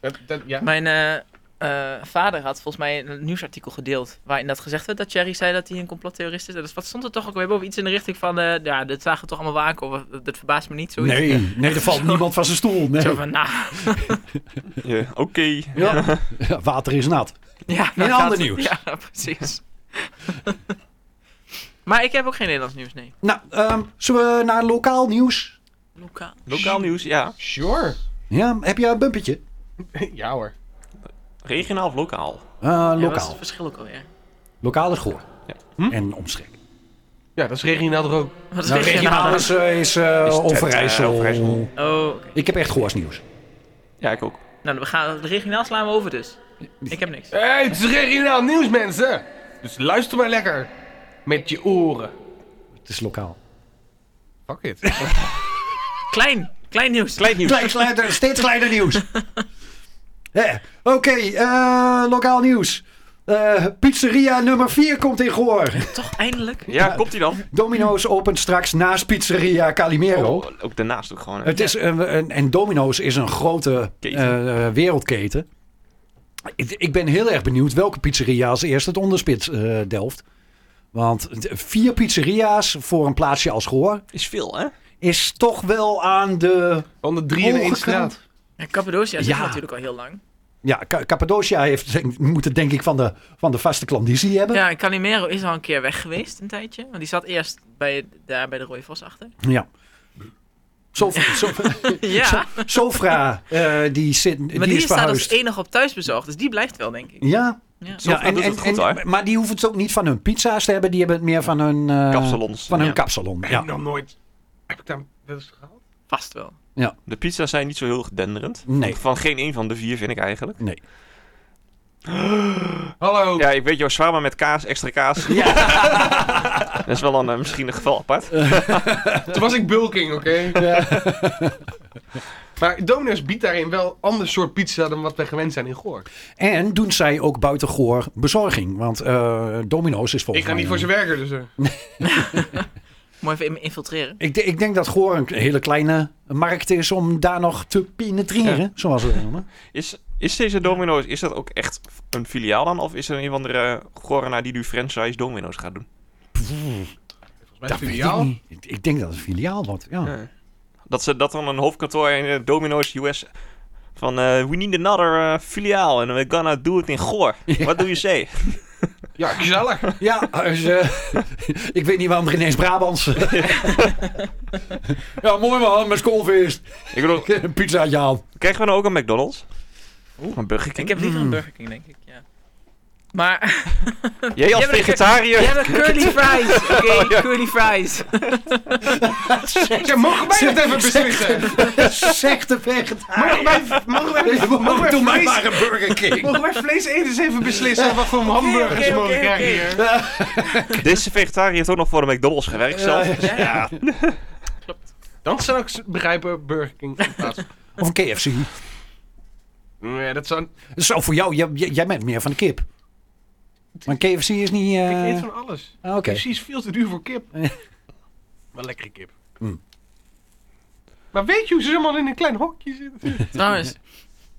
Speaker 2: Dat- dat- ja.
Speaker 3: Mijn eh, eh, vader had volgens mij een nieuwsartikel gedeeld. Waarin dat gezegd werd dat Thierry zei dat hij een complottheorist is. En dat wat stond er toch ook weer boven? Iets in de richting van. eh, ja, dat zagen we toch allemaal waken. Of eh, dat verbaast me niet. Zoiets.
Speaker 6: Nee, nee, er valt niemand van zijn stoel. Nee.
Speaker 3: Zo van, nou,
Speaker 5: Ja, Oké.
Speaker 6: Ja. Ja, water is nat.
Speaker 3: ja,
Speaker 6: In
Speaker 3: dat
Speaker 6: ander
Speaker 3: nou, gaat-
Speaker 6: nieuws.
Speaker 3: Ja, precies. maar ik heb ook geen Nederlands nieuws, nee.
Speaker 6: Nou, ehm, zullen we naar lokaal nieuws?
Speaker 3: Lokaal.
Speaker 5: Lokaal nieuws, ja.
Speaker 2: Sure.
Speaker 6: Ja, heb je een bumpetje?
Speaker 2: Ja hoor.
Speaker 5: Regionaal of lokaal?
Speaker 6: Eh,
Speaker 3: Ja, wat is
Speaker 6: lokaal.
Speaker 3: het verschil ook alweer?
Speaker 6: Lokaal is goor.
Speaker 5: Ja.
Speaker 2: Hm?
Speaker 6: En omstreek.
Speaker 2: Ja, dat is regionaal rook.
Speaker 3: Wat is
Speaker 6: Nou, regionaal
Speaker 3: regionaal?
Speaker 6: is, eh, is, eh,
Speaker 5: Is het, eh,
Speaker 6: Overijssel.
Speaker 5: Overijssel.
Speaker 3: Oh, oké.
Speaker 6: Ik heb echt goors nieuws.
Speaker 5: Ja, ik ook.
Speaker 3: Nou, we gaan, de regionaal slaan we over dus. Ik heb niks.
Speaker 2: Hey, het is regionaal nieuws, mensen! Dus luister maar lekker. Met je oren.
Speaker 6: Het is lokaal.
Speaker 2: Fuck it.
Speaker 3: Klein, klein nieuws.
Speaker 5: Klein nieuws.
Speaker 6: Klein, kleiner, steeds kleiner nieuws. Hè, Oké, eh, lokaal nieuws. Eh, pizzeria nummer 4 komt in Goor.
Speaker 3: Toch eindelijk?
Speaker 5: Ja, komt hij dan?
Speaker 6: Domino's opent straks naast pizzeria Calimero.
Speaker 5: Oh, ook daarnaast ook gewoon. hè.
Speaker 6: Het is, een- een- en Domino's is een grote
Speaker 5: Keten.
Speaker 6: eh, eh, wereldketen. Ik, ik ben heel erg benieuwd welke pizzeria als eerste het onderspit eh, delft. Want het- vier pizzeria's voor een plaatsje als Goor
Speaker 5: Is veel, hè?
Speaker 6: is toch wel aan de...
Speaker 2: 103 in één
Speaker 6: Ongekend.
Speaker 2: straat.
Speaker 3: En Cappadocia zit
Speaker 6: Ja.
Speaker 3: natuurlijk al heel lang.
Speaker 6: Ja, Ka- Cappadocia heeft, denk- moet het denk ik van de, van de vaste klandizie hebben.
Speaker 3: Ja, en Calimero is al een keer weg geweest, een tijdje. Want die zat eerst bij, daar bij de Rode Vos achter.
Speaker 6: Ja. Sof- Sof-
Speaker 3: ja,
Speaker 6: Sofra, eh, die, zit, die,
Speaker 3: maar die,
Speaker 6: is
Speaker 3: staat als
Speaker 6: verhuisd.
Speaker 3: enige op thuisbezorgd. Dus die blijft wel, denk ik.
Speaker 6: Ja,
Speaker 3: Ja.
Speaker 5: Sofra doet het goed, hoor.
Speaker 6: maar die hoeven het ook niet van hun pizza's te hebben. Die hebben het meer van hun... eh,
Speaker 5: Kapsalons.
Speaker 6: Van hun
Speaker 3: Ja.
Speaker 6: kapsalon,
Speaker 2: Ik
Speaker 6: ja.
Speaker 2: heb nog nooit... Heb ik daar wel eens gehaald?
Speaker 3: Vast wel.
Speaker 5: De pizza's zijn niet zo heel denderend.
Speaker 6: Nee.
Speaker 5: Van geen een van de vier vind ik eigenlijk.
Speaker 6: Nee.
Speaker 2: Hallo.
Speaker 5: Ja, ik weet jouw zwaar, maar met kaas, extra kaas. Dat is wel een, eh, misschien een geval apart.
Speaker 2: Toen was ik bulking, oké? maar Donuts biedt daarin wel ander soort pizza dan wat wij gewend zijn in Goor.
Speaker 6: En doen zij ook buitengoor bezorging. Want eh, Domino's is
Speaker 2: Ik
Speaker 6: volgens
Speaker 2: ga
Speaker 6: mij...
Speaker 2: niet voor ze werken, dus... eh.
Speaker 3: Mooi even in- infiltreren.
Speaker 6: ik, de- ik denk dat Goor een hele kleine markt is om daar nog te penetreren, zoals we dat noemen.
Speaker 5: Is, is deze Domino's, is dat ook echt een filiaal dan? Of is er een van de Gorana die nu franchise Domino's gaat doen?
Speaker 2: Volgens mij
Speaker 6: weet ik
Speaker 2: filiaal.
Speaker 6: niet. Ik, ik denk dat het een filiaal wordt, ja.
Speaker 5: Ja. Dat ze dat dan een hoofdkantoor in eh, Domino's US van eh, we need another eh, filiaal en we gonna do it in Goor. What do you say?
Speaker 2: Ja, gezellig.
Speaker 6: Ja, dus, eh, ik weet niet waarom er ineens Brabants... ja, mooi man, met schoolfeest.
Speaker 5: ik bedoel,
Speaker 6: Een pizzaatje aan.
Speaker 5: krijgen we nou ook een McDonald's? Oeh, een Burger
Speaker 3: Ik
Speaker 5: King.
Speaker 3: heb
Speaker 6: Mm.
Speaker 3: liever een Burger King, denk ik. Ja. Maar
Speaker 5: Jij als
Speaker 3: Jij bent-
Speaker 5: vegetariër.
Speaker 3: jij hebt curly fries.
Speaker 6: Oh,
Speaker 3: Oké, curly fries.
Speaker 2: Ja, mogen wij dat even beslissen?
Speaker 6: Zegt de vegetariër.
Speaker 2: Mogen wij, mogen wij, mogen wij,
Speaker 6: Doe mij
Speaker 2: vlees,
Speaker 6: maar een Burger King.
Speaker 2: mogen wij vleeseters even beslissen wat voor hamburgers
Speaker 3: oké,
Speaker 2: we mogen
Speaker 3: oké,
Speaker 2: krijgen
Speaker 3: oké.
Speaker 2: hier?
Speaker 5: Deze vegetariër heeft ook nog voor de McDonald's gewerkt zelf.
Speaker 3: Ja, ja.
Speaker 2: Dan zou ik begrijpen Burger King in plaats van-
Speaker 6: Of een KFC.
Speaker 2: Nee, dat zou...
Speaker 6: Zo, voor jou, jij, jij- jij bent meer van de kip. Maar KFC is niet... eh,
Speaker 2: Ik eet van alles.
Speaker 6: ah, Oké.
Speaker 2: Precies, veel te duur voor kip. Wel lekkere kip.
Speaker 6: Mm.
Speaker 2: Maar weet je hoe ze allemaal in een klein hokje zitten?
Speaker 3: Trouwens,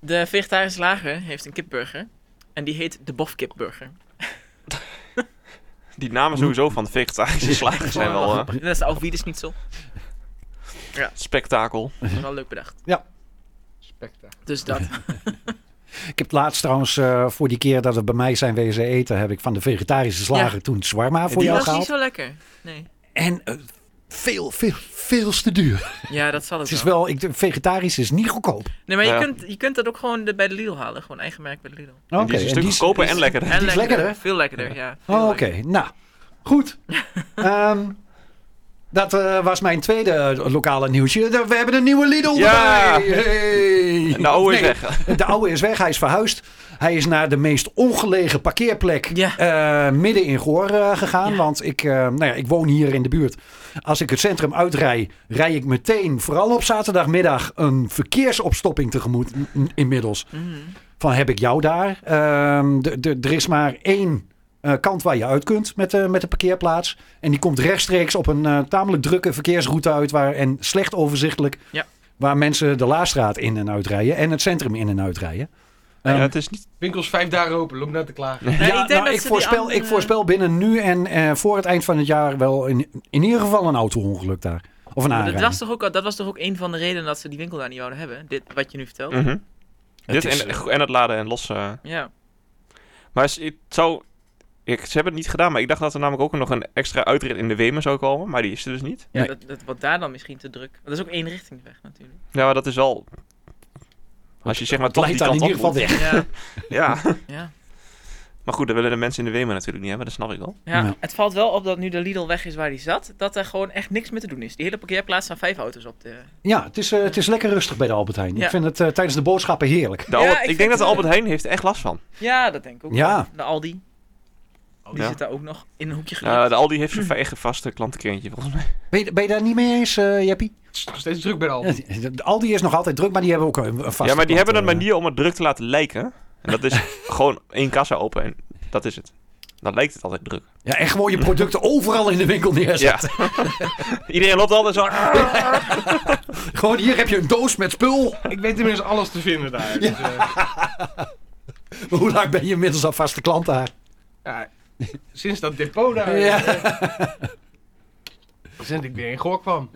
Speaker 3: de vegetarische lager heeft een kipburger. En die heet de bofkipburger.
Speaker 5: Die namen sowieso van de vegetarische slagers zijn wel eh,
Speaker 3: Oh. Dat is de Alvides-schnitzel.
Speaker 5: spektakel.
Speaker 3: Dat is wel leuk bedacht.
Speaker 2: Spectakel.
Speaker 3: Dus dat.
Speaker 6: Ik heb laatst trouwens, eh, voor die keer dat we bij mij zijn wezen eten, heb ik van de vegetarische slager
Speaker 3: Ja.
Speaker 6: toen zwarma voor
Speaker 5: die
Speaker 3: Dat
Speaker 6: jou
Speaker 3: was niet
Speaker 6: gehaald.
Speaker 3: zo lekker. Nee.
Speaker 6: En eh, veel, veel, veel te duur.
Speaker 3: Ja, dat zal het,
Speaker 6: Het is
Speaker 3: wel.
Speaker 6: wel, ik, vegetarisch is niet goedkoop.
Speaker 3: Nee, maar je,
Speaker 5: Ja.
Speaker 3: kunt, je kunt dat ook gewoon de- bij de Lidl halen. Gewoon eigen merk bij de Lidl. Dus
Speaker 6: Oké,
Speaker 5: die is een
Speaker 6: en
Speaker 5: stuk
Speaker 6: die is-
Speaker 5: goedkoper en lekkerder.
Speaker 3: En
Speaker 6: is lekkerder, hè?
Speaker 3: Veel lekkerder, ja. Veel
Speaker 6: Oh, Oké,
Speaker 3: lekkerder.
Speaker 6: nou, goed. Ehm, dat eh, was mijn tweede eh, lokale nieuwtje. De- We hebben een nieuwe Lidl
Speaker 5: Ja.
Speaker 6: erbij. Hey.
Speaker 5: En de oude Nou, is
Speaker 6: Nee,
Speaker 5: weg.
Speaker 6: De oude is weg, hij is verhuisd. Hij is naar de meest ongelegen parkeerplek
Speaker 3: Ja.
Speaker 6: eh, midden in Goor eh, gegaan.
Speaker 3: Ja.
Speaker 6: Want ik, eh, nou ja, ik woon hier in de buurt. Als ik het centrum uitrij, rij ik meteen, vooral op zaterdagmiddag, een verkeersopstopping tegemoet n- n- inmiddels.
Speaker 3: Mhm.
Speaker 6: Van heb ik jou daar? Ehm, d- d- er is maar één eh, kant waar je uit kunt met de, met de parkeerplaats. En die komt rechtstreeks op een eh, tamelijk drukke verkeersroute uit waar, en slecht overzichtelijk.
Speaker 3: Ja.
Speaker 6: Waar mensen de Laastraat in en uitrijden en het centrum in en uitrijden.
Speaker 5: Ja,
Speaker 6: Ehm,
Speaker 5: het is niet...
Speaker 2: Winkels vijf dagen open, loop naar te klagen.
Speaker 3: Nee,
Speaker 6: ja,
Speaker 3: ik denk
Speaker 6: nou,
Speaker 3: dat
Speaker 6: ik,
Speaker 3: ze die
Speaker 6: voorspel, ik
Speaker 3: andere-
Speaker 6: voorspel binnen nu en eh, voor het eind van het jaar wel in, in ieder geval een auto-ongeluk daar. Of een
Speaker 3: Maar dat,
Speaker 6: aanrijding.
Speaker 3: was toch ook, al- dat was toch ook een van de redenen dat ze die winkel daar niet wouden hebben? Dit, wat je nu vertelt.
Speaker 5: Mhm. Dit
Speaker 6: is-
Speaker 5: en, en het laden en lossen.
Speaker 3: Ja.
Speaker 5: Maar is- het zou... Ik, ze hebben het niet gedaan, maar ik dacht dat er namelijk ook nog een extra uitrit in de Wemen zou komen. Maar die is er dus niet.
Speaker 3: ja
Speaker 6: Nee.
Speaker 3: dat, dat wordt daar dan misschien te druk. Dat is ook één richting weg natuurlijk.
Speaker 5: Ja, maar dat is al... Als je zeg maar toch die
Speaker 6: Leidt daar
Speaker 5: kant
Speaker 6: in ieder
Speaker 5: op
Speaker 6: geval weg.
Speaker 3: Ja,
Speaker 5: moet. Ja.
Speaker 3: ja.
Speaker 5: Maar goed, dat willen de mensen in de Wemen natuurlijk niet hebben. Dat snap ik wel.
Speaker 3: ja.
Speaker 6: Ja.
Speaker 3: Het valt wel op dat nu de Lidl weg is waar die zat, dat er gewoon echt niks meer te doen is. Die hele parkeerplaats staan vijf auto's op de...
Speaker 6: Ja, het is, eh, het is lekker rustig bij de Albert Heijn.
Speaker 3: Ja.
Speaker 6: Ik vind het eh, tijdens de boodschappen heerlijk.
Speaker 5: De Albert-
Speaker 3: ik
Speaker 5: ik
Speaker 3: vind
Speaker 5: denk dat de
Speaker 3: het-
Speaker 5: Albert Heijn heeft er echt last van.
Speaker 3: Ja, dat denk ik ook.
Speaker 6: Ja.
Speaker 3: wel. De Aldi. Die
Speaker 5: Ja.
Speaker 3: zit daar ook nog in een hoekje
Speaker 5: Eh,
Speaker 3: gelegd.
Speaker 5: de Aldi heeft zijn eigen vaste klantenkringetje volgens mij.
Speaker 6: Ben je, ben je daar niet mee eens, eh Jeppie?
Speaker 2: Het is nog steeds druk bij de Aldi.
Speaker 6: De Aldi is nog altijd druk, maar die hebben ook een een vaste
Speaker 5: Ja, maar die
Speaker 6: klant,
Speaker 5: hebben een
Speaker 6: eh.
Speaker 5: manier om het druk te laten lijken. En dat is gewoon één kassa open. En Dat is het. Dan lijkt het altijd druk.
Speaker 6: Ja, echt gewoon je producten overal in de winkel neerzetten.
Speaker 5: Ja. Iedereen loopt altijd zo.
Speaker 6: Gewoon hier heb je een doos met spul.
Speaker 2: Ik weet inmiddels alles te vinden daar. Dus, eh,
Speaker 6: Maar hoe lang ben je inmiddels al vaste klant daar?
Speaker 2: ja, sinds dat depot
Speaker 3: Oh,
Speaker 2: daar.
Speaker 6: Ja.
Speaker 2: eh, sinds ik weer in Goor kwam.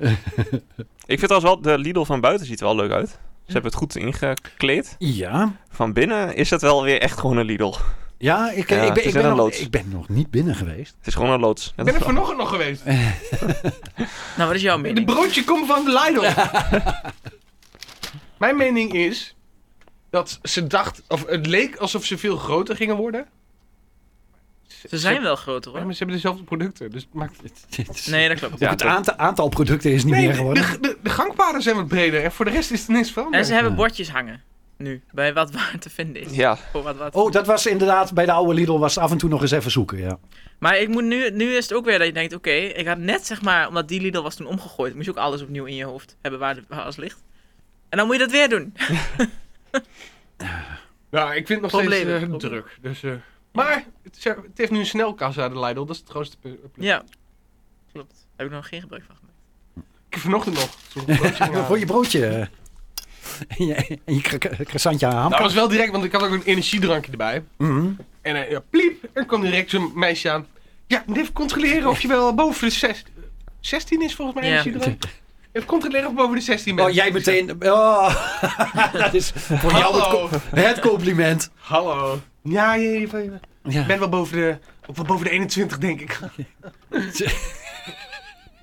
Speaker 5: Ik vind trouwens wel, de Lidl van buiten ziet er wel leuk uit. Ze hebben het goed ingekleed.
Speaker 6: Ja,
Speaker 5: Van binnen is het wel weer echt gewoon een Lidl.
Speaker 6: ja, ik,
Speaker 5: Ja,
Speaker 6: ik,
Speaker 5: het
Speaker 6: ben,
Speaker 5: is
Speaker 6: ik,
Speaker 5: net
Speaker 6: ben
Speaker 5: een
Speaker 6: nog,
Speaker 5: loods.
Speaker 6: ik ben nog niet binnen geweest.
Speaker 5: Het is gewoon een loods. Net
Speaker 2: Ik ben
Speaker 5: als
Speaker 2: er vanochtend nog geweest.
Speaker 3: Nou, wat is jouw
Speaker 2: De
Speaker 3: mening?
Speaker 2: broodje komt van de Lidl. Mijn mening is dat ze dacht, of het leek alsof ze veel groter gingen worden.
Speaker 3: Ze zijn wel groter
Speaker 2: Ja,
Speaker 3: hoor.
Speaker 2: maar ze hebben dezelfde producten, dus het maakt het.
Speaker 3: Nee, dat klopt.
Speaker 6: Ook het aantal, aantal producten is niet
Speaker 2: Nee,
Speaker 6: meer geworden.
Speaker 2: de, de, de gangpaden zijn wat breder en voor de rest is er niks van.
Speaker 3: En ze hebben bordjes hangen. Nu. Bij wat waar te vinden is.
Speaker 5: Ja,
Speaker 3: Voor wat wat.
Speaker 6: Oh, dat was inderdaad bij de oude Lidl was af en toe nog eens even zoeken, ja.
Speaker 3: Maar ik moet nu, nu is het ook weer dat je denkt, oké, ik had net zeg maar, omdat die Lidl was toen omgegooid, moest je ook alles opnieuw in je hoofd hebben waar, de, waar alles ligt. En dan moet je dat weer doen.
Speaker 2: Nou, ik vind het nog
Speaker 3: Problemen.
Speaker 2: steeds eh, druk. Dus, eh, maar het, is- het heeft nu een snelkassa de Lidl, dat is het grootste pu- plus.
Speaker 3: Ja. Klopt. Daar heb ik nog geen gebruik van gemaakt.
Speaker 2: Ik heb vanochtend nog. zo'n broodje gaan
Speaker 6: Voor
Speaker 2: halen.
Speaker 6: je broodje. eh, En je, en je cro- croissantje aan.
Speaker 2: Nou, dat was wel direct, want ik had ook een energiedrankje erbij.
Speaker 6: Mhm.
Speaker 2: En eh, ja, pliep, er kwam direct zo'n meisje aan. Ja, ik moet even controleren of je wel boven de zes- 16 is volgens mij
Speaker 3: Ja.
Speaker 2: energiedrank. Even controleren of je boven de 16 bent.
Speaker 6: Oh, jij meteen. Oh, dat is voor jou het,
Speaker 2: Hallo.
Speaker 6: co- het compliment.
Speaker 2: Hallo. Ja, ja, ja, ja, ja.
Speaker 6: Ja.
Speaker 2: ik ben wel boven de, ook wel boven de 21, denk ik.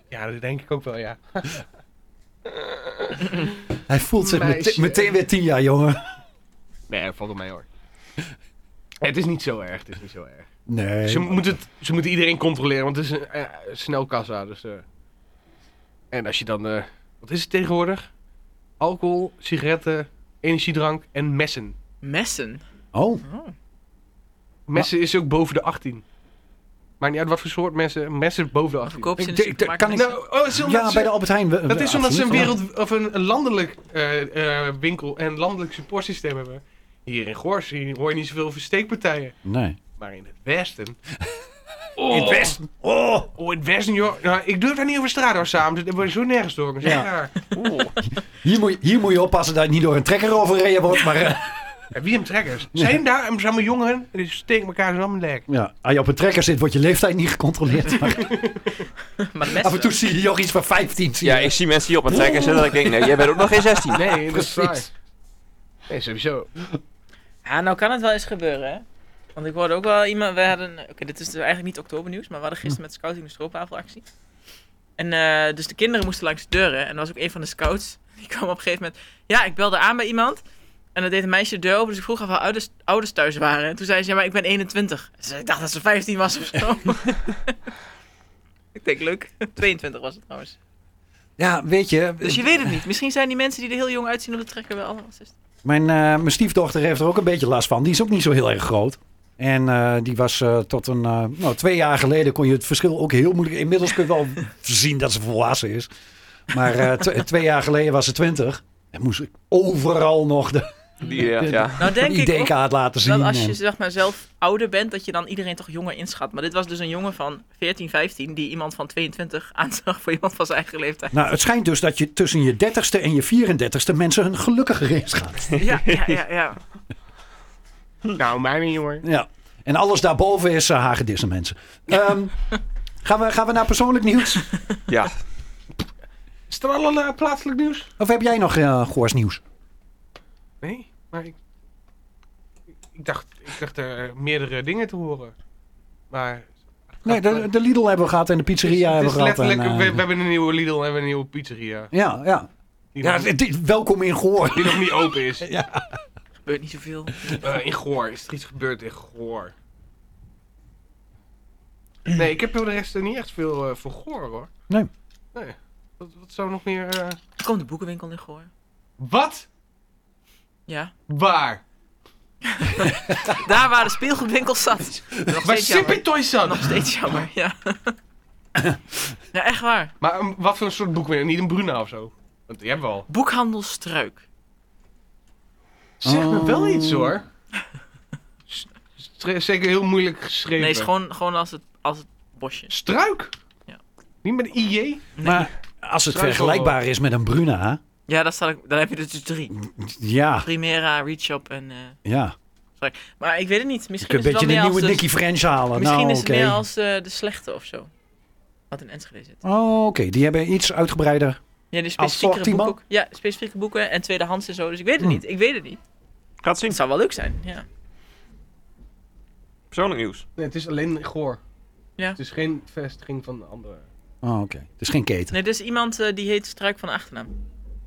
Speaker 2: ja, dat denk ik ook wel, ja.
Speaker 6: Hij voelt zich mete-
Speaker 2: Meisje.
Speaker 6: meteen weer tien jaar jonger.
Speaker 2: Nee, dat valt op mij hoor. Het is niet zo erg, het is niet zo erg.
Speaker 6: Nee.
Speaker 2: Ze, moet het, ze moeten iedereen controleren, want het is een eh, snelkassa. Dus, eh. En als je dan, eh, wat is het tegenwoordig? Alcohol, sigaretten, energiedrank en messen.
Speaker 3: Messen.
Speaker 6: Oh,
Speaker 3: Oh.
Speaker 2: Messen is ook boven de 18. Maakt niet uit wat voor soort messen. Messen is boven de 18.
Speaker 3: Verkoop ze in
Speaker 6: Ik-
Speaker 3: de
Speaker 6: ik-
Speaker 3: supermarkt.
Speaker 6: kan ik-
Speaker 2: Nou, oh, is omdat
Speaker 6: ja,
Speaker 2: ze-
Speaker 6: bij de Albert Heijn. we-
Speaker 2: Dat
Speaker 6: we-
Speaker 2: is omdat ze een
Speaker 6: absoluut.
Speaker 2: wereld of een, een landelijk eh, eh, winkel en landelijk supportsysteem hebben. Hier in Goors hier hoor je niet zoveel versteekpartijen.
Speaker 6: Nee.
Speaker 2: Maar in het Westen. In het Westen. Oh, in het Westen, joh. Nou, ik durf daar niet over straat door samen. Daar word je zo nergens door. Dat is
Speaker 6: Ja.
Speaker 2: echt raar.
Speaker 6: Hier moet, je- hier moet je oppassen dat je niet door een trekker overreden wordt. Maar eh,
Speaker 2: En wie hem trekkers? Zijn daar een samen jongeren en die steken elkaar zo aan mijn lek.
Speaker 6: ja, als je op een trekker zit, wordt je leeftijd niet gecontroleerd. Maar
Speaker 3: maar messen.
Speaker 6: af en toe zie je nog iets van 15. Zie
Speaker 5: ja,
Speaker 6: je.
Speaker 5: ik zie mensen die op een trekker zitten. En ik denk, nee, jij bent ook nog geen 16.
Speaker 2: Nee, dat is
Speaker 6: Precies.
Speaker 2: waar. Nee, sowieso.
Speaker 3: Ja, nou kan het wel eens gebeuren, hè? Want ik hoorde ook wel iemand. We hadden. Oké, dit is dus eigenlijk niet oktobernieuws, maar we hadden gisteren met scouting een stroopwafelactie. En eh, dus de kinderen moesten langs de deuren. En er was ook een van de scouts. Die kwam op een gegeven moment. Ja, ik belde aan bij iemand. En dat deed een meisje de deur open. Dus ik vroeg of haar ouders, ouders thuis waren. En toen zei ze: Ja, maar ik ben 21. Ze zei, ik dacht dat ze 15 was of zo. ik denk leuk. 22 was het trouwens.
Speaker 6: Ja, weet je.
Speaker 3: Dus je weet het niet. Misschien zijn die mensen die er heel jong uitzien op de trekker wel allemaal 16.
Speaker 6: Mijn, eh, mijn stiefdochter heeft er ook een beetje last van. Die is ook niet zo heel erg groot. En eh, die was eh, tot een. eh, nou, twee jaar geleden kon je het verschil ook heel moeilijk. Inmiddels kun je wel zien dat ze volwassen is. Maar eh, tw- twee jaar geleden was ze twintig. En moest ik overal nog de
Speaker 5: Die, ja, ja.
Speaker 3: Nou, denk ik. ook-
Speaker 6: ID-kaart laten zien.
Speaker 3: Dat als je
Speaker 6: en-
Speaker 3: zeg maar, zelf ouder bent, dat je dan iedereen toch jonger inschat. Maar dit was dus een jongen van 14, 15 die iemand van 22 aanzag voor iemand van zijn eigen leeftijd.
Speaker 6: Nou, het schijnt dus dat je tussen je dertigste en je 34ste mensen hun gelukkiger is gaat.
Speaker 3: Ja, ja, ja. ja.
Speaker 2: Nou, mij niet, jongen.
Speaker 6: Ja. En alles daarboven is eh, hagedissen mensen. Ehm, gaan, we, gaan we naar persoonlijk nieuws?
Speaker 5: ja.
Speaker 2: Is er al eh, plaatselijk nieuws?
Speaker 6: Of heb jij nog eh Goors nieuws?
Speaker 2: Nee, maar ik, ik dacht, ik dacht er meerdere dingen te horen. Maar.
Speaker 6: Nee, de, de Lidl hebben we gehad en de pizzeria
Speaker 2: het
Speaker 6: hebben
Speaker 2: is
Speaker 6: we gehad.
Speaker 2: letterlijk,
Speaker 6: en, eh,
Speaker 2: we, we hebben een nieuwe Lidl en we hebben een nieuwe pizzeria.
Speaker 6: ja, ja.
Speaker 2: Die,
Speaker 6: ja
Speaker 2: nog,
Speaker 6: het is- welkom in Goor.
Speaker 2: die nog niet open is.
Speaker 3: Gebeurt niet zoveel.
Speaker 2: Eh, in Goor, is er iets gebeurd in Goor? Nee, ik heb voor de rest er niet echt veel eh, voor Goor hoor.
Speaker 6: Nee.
Speaker 2: Nee. Wat, wat zou nog meer. eh,
Speaker 3: Er komt de boekenwinkel in Goor.
Speaker 2: Wat?
Speaker 3: Ja.
Speaker 2: Waar?
Speaker 3: Daar waar de speelgoedwinkel zat. Nog
Speaker 2: Waar
Speaker 3: steeds jammer.
Speaker 2: Supertoys zat?
Speaker 3: Nog steeds jammer, ja. Ja, echt waar.
Speaker 2: Maar een- wat voor een soort boek weer? Niet een Bruna of zo? Want die hebben we al.
Speaker 3: Boekhandel Struik.
Speaker 6: Oh.
Speaker 2: Zeg me wel iets hoor. S- stre- zeker heel moeilijk geschreven.
Speaker 3: Nee, het is gewoon, gewoon als, het, als het bosje.
Speaker 2: Struik?
Speaker 3: Ja.
Speaker 2: Niet met een IJ?
Speaker 6: Maar als het
Speaker 2: Struikel.
Speaker 6: vergelijkbaar is met een Bruna,
Speaker 3: Ja, daar, staat ook, daar heb je er dus drie.
Speaker 6: Mm. ja,
Speaker 3: Primera, Reach Up en... eh,
Speaker 6: ja.
Speaker 3: maar ik weet het niet.
Speaker 6: Je
Speaker 3: Misschien
Speaker 6: kunt
Speaker 3: is
Speaker 6: een beetje
Speaker 3: het wel
Speaker 6: een
Speaker 3: meer
Speaker 6: nieuwe
Speaker 3: als dus de-
Speaker 6: Nicky French halen.
Speaker 3: Misschien
Speaker 6: nou,
Speaker 3: is het
Speaker 6: oké.
Speaker 3: meer als eh, de slechte of zo. Wat in Enschede zit.
Speaker 6: Oh, oké. Die hebben iets uitgebreider.
Speaker 3: Ja, de
Speaker 6: Als
Speaker 3: specifieke
Speaker 6: Fortiman?
Speaker 3: boeken. ook. Ja, specifieke boeken en tweedehands en zo. Dus ik weet het
Speaker 6: Hmm.
Speaker 3: niet. Ik weet het niet.
Speaker 5: Gaat zien.
Speaker 3: Het zou wel leuk zijn. Ja.
Speaker 5: Persoonlijk nieuws.
Speaker 2: Nee, het is alleen goor.
Speaker 3: Ja.
Speaker 2: Het is geen vestiging van de andere.
Speaker 6: Oh, oké. Het is geen keten.
Speaker 3: Nee, dus iemand eh, die heet Struik van de achternaam.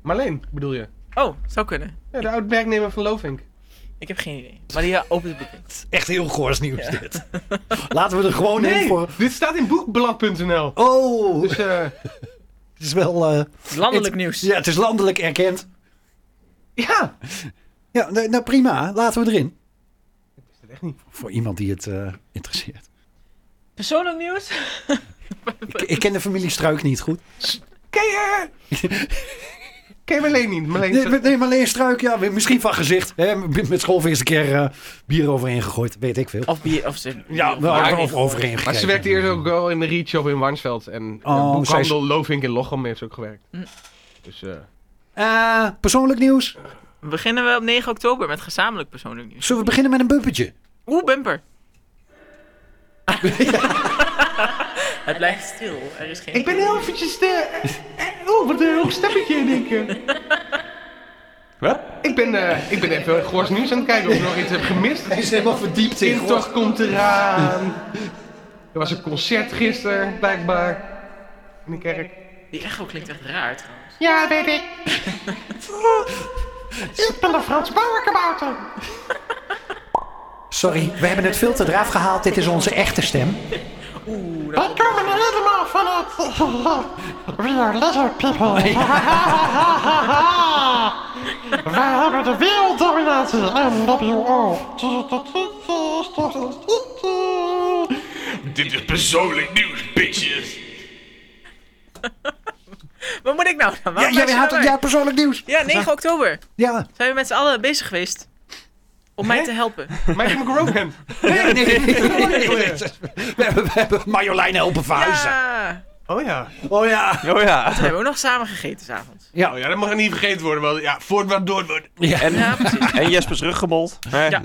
Speaker 2: Marleen, bedoel je?
Speaker 3: Oh, zou kunnen.
Speaker 2: Ja, de oud-werknemer van Lovink.
Speaker 3: Ik heb geen idee. Maar die eh, opent het boek. niet.
Speaker 6: Echt heel goors nieuws dit. Laten we er gewoon in
Speaker 2: Nee,
Speaker 6: Oh, voor...
Speaker 2: dit staat in boekblad.nl.
Speaker 6: Oh,
Speaker 2: Dus eh,
Speaker 6: het is wel... eh,
Speaker 3: Landelijk
Speaker 6: het-
Speaker 3: nieuws.
Speaker 6: Ja, het is landelijk erkend.
Speaker 2: ja,
Speaker 6: Ja, nee, nou prima. Laten we erin.
Speaker 2: ik wist het echt niet.
Speaker 6: Voor iemand die het eh, interesseert.
Speaker 3: Persoonlijk nieuws?
Speaker 6: Ik, ik ken de familie Struik niet goed.
Speaker 2: Ken je? Ken je Marleen niet? Marleen
Speaker 6: eh, Nee,
Speaker 2: is-
Speaker 6: maar- nee, maar alleen Struik, ja, misschien van gezicht. Hè, met met school eerst een keer eh, bier overheen gegooid. Weet ik veel.
Speaker 3: Of bier, of ze...
Speaker 6: Ja,
Speaker 3: of
Speaker 6: wel
Speaker 2: Oh, maar-
Speaker 6: over, overheen
Speaker 2: Maar ze
Speaker 6: gekeken.
Speaker 2: werkte eerst ook wel in de Rietshop in Warnsveld. En eh,
Speaker 6: Oh, zij is-
Speaker 2: boekhandel Lovink in Lochem heeft ze ook gewerkt.
Speaker 3: Hm.
Speaker 2: Dus eh,
Speaker 6: Eh, persoonlijk nieuws.
Speaker 3: We beginnen we op 9 oktober met gezamenlijk persoonlijk nieuws.
Speaker 6: Zullen we beginnen met een bumpertje?
Speaker 3: Oeh, bumper. het blijft stil. Er is geen...
Speaker 7: Ik ben heel eventjes de...
Speaker 2: eh,
Speaker 7: Oh, wat een hoog stemmetje in één keer.
Speaker 5: Wat?
Speaker 2: ik, ben, eh, ik ben even Goors Nieuws aan het kijken of ik nog iets heb gemist.
Speaker 6: Hij is helemaal verdiept
Speaker 2: Intocht komt eraan. Er was een concert gisteren, blijkbaar. In de kerk.
Speaker 3: Die echo klinkt echt raar trouwens.
Speaker 7: Ja, weet ik. Ik ben de Frans Bauerkabouter.
Speaker 6: Sorry, we hebben het filter eraf gehaald. Dit is onze echte stem.
Speaker 7: Wij komen helemaal van het... We are lizard people. Wij hebben de werelddominatie en WO.
Speaker 9: Dit is persoonlijk nieuws, bitches.
Speaker 3: Wat moet ik nou dan?
Speaker 6: Ja,
Speaker 3: Waarom
Speaker 6: jij
Speaker 3: blijf je
Speaker 6: had
Speaker 3: nou
Speaker 6: ja,
Speaker 3: bij?
Speaker 6: persoonlijk nieuws.
Speaker 3: ja, 9 oktober.
Speaker 6: Ja.
Speaker 3: Zijn we met z'n allen bezig geweest om mij te helpen?
Speaker 2: Michael McRogan.
Speaker 6: Nee, nee. we, hebben, we hebben Marjolein helpen verhuizen.
Speaker 3: Ja!
Speaker 2: Oh ja.
Speaker 6: Oh ja.
Speaker 5: Oh ja.
Speaker 3: We hebben ook nog samen gegeten s'avonds.
Speaker 2: Oh ja, dat mag niet vergeten worden. Want ja, voort wat door wordt.
Speaker 5: En,
Speaker 3: Ja, precies.
Speaker 5: en Jespers ruggemol. Eh,
Speaker 3: Ja.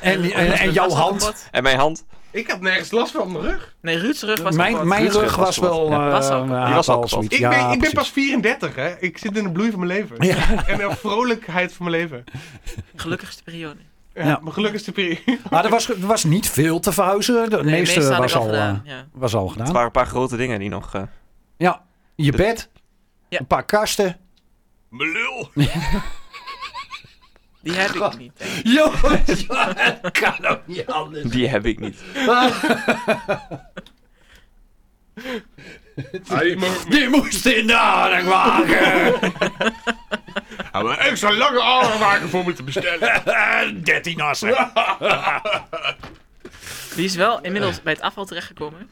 Speaker 6: En, en, en jouw
Speaker 3: Was dat een
Speaker 6: hand.
Speaker 3: bot?
Speaker 5: En mijn hand.
Speaker 2: Ik had nergens last van mijn rug.
Speaker 3: Nee, Ruud's rug was een
Speaker 6: Mijn,
Speaker 3: bot.
Speaker 6: mijn
Speaker 5: Ruudschrift
Speaker 6: rug
Speaker 5: was
Speaker 6: was
Speaker 5: kapot.
Speaker 6: wel...
Speaker 5: Ja,
Speaker 6: eh,
Speaker 3: was al kapot.
Speaker 6: had
Speaker 5: Die was al
Speaker 6: al
Speaker 5: kapot.
Speaker 6: zoiets.
Speaker 2: Ik,
Speaker 6: Ja,
Speaker 2: ben, ik ben
Speaker 6: precies.
Speaker 2: pas 34, hè. Ik zit in de bloei van mijn leven. En de vrolijkheid van mijn leven.
Speaker 3: Gelukkigste periode.
Speaker 2: Ja,
Speaker 6: Ja.
Speaker 2: Mijn gelukkigste periode.
Speaker 6: Maar er was, er was niet veel te verhuizen. De
Speaker 3: Nee,
Speaker 6: meeste,
Speaker 3: had
Speaker 6: was,
Speaker 3: ik
Speaker 6: al,
Speaker 3: gedaan,
Speaker 6: eh,
Speaker 3: ja.
Speaker 6: was al
Speaker 5: Het
Speaker 6: gedaan.
Speaker 5: waren een paar grote dingen die nog... eh,
Speaker 6: Ja, je bed.
Speaker 3: Ja.
Speaker 6: Een paar kasten.
Speaker 9: Mijn lul.
Speaker 3: Die heb ik niet. hè.
Speaker 6: Jongens, kan ook niet anders.
Speaker 5: die heb ik niet.
Speaker 6: Die moest in de haringwagen.
Speaker 9: Hou maar extra lange armwagen voor me te bestellen.
Speaker 6: 13 assen.
Speaker 3: Die is wel inmiddels bij het afval terechtgekomen.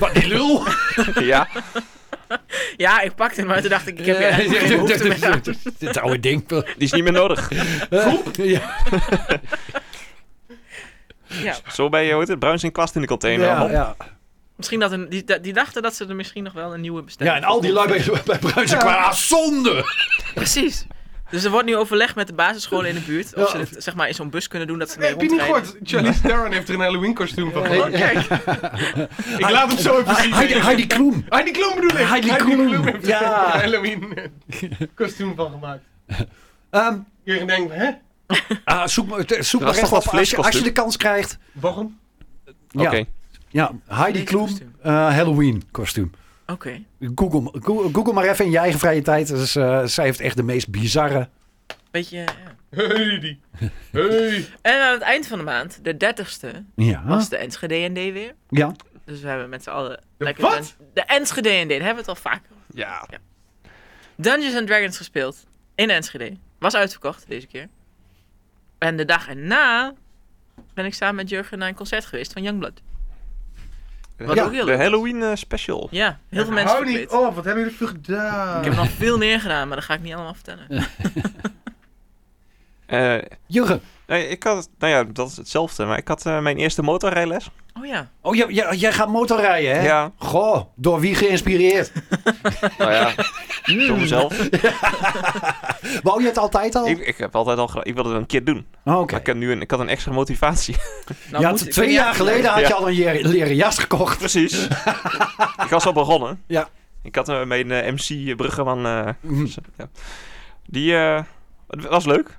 Speaker 6: Wat die lul.
Speaker 5: Ja.
Speaker 3: Ja, ik pakte hem, maar toen dacht ik, ik heb hier eigenlijk geen behoefte meer aan.
Speaker 6: Dit oude ding.
Speaker 5: Die is niet meer nodig.
Speaker 6: Ja,
Speaker 3: Ja,
Speaker 5: Zo ben je, hoe heet het, bruins en kwast in de container.
Speaker 6: ja,
Speaker 5: Hop.
Speaker 6: ja.
Speaker 3: misschien dat een, die, die dachten dat ze er misschien nog wel een nieuwe
Speaker 6: ja,
Speaker 3: bestemming
Speaker 6: en al die lui bij, bij Bruins en qua zonde.
Speaker 3: Precies. Dus er wordt nu overleg met de basisscholen in de buurt. Of ze het zeg maar in zo'n bus kunnen doen dat ze mee
Speaker 2: heb je niet
Speaker 3: rondrijden.
Speaker 2: gehoord? Charlize Theron heeft er een Halloween kostuum van gemaakt.
Speaker 3: Kijk,
Speaker 2: Ik laat hem zo even zien.
Speaker 6: Heidi, Heidi Kloem.
Speaker 2: Heidi Klum bedoel ik.
Speaker 6: Heidi Klum.
Speaker 2: Klum heeft er
Speaker 6: Ja.
Speaker 2: een Halloween eh, kostuum van gemaakt.
Speaker 6: Ehm,
Speaker 2: Iedereen denkt, hè?
Speaker 6: ah, zoek maar, zoek maar
Speaker 5: toch
Speaker 6: echt
Speaker 5: wat
Speaker 6: op als je, als je
Speaker 5: vleeskostuum?
Speaker 6: de kans krijgt.
Speaker 2: Waarom?
Speaker 5: Oké.
Speaker 6: Ja, ja, Heidi Kloem,
Speaker 3: Vleeskostuum.
Speaker 6: eh, Halloween kostuum.
Speaker 3: oké.
Speaker 6: Google, Google, Google maar even in je eigen vrije tijd. Dus, eh, zij heeft echt de meest bizarre.
Speaker 3: Beetje, ja.
Speaker 2: Heidi. Hey.
Speaker 3: En aan het eind van de maand, de 30ste,
Speaker 6: Ja.
Speaker 3: was de Enschede ND weer.
Speaker 6: ja.
Speaker 3: Dus we hebben met z'n allen
Speaker 2: De
Speaker 3: lekker...
Speaker 2: wat?
Speaker 3: dun- De Enschede ND, daar hebben we het al vaker over.
Speaker 2: Ja.
Speaker 3: Dungeons and Dragons gespeeld in Enschede. Was uitverkocht deze keer. En de dag erna ben ik samen met Jurgen naar een concert geweest van Youngblood. Wat
Speaker 6: Ja,
Speaker 3: ook heel
Speaker 5: De
Speaker 3: leuk was.
Speaker 5: Halloween eh, special.
Speaker 3: Ja, heel veel mensen
Speaker 2: Hou niet
Speaker 3: verkleed.
Speaker 2: op, wat hebben jullie veel gedaan?
Speaker 3: Ik heb nog veel meer gedaan, maar dat ga ik niet allemaal vertellen.
Speaker 5: Eh,
Speaker 6: Jurgen.
Speaker 5: nee, ik had, nou ja, dat is hetzelfde. Maar ik had eh, mijn eerste motorrijles.
Speaker 3: Oh ja.
Speaker 6: Oh, jij, jij, jij gaat motorrijden, hè?
Speaker 5: Ja.
Speaker 6: Goh, door wie geïnspireerd?
Speaker 5: Nou ja,
Speaker 6: Hmm.
Speaker 5: door mezelf.
Speaker 6: Wou je het altijd al?
Speaker 5: Ik, ik heb altijd al gedaan. Ik wilde het een keer doen.
Speaker 6: Oh, Oké.
Speaker 5: Maar ik, heb nu een, ik had een extra motivatie.
Speaker 3: Nou,
Speaker 6: je
Speaker 3: moet-
Speaker 6: had,
Speaker 3: ik
Speaker 6: twee
Speaker 3: weet niet
Speaker 6: jaar geleden had je
Speaker 5: Ja.
Speaker 6: al een je- leren jas gekocht.
Speaker 5: Precies. ik was al begonnen.
Speaker 6: Ja.
Speaker 5: Ik had eh, mijn eh, MC Bruggeman. eh,
Speaker 6: Mhm.
Speaker 5: ja. Die eh, het was leuk.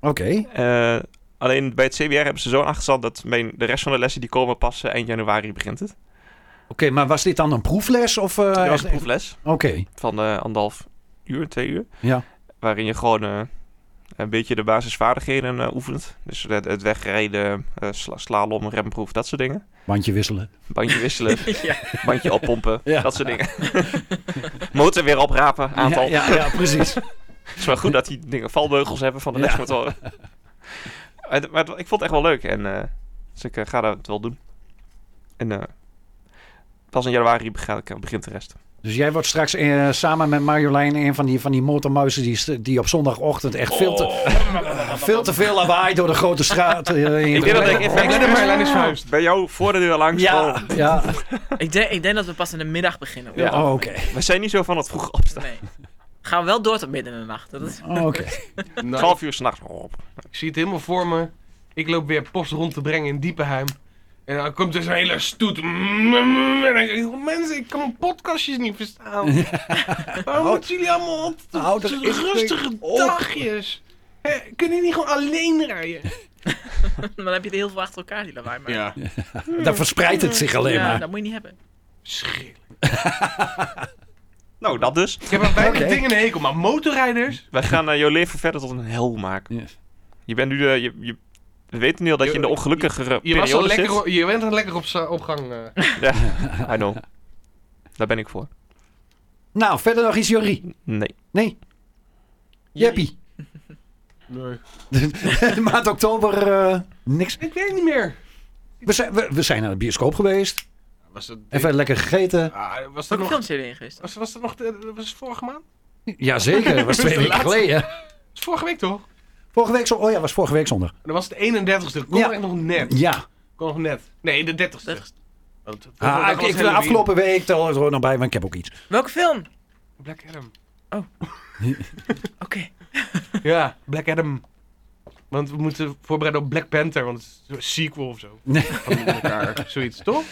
Speaker 6: Oké.
Speaker 5: Eh, alleen bij het CBR hebben ze zo'n achterstand dat mijn, de rest van de lessen die komen pas eh, eind januari begint het.
Speaker 6: Oh Oké, maar was dit dan een proefles? Of, eh,
Speaker 5: Er was een
Speaker 6: echt-
Speaker 5: proefles
Speaker 6: Oké,
Speaker 5: van eh, anderhalf uur, twee uur.
Speaker 6: ja.
Speaker 5: Waarin je gewoon eh, een beetje de basisvaardigheden eh, oefent. Dus het, het wegrijden, eh sla, slalom, remproef, dat soort dingen.
Speaker 6: Bandje wisselen.
Speaker 5: Bandje wisselen,
Speaker 3: Ja.
Speaker 5: bandje oppompen,
Speaker 6: Ja.
Speaker 5: dat soort dingen. Motor weer oprapen, aantal.
Speaker 6: Ja, ja, ja, precies.
Speaker 5: Het is wel goed dat die dingen valbeugels hebben van de
Speaker 6: Ja.
Speaker 5: lesmotoren. maar het- maar het- ik vond het echt wel leuk. En, eh, dus ik eh, ga dat wel doen. En eh, pas in januari bega- begint de rest.
Speaker 6: Dus jij wordt straks eh, samen met Marjolein een van die, van die motormuizen die, st- die op zondagochtend echt veel, te, veel te veel lawaai door de grote straat. eh, in
Speaker 5: Oh. Ik denk dat ik
Speaker 2: Ik denk dat
Speaker 5: even
Speaker 2: Marjolein is verhuisd.
Speaker 5: bij jou voor de deur langs.
Speaker 6: Ja,
Speaker 5: gewoon-
Speaker 6: ja.
Speaker 3: Ik denk, ik denk dat we pas in de middag beginnen.
Speaker 5: Ja.
Speaker 6: Oh, oké.
Speaker 5: We zijn niet zo van het vroeg opstaan.
Speaker 3: Nee. Gaan we wel door tot midden in de nacht. Dat is...
Speaker 6: Oh, oké.
Speaker 2: Nou,
Speaker 5: 12 uur s'nachts. Oh, op.
Speaker 2: ik zie het helemaal voor me. Ik loop weer post rond te brengen in Diepenheim. En dan komt er zo'n hele stoet. Mm, mm, En dan denk ik, "Joh, mensen, ik kan mijn podcastjes niet verstaan. Waarom moeten jullie allemaal op?
Speaker 6: Nou,
Speaker 2: Het
Speaker 6: dat
Speaker 2: zijn
Speaker 6: is-
Speaker 2: rustige
Speaker 6: op.
Speaker 2: dagjes. Hè, kunnen jullie niet gewoon alleen rijden?
Speaker 3: Dan heb je er heel veel achter elkaar die lawaai maken.
Speaker 10: Ja.
Speaker 6: Dan verspreidt het zich alleen
Speaker 3: Ja,
Speaker 6: maar.
Speaker 3: dat moet je niet hebben.
Speaker 2: Schrik.
Speaker 5: Nou, dat dus.
Speaker 2: Ik heb aan beide
Speaker 6: Oké.
Speaker 2: dingen een hekel, maar motorrijders...
Speaker 5: Wij gaan eh, jouw leven verder tot een hel maken.
Speaker 6: Yes.
Speaker 5: Je bent nu de... Je, je, we weten nu al dat je in de
Speaker 2: Je-
Speaker 5: ongelukkigere
Speaker 2: Je, was al
Speaker 5: periode
Speaker 2: lekker,
Speaker 5: zit.
Speaker 2: o- je bent al lekker op, za- op gang. eh.
Speaker 5: I know. Daar ben ik voor.
Speaker 6: Nou, verder nog iets, Jorrie.
Speaker 5: Nee.
Speaker 6: Nee. Jeppie. Maand oktober, eh, niks.
Speaker 2: Ik weet niet meer.
Speaker 6: We zijn, we, we zijn naar de bioscoop geweest.
Speaker 2: Was dat,
Speaker 6: Even lekker gegeten.
Speaker 2: Ah, was
Speaker 3: Welke
Speaker 2: dat nog...
Speaker 3: films heb je erin geweest?
Speaker 2: Was, was dat nog... de- was het vorige maand?
Speaker 6: Jazeker, dat was twee
Speaker 2: De
Speaker 6: weken
Speaker 2: laatste.
Speaker 6: geleden.
Speaker 2: was vorige week toch?
Speaker 6: Vorige week zondag. Oh ja, was vorige week zondag.
Speaker 2: En Dat was het 31ste. Kon
Speaker 6: Ja.
Speaker 2: echt nog net.
Speaker 6: Ja.
Speaker 2: Kon nog net. Nee, de 30ste.
Speaker 3: Dertigste.
Speaker 2: Want het-
Speaker 6: Ah,
Speaker 2: dat
Speaker 6: ik,
Speaker 2: was
Speaker 6: ik, de
Speaker 2: Halloween.
Speaker 6: afgelopen week tel ik er ook nog bij, maar ik heb ook iets.
Speaker 3: Welke film?
Speaker 2: Black Adam.
Speaker 3: Oké.
Speaker 2: Ja, Black Adam. Want we moeten voorbereiden op Black Panther, want het is een sequel of zo.
Speaker 6: Nee.
Speaker 2: Van elkaar, zoiets, toch?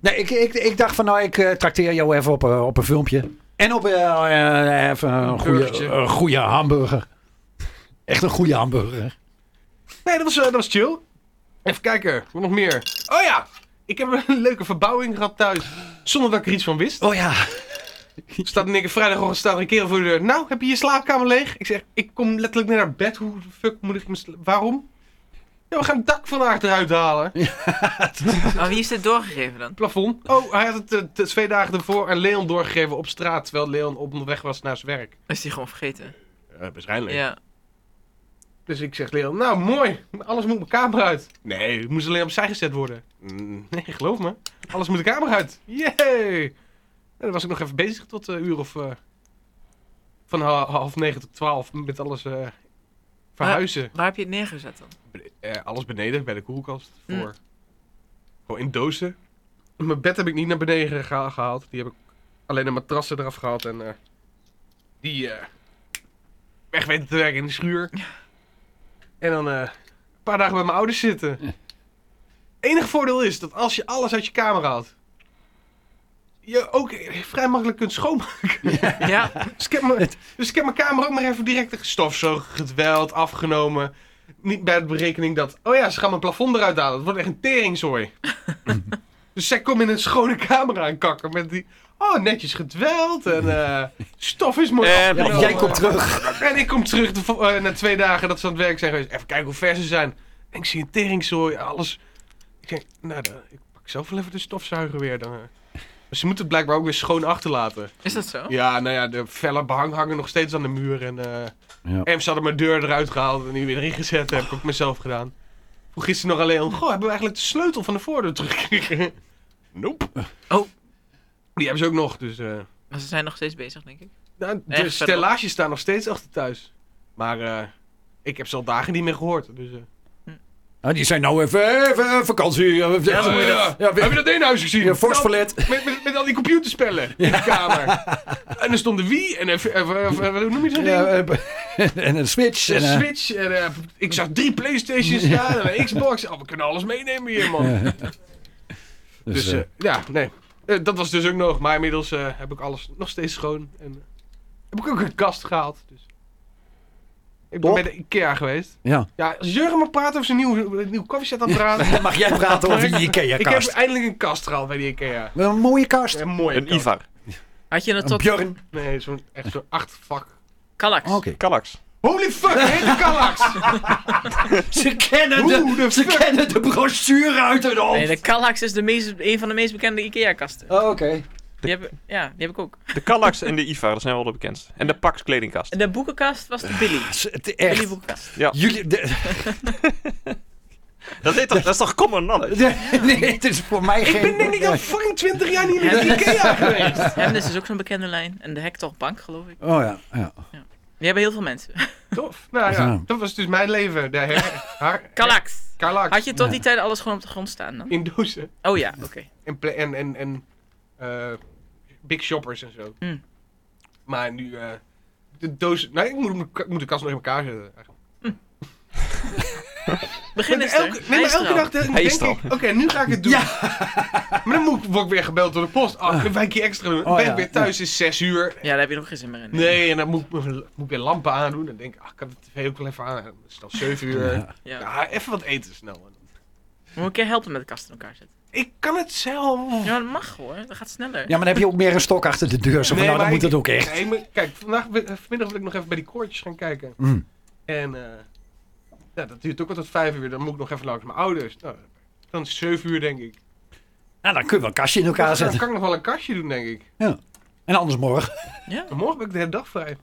Speaker 6: Nee, ik, ik, ik dacht van nou, ik eh, trakteer jou even op, eh, op een filmpje. En op eh, eh, even een goede,
Speaker 2: Burgertje.
Speaker 6: een goede hamburger. Echt een goede hamburger.
Speaker 2: Nee, dat was, eh, dat was chill. Even kijken, wat nog meer? Oh ja, ik heb een leuke verbouwing gehad thuis. Zonder dat ik er iets van wist.
Speaker 6: Oh ja.
Speaker 2: Staat een keer vrijdagochtend staat er een kerel voor de deur. Nou, heb je je slaapkamer leeg? Ik zeg, ik kom letterlijk net naar bed. Hoe de fuck moet ik mijn sla- Waarom? Ja, we gaan het dak vandaag eruit halen.
Speaker 3: Maar wie is dit doorgegeven dan?
Speaker 2: Plafond. Oh, hij had het eh, t- twee dagen ervoor aan Leon doorgegeven op straat. Terwijl Leon onderweg was naar zijn werk.
Speaker 3: Is die gewoon vergeten?
Speaker 10: Eh, waarschijnlijk.
Speaker 3: Ja.
Speaker 2: Dus ik zeg Leon, nou mooi, alles moet mijn kamer uit. Nee, het moest alleen opzij gezet worden.
Speaker 10: Mm.
Speaker 2: Nee, geloof me. Alles moet de kamer uit. Yay! En dan was ik nog even bezig tot een uur of... eh, van ha- half negen tot twaalf met alles eh, verhuizen.
Speaker 3: Waar heb je het neergezet dan?
Speaker 2: Be- eh, alles beneden, bij de koelkast.
Speaker 3: Mm.
Speaker 2: Voor. Gewoon in dozen. Mijn bed heb ik niet naar beneden geha- gehaald. Die heb ik alleen de matrassen eraf gehaald. En eh, die eh, weg weten te werken in de schuur. En dan eh, een paar dagen bij mijn ouders zitten. Enig voordeel is dat als je alles uit je kamer haalt... Je ook vrij makkelijk kunt schoonmaken.
Speaker 3: Ja.
Speaker 2: Dus ik heb, mijn- dus ik heb mijn kamer ook maar even direct gestofzoogd, gedweld, afgenomen. Niet bij de berekening dat, oh ja, ze gaan mijn plafond eruit halen. Het wordt echt een teringzooi. dus zij komt in een schone kamer aankakken met die... Oh, netjes gedweld en eh, stof is mooi
Speaker 5: En
Speaker 2: afgenomen.
Speaker 6: jij komt terug.
Speaker 2: En ik kom terug de vo- eh, na twee dagen dat ze aan het werk zijn geweest. Even kijken hoe ver ze zijn. En ik zie een teringzooi, alles. Ik denk, nou, dan, ik pak zelf wel even de stofzuiger weer. Dan, eh. Maar ze moeten het blijkbaar ook weer schoon achterlaten.
Speaker 3: Is dat zo?
Speaker 2: Ja, nou ja, de felle behang hangen nog steeds aan de muur. En eh
Speaker 6: Ja.
Speaker 2: Ems hadden mijn deur eruit gehaald en die weer erin gezet. heb ik ook mezelf gedaan. Vroeg gisteren nog alleen, goh, hebben we eigenlijk de sleutel van de voordeur teruggekregen? nope.
Speaker 3: Oh.
Speaker 2: Die hebben ze ook nog, dus... eh
Speaker 3: Maar ze zijn nog steeds bezig, denk ik.
Speaker 2: nou, de
Speaker 3: Echt verder.
Speaker 2: stellages staan nog steeds achter thuis. Maar eh,
Speaker 7: Ik heb ze al dagen niet meer gehoord. Dus, eh.
Speaker 6: Ah, die zijn nou even, even eh, vakantie. Ja,
Speaker 3: Ja, zo moet je dat-
Speaker 6: ja,
Speaker 2: Heb je dat Deenhuis gezien?
Speaker 6: ja, fors
Speaker 2: Met al-
Speaker 6: verlet.
Speaker 2: Met, met, met al die computerspellen in de kamer. En er stonden Wii en een v- eh, v- eh, hoe noem je zo'n
Speaker 6: Ja,
Speaker 2: ding?
Speaker 6: eh, en een switch.
Speaker 2: Een
Speaker 6: En, eh,
Speaker 2: Switch. En, eh, ik zag drie Playstations staan en een Xbox. Oh, we kunnen alles meenemen hier, man.
Speaker 6: dus,
Speaker 2: Dus
Speaker 6: eh,
Speaker 2: eh, ja, nee. Eh, dat was dus ook nog. Maar inmiddels eh, heb ik alles nog steeds schoon. En eh, heb ik ook een kast gehaald. Dus. Ik ben
Speaker 6: Top.
Speaker 2: bij de Ikea geweest.
Speaker 6: ja.
Speaker 2: Ja, als Jurgen maar praat over zijn nieuwe, nieuwe koffiezet aan het praten.
Speaker 6: Mag jij praten over je
Speaker 2: ik heb
Speaker 6: IKEA-kast?
Speaker 2: eindelijk een kast gehaald bij de Ikea.
Speaker 6: Wel Een mooie kast.
Speaker 2: Een mooie
Speaker 5: Een
Speaker 2: kast.
Speaker 5: Ivar.
Speaker 3: Had je het
Speaker 6: Een
Speaker 3: tot
Speaker 6: Björn. Oh,
Speaker 2: Nee, zo'n echt zo'n acht vak.
Speaker 3: Kallax?
Speaker 6: Ah, Oké.
Speaker 5: Kallax.
Speaker 2: Holy fuck, hele Kallax!
Speaker 6: Ze kennen
Speaker 2: Hoe
Speaker 6: de,
Speaker 2: de
Speaker 6: ze
Speaker 2: fuck?
Speaker 6: kennen de brochure uit hun hoofd.
Speaker 3: Nee, de Kallax is de meest, een van de meest bekende IKEA-kasten.
Speaker 6: Oh, Oké.
Speaker 3: Die heb, ja, die heb ik ook.
Speaker 5: De Kallax en de Ivar, dat zijn wel de bekendste. En de Pax kledingkast.
Speaker 3: En de boekenkast was de Billy.
Speaker 6: Het is- het is
Speaker 3: Billy
Speaker 6: Echt.
Speaker 3: boekenkast.
Speaker 6: Jullie, de,
Speaker 5: Dat, heet toch, dat is toch common knowledge?
Speaker 6: de- nee, het is voor mij
Speaker 2: ik
Speaker 6: geen...
Speaker 2: ben denk ik al fucking 20 jaar niet meer bij de Ikea geweest.
Speaker 3: Hemnes is ook zo'n bekende lijn. En de Hector Bank, geloof ik.
Speaker 6: Oh ja, ja.
Speaker 3: Die hebben heel veel mensen.
Speaker 2: Tof. Nou ja,
Speaker 6: Ja.
Speaker 2: dat was dus mijn leven. De her, haar,
Speaker 3: Kallax.
Speaker 2: Kallax.
Speaker 3: Had je tot die tijd alles gewoon op de grond staan dan?
Speaker 2: In dozen.
Speaker 3: Oh ja, oké.
Speaker 2: En, ple- en, en, en eh, big shoppers en zo.
Speaker 3: Hmm.
Speaker 2: Maar nu eh, de doos... Nee, ik moet, hem- ik moet de kast nog in elkaar zetten. eigenlijk.
Speaker 3: Begin is
Speaker 2: elke,
Speaker 3: er.
Speaker 2: nee,
Speaker 3: Hij
Speaker 2: maar
Speaker 3: is er
Speaker 2: elke
Speaker 3: al.
Speaker 2: dag de-
Speaker 5: Hij
Speaker 2: denk
Speaker 5: is
Speaker 2: ik...
Speaker 5: er al.
Speaker 2: Oké, nu ga ik het doen. Maar dan moet ik, word ik weer gebeld door de post. Ah, een wijkje extra. Dan
Speaker 6: Oh,
Speaker 2: ben
Speaker 6: ja,
Speaker 2: ik weer thuis, is zes uur.
Speaker 3: Ja, daar heb je nog geen zin meer in.
Speaker 2: Nee, en dan moet ik, mijn- moet ik weer lampen aandoen. Dan denk ik, ah, ik kan de tv ook wel even aan. Dan is het al zeven uur. Ja.
Speaker 3: Ja.
Speaker 2: even wat eten snel.
Speaker 3: Moet ik een keer helpen met de kast in elkaar zetten?
Speaker 2: Ik kan het zelf.
Speaker 3: Ja, dat mag hoor. Dat gaat sneller.
Speaker 6: Ja, maar dan heb je ook meer een stok achter de deur. Zo van, nou, dan
Speaker 2: maar
Speaker 6: moet
Speaker 2: ik-
Speaker 6: het ook echt.
Speaker 2: Nee, maar kijk, vandaag, vanmiddag wil ik nog even bij die koortjes gaan kijken.
Speaker 6: Mm.
Speaker 2: En eh, ja, dat duurt ook wel tot vijf uur. Dan moet ik nog even langs mijn ouders. Nou, dan is het zeven uur, denk ik.
Speaker 6: Nou, dan kun je wel een kastje in elkaar
Speaker 2: Dan
Speaker 6: zetten.
Speaker 2: kan ik nog wel een kastje doen, denk ik.
Speaker 6: En anders morgen.
Speaker 3: Ja.
Speaker 2: En morgen ben ik de hele dag vrij.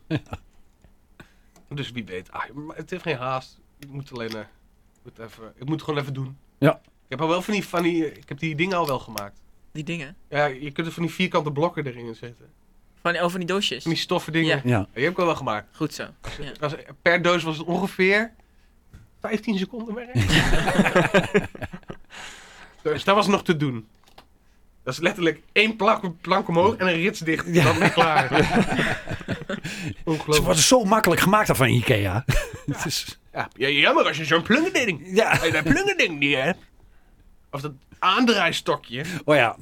Speaker 2: Dus wie weet. Ah, maar het heeft geen haast. Ik moet alleen... eh, ik moet even, ik moet het gewoon even doen.
Speaker 6: Ja.
Speaker 2: Ik heb al wel van die, van die... eh, Ik heb die dingen al wel gemaakt.
Speaker 3: Die dingen.
Speaker 2: Ja, je kunt er van die vierkante blokken erin zetten.
Speaker 3: Van, oh, van die doosjes.
Speaker 2: Van die stoffen dingen.
Speaker 3: Ja.
Speaker 6: Ja.
Speaker 2: Die heb ik al wel gemaakt.
Speaker 3: Goed zo.
Speaker 2: Dat was- per doos was het ongeveer 15 seconden werk. dus dat was nog te doen. Dat is letterlijk één plank, plank omhoog en een rits dicht. Dan ben ik klaar.
Speaker 6: Ze
Speaker 2: Ongelooflijk.
Speaker 6: worden zo makkelijk gemaakt af van Ikea. Het is-
Speaker 2: Ja, ja, jammer als je zo'n plungeding.
Speaker 6: ja.
Speaker 2: Als je dat plungeding niet hebt. Of dat aandraaistokje.
Speaker 6: Oh ja.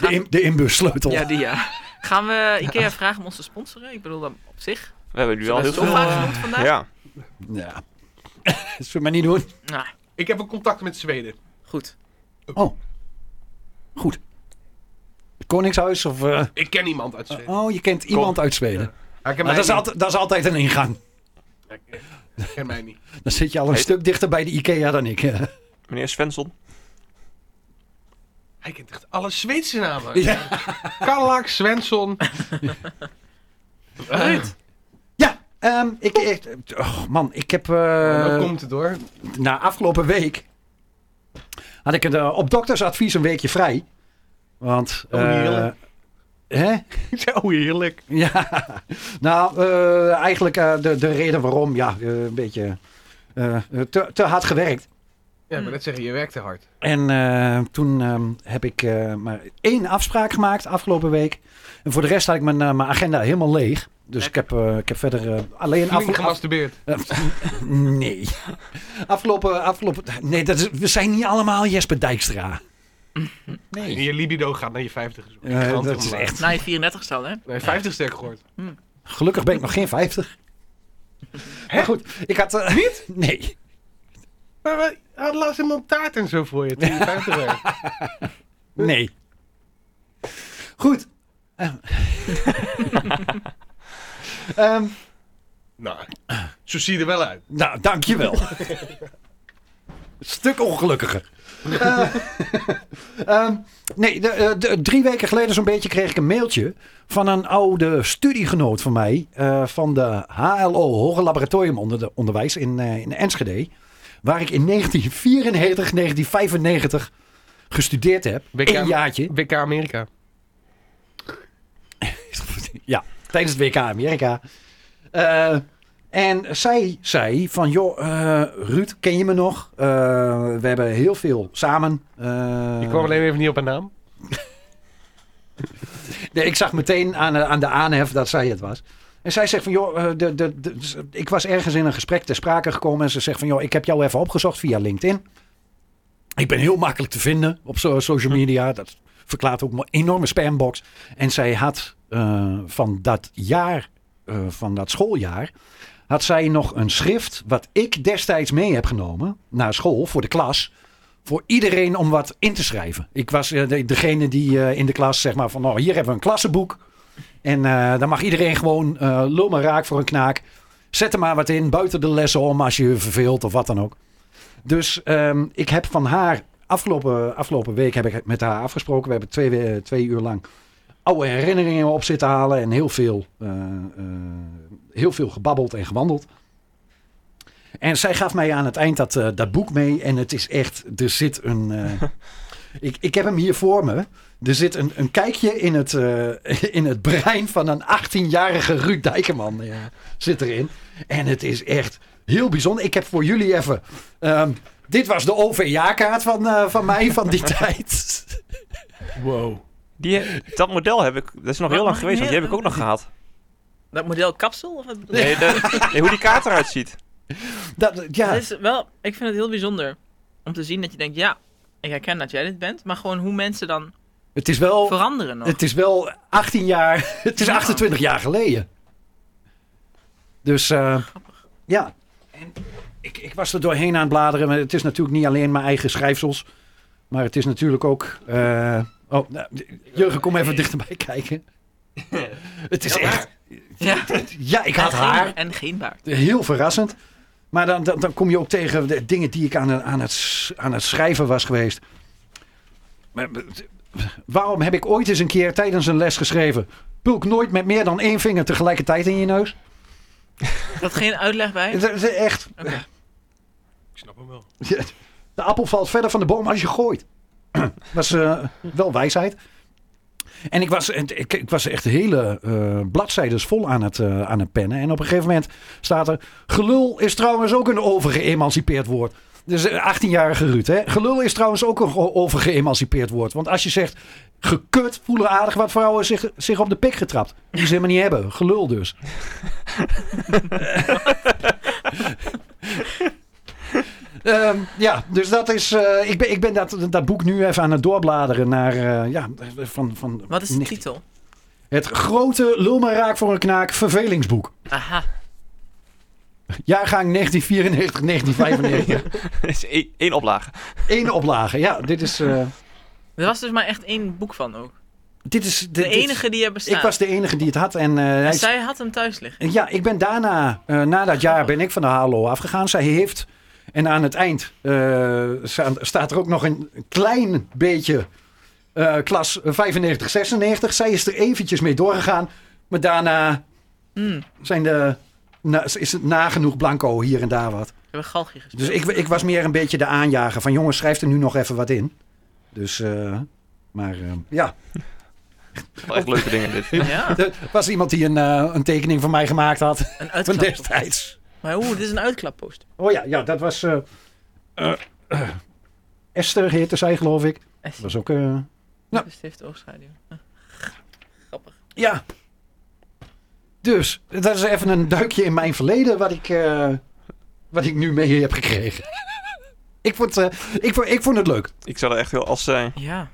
Speaker 6: De, in, de inbussleutel.
Speaker 3: Ja, die ja. Gaan we Ikea vragen om ons te sponsoren? Ik bedoel, dan op zich.
Speaker 5: We hebben nu al heel
Speaker 3: Zo
Speaker 5: veel.
Speaker 3: vaak genoemd vandaag.
Speaker 5: Ja.
Speaker 6: Ja. Dat zullen we maar niet doen.
Speaker 3: Nou,
Speaker 2: Ik heb een contact met Zweden.
Speaker 3: goed.
Speaker 6: Oh. Goed. Het Koningshuis of... eh,
Speaker 2: Ik ken iemand uit Zweden.
Speaker 6: oh, je kent iemand uit Zweden.
Speaker 2: Maar ik
Speaker 6: Nou,
Speaker 2: ken mij
Speaker 6: dat, is
Speaker 2: niet.
Speaker 6: altijd, dat is altijd een ingang.
Speaker 2: Ik ik ken mij niet.
Speaker 6: Dan zit je al een
Speaker 5: Hey.
Speaker 6: stuk dichter bij de Ikea dan ik. hè.
Speaker 5: Meneer Svensson.
Speaker 2: Hij kent echt alle Zweedse namen.
Speaker 6: Ja.
Speaker 2: Kallak, Svensson. Right.
Speaker 6: Ja, ehm, ik, ik- oh, man, ik heb eh,
Speaker 2: Dan komt het hoor.
Speaker 6: na afgelopen week had ik een, eh, op doktersadvies een weekje vrij. Want.
Speaker 2: Oh,
Speaker 6: eh,
Speaker 2: heerlijk.
Speaker 6: hè?
Speaker 2: Zo heerlijk.
Speaker 6: Ja, nou, eh, eigenlijk eh, de, de reden waarom, ja, eh, een beetje eh, te, te hard gewerkt.
Speaker 2: Ja, maar dat zeggen je werkt te hard.
Speaker 6: En eh, toen ehm, heb ik eh, maar één afspraak gemaakt afgelopen week. En voor de rest had ik mijn, eh, mijn agenda helemaal leeg. Dus ik heb, eh, ik heb verder eh, alleen
Speaker 2: Flink
Speaker 6: afgelopen...
Speaker 2: gemasturbeerd.
Speaker 6: Nee. Afgelopen, afgelopen... Nee, dat is, we zijn niet allemaal Jesper Dijkstra.
Speaker 2: En
Speaker 6: Nee.
Speaker 2: je libido gaat naar je 50. Zo.
Speaker 6: Ja,
Speaker 2: Gigantisch
Speaker 6: dat is
Speaker 2: omlaag.
Speaker 6: echt...
Speaker 3: Na je 34 stal, hè?
Speaker 2: Nee, 50 sterk gehoord.
Speaker 6: Gelukkig ben ik nog geen 50. Maar goed, ik had... eh,
Speaker 2: Niet?
Speaker 6: nee.
Speaker 2: Maar we hadden laatst iemand taart en zo voor je. Toen je 50 werd.
Speaker 6: Nee. Goed. Ehm. Ehm,
Speaker 2: Nou, zo zie je er wel uit.
Speaker 6: nou, dankjewel. Stuk ongelukkiger. Eh, ehm, nee, de, eh, de- drie weken geleden zo'n beetje kreeg ik een mailtje van een oude studiegenoot van mij eh, van de HLO, Hoger Laboratorium onder de- Onderwijs in, eh, in Enschede, waar ik in 1994, 1995 gestudeerd heb.
Speaker 2: WK.
Speaker 6: Een jaartje.
Speaker 2: WK Amerika.
Speaker 6: ja, tijdens het WK Amerika. Eh, En zij zei van, joh, eh, Ruud, ken je me nog? Eh, we hebben heel veel samen. eh,
Speaker 7: Ik kwam alleen even niet op haar naam.
Speaker 6: Nee, ik zag meteen aan, eh, aan de aanhef dat zij het was. En zij zegt van, joh, eh, de, de, de- ze- ik was ergens in een gesprek ter sprake gekomen. En ze zegt van, joh, ik heb jou even opgezocht via LinkedIn. Ik ben heel makkelijk te vinden op so- social media. Dat verklaart ook mijn enorme spambox. En zij had eh, van dat jaar, eh, van dat schooljaar, had zij nog een schrift wat ik destijds mee heb genomen naar school voor de klas voor iedereen om wat in te schrijven. Ik was eh, de- degene die eh, in de klas zeg maar van, nou, hier hebben we een klassenboek. En eh, dan mag iedereen gewoon eh lul maar raak voor een knaak. Zet er maar wat in, buiten de lessen om als je je verveelt of wat dan ook. Dus ehm, ik heb van haar, afgelopen, afgelopen week heb ik met haar afgesproken. We hebben twee, we- twee uur lang oude herinneringen op zitten halen. En heel veel, eh, eh, heel veel gebabbeld en gewandeld. En zij gaf mij aan het eind dat, eh, dat boek mee. En het is echt, er zit een. eh, ik, ik heb hem hier voor me. Er zit een, een kijkje in het, eh, in het brein van een 18-jarige Ruud Dijkerman eh, zit erin. En het is echt heel bijzonder. Ik heb voor jullie even. ehm, dit was de OVA-kaart van, eh, van mij van die tijd.
Speaker 1: Wow.
Speaker 5: Die, dat model heb ik, dat is nog heel lang
Speaker 3: mag
Speaker 5: geweest,
Speaker 3: ik
Speaker 5: want die heb ik ook nog gehad.
Speaker 3: Dat model kapsel? Of wat bedoel je?
Speaker 5: Nee, de- nee, hoe die kaart eruit ziet.
Speaker 6: Dat, ja,
Speaker 3: Dat is wel, ik vind het heel bijzonder om te zien dat je denkt, ja, ik herken dat jij dit bent. Maar gewoon hoe mensen dan
Speaker 6: het is wel.
Speaker 3: veranderen nog.
Speaker 6: Het is wel 18 jaar. Het is
Speaker 3: Ja.
Speaker 6: 28 jaar geleden. Dus eh, ja. En ik, ik was er doorheen aan het bladeren. Maar het is natuurlijk niet alleen mijn eigen schrijfsels. Maar het is natuurlijk ook. eh, oh, nou, Jurgen, kom even dichterbij kijken. Het is echt.
Speaker 3: ja.
Speaker 6: Ja, ik had
Speaker 3: en geen-
Speaker 6: haar.
Speaker 3: En geen baard.
Speaker 6: Heel verrassend. Maar dan, dan, dan kom je ook tegen de dingen die ik aan, aan, het, s- aan het schrijven was geweest. Maar, maar, waarom heb ik ooit eens een keer tijdens een les geschreven... Pulk nooit met meer dan één vinger tegelijkertijd in je neus?
Speaker 3: Dat geen uitleg bij.
Speaker 6: Het is Echt.
Speaker 3: Oké.
Speaker 7: Ik snap hem wel.
Speaker 6: De appel valt verder van de boom als je gooit. was eh, wel wijsheid. En ik was, en ik, ik was echt hele eh bladzijdes vol aan het, eh, aan het pennen. En op een gegeven moment staat er... Gelul is trouwens ook een overgeëmancipeerd woord. Dus eh, 18-jarige Ruud, hè? Gelul is trouwens ook een ge- overgeëmancipeerd woord. Want als je zegt gekut, voelen aardig wat vrouwen zich, zich op de pik getrapt. Die ze helemaal niet hebben. Gelul dus. Ehm, ja, dus dat is. eh, ik ben, ik ben dat, dat boek nu even aan het doorbladeren naar. eh, ja, van, van
Speaker 3: Wat is de
Speaker 6: nicht-
Speaker 3: titel?
Speaker 6: Het grote Lul maar raak voor een knaak vervelingsboek.
Speaker 3: Aha.
Speaker 6: Jaargang 1994, 1995.
Speaker 5: Dat is één, één oplage.
Speaker 6: Eén oplage. Ja, dit is. eh,
Speaker 3: Er was dus maar echt één boek van ook.
Speaker 6: dit is dit-
Speaker 3: De
Speaker 6: dit-
Speaker 3: enige die er bestaat.
Speaker 6: Ik was de enige die het had. En, eh, hij
Speaker 3: En
Speaker 6: is-
Speaker 3: zij Oh. had hem thuis liggen.
Speaker 6: ja, ik ben daarna, eh, na dat jaar, ben ik van de Halo afgegaan. Zij heeft. En aan het eind eh, sta- staat er ook nog een klein beetje eh, klas 95, 96. Zij is er eventjes mee doorgegaan. Maar daarna
Speaker 3: Hmm.
Speaker 6: zijn de, na- is het nagenoeg blanco hier en daar wat.
Speaker 3: We hebben galgje gespeeld.
Speaker 6: Dus ik, ik was meer een beetje de aanjager van jongens, schrijf er nu nog even wat in. Dus, eh, maar eh, ja.
Speaker 5: Wel echt leuke dingen dit.
Speaker 3: Ja,
Speaker 6: Er was iemand die een, eh, een tekening van mij gemaakt had
Speaker 3: een
Speaker 6: van
Speaker 3: uitklap.
Speaker 6: destijds.
Speaker 3: Maar oeh, dit is een uitklapposter.
Speaker 6: Oh ja, ja dat was eh, eh, eh, Esther heette zij geloof ik. Dat was ook... eh, Nou.
Speaker 3: Dus het heeft oogschaduw. Ah, Grappig.
Speaker 6: ja. Dus, dat is even een duikje in mijn verleden wat ik, eh, wat ik nu mee heb gekregen. ik, vond, eh, ik, vond, ik vond het leuk.
Speaker 5: Ik zou er echt heel als. eh,
Speaker 3: Ja.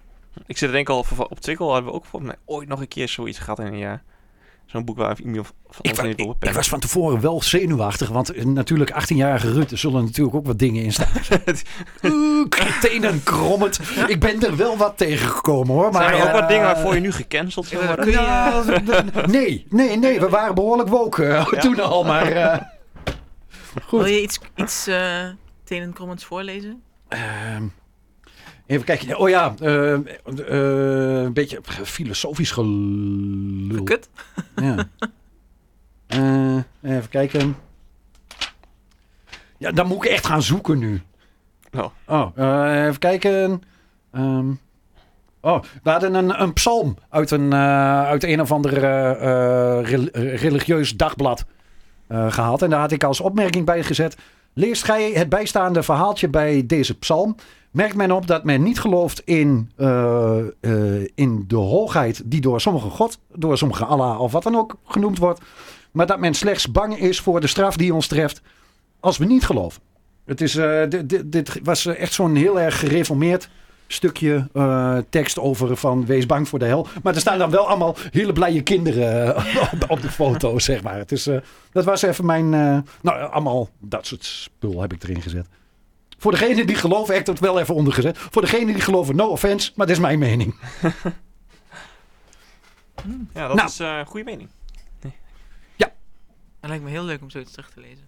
Speaker 5: ik zit er denk ik al voor- op Twikkel hadden we ook volgens mij ooit nog een keer zoiets gehad in een jaar. Zo'n boek waar iemand van
Speaker 6: Ik,
Speaker 5: ons
Speaker 6: wa-
Speaker 5: niet
Speaker 6: ik-
Speaker 5: op
Speaker 6: ik was van tevoren wel zenuwachtig, want eh, natuurlijk 18-jarige Rutte zullen natuurlijk ook wat dingen in staan. Oeh, k- tenen krommend. Ik ben er wel wat tegengekomen hoor. Maar
Speaker 5: Zijn er ook
Speaker 6: eh,
Speaker 5: wat dingen waarvoor je nu gecanceld zou worden?
Speaker 3: kun je-
Speaker 6: nou, d- d- nee, nee, nee. We waren behoorlijk woke eh, toen al, maar eh, Goed.
Speaker 3: Wil je iets, iets eh tenenkrommends voorlezen?
Speaker 6: ehm, even kijken. Oh ja, eh, eh, een beetje filosofisch gelul.
Speaker 3: Kut.
Speaker 6: Ja. Eh, even kijken. Ja, dan moet ik echt gaan zoeken nu.
Speaker 5: Oh.
Speaker 6: Oh, eh, even kijken. Ehm, oh, we hadden een, een psalm uit een, eh, uit een of ander eh, eh, rel- eh, religieus dagblad. eh, gehaald. En daar had ik als opmerking bij gezet. Leest gij het bijstaande verhaaltje bij deze psalm? Merkt men op dat men niet gelooft in, eh, eh, in de hoogheid die door sommige God, door sommige Allah of wat dan ook genoemd wordt. Maar dat men slechts bang is voor de straf die ons treft als we niet geloven. Het is, eh, dit, dit- dit was eh, echt zo'n heel erg gereformeerd stukje eh, tekst over van wees bang voor de hel. Maar er staan dan wel allemaal hele blije kinderen eh, op, op de foto, zeg maar. Het is, eh, dat was even mijn... eh, nou, eh, allemaal dat soort spul heb ik erin gezet. Voor degene die geloven, heb ik het wel even ondergezet. Voor degene die geloven, no offense, maar dit is mijn mening.
Speaker 5: Ja, dat
Speaker 6: Nou.
Speaker 5: is eh, een goede mening.
Speaker 3: Het lijkt me heel leuk om zoiets terug te lezen.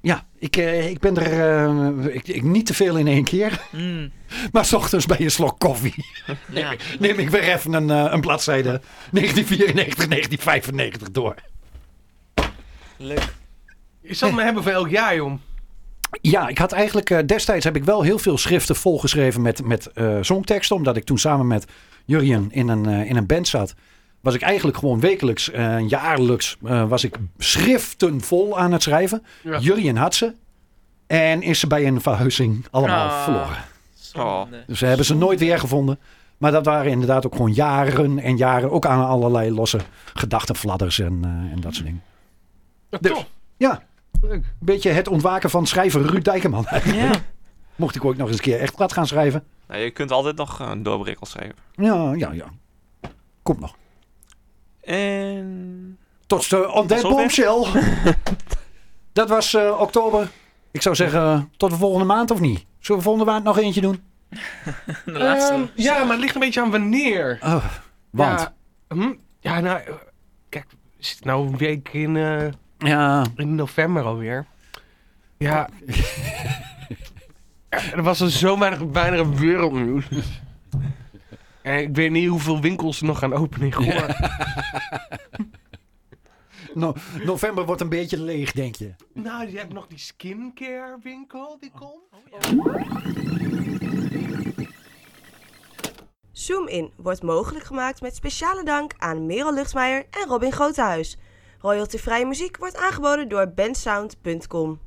Speaker 6: Ja, ik, eh, ik ben er eh, ik, ik, niet te veel in één keer.
Speaker 3: Mm,
Speaker 6: Maar s ochtends bij een slok koffie.
Speaker 3: ja.
Speaker 6: neem ik weer even een, eh, een bladzijde 1994, 1995 door.
Speaker 5: Leuk.
Speaker 7: Je zal me hebben voor elk jaar, jong.
Speaker 6: Ja, ik had eigenlijk eh, destijds heb ik wel heel veel schriften volgeschreven met, met eh, songteksten. Omdat ik toen samen met Jurjen in een, eh, in een band zat. Was ik eigenlijk gewoon wekelijks, eh, jaarlijks, eh, was ik schriften vol aan het schrijven.
Speaker 7: Ja.
Speaker 6: Jurjen had ze. En is ze bij een verhuizing allemaal
Speaker 3: Ah.
Speaker 6: verloren.
Speaker 3: Zonde.
Speaker 6: Dus ze hebben ze nooit weer gevonden. Maar dat waren inderdaad ook gewoon jaren en jaren. Ook aan allerlei losse gedachtenfladders en, eh, en dat soort dingen. Dus, ja,
Speaker 7: Leuk.
Speaker 6: een beetje het ontwaken van schrijver Ruud Dijkerman.
Speaker 3: Ja.
Speaker 6: Mocht ik ook nog eens een keer echt plat gaan schrijven.
Speaker 5: Nou, je kunt altijd nog een doorbrikkel schrijven.
Speaker 6: Ja, ja, ja. Komt nog.
Speaker 5: En...
Speaker 6: Tot eh, de on that
Speaker 5: Tot zover.
Speaker 6: bombshell. dat was eh, oktober. Ik zou zeggen, eh, tot de volgende maand of niet? Zullen we volgende maand nog eentje doen?
Speaker 3: De laatste.
Speaker 7: Ehm, ja, maar het ligt een beetje aan wanneer.
Speaker 6: Oh, want, ja.
Speaker 7: Ja, hm? ja nou, eh, kijk, we zitten nou een week in, eh, in november alweer. Ja. Ja, er was er zo weinig, weinig wereldnieuws. En ik weet niet hoeveel winkels er nog gaan openen in Goor.
Speaker 6: no- november wordt een beetje leeg, denk je.
Speaker 7: Nou, je hebt nog die skincare winkel die komt.
Speaker 4: Zoom In wordt mogelijk gemaakt met speciale dank aan Merel Luchtmeijer en Robin Grotehuis. Royaltyvrije muziek wordt aangeboden door bensound.com.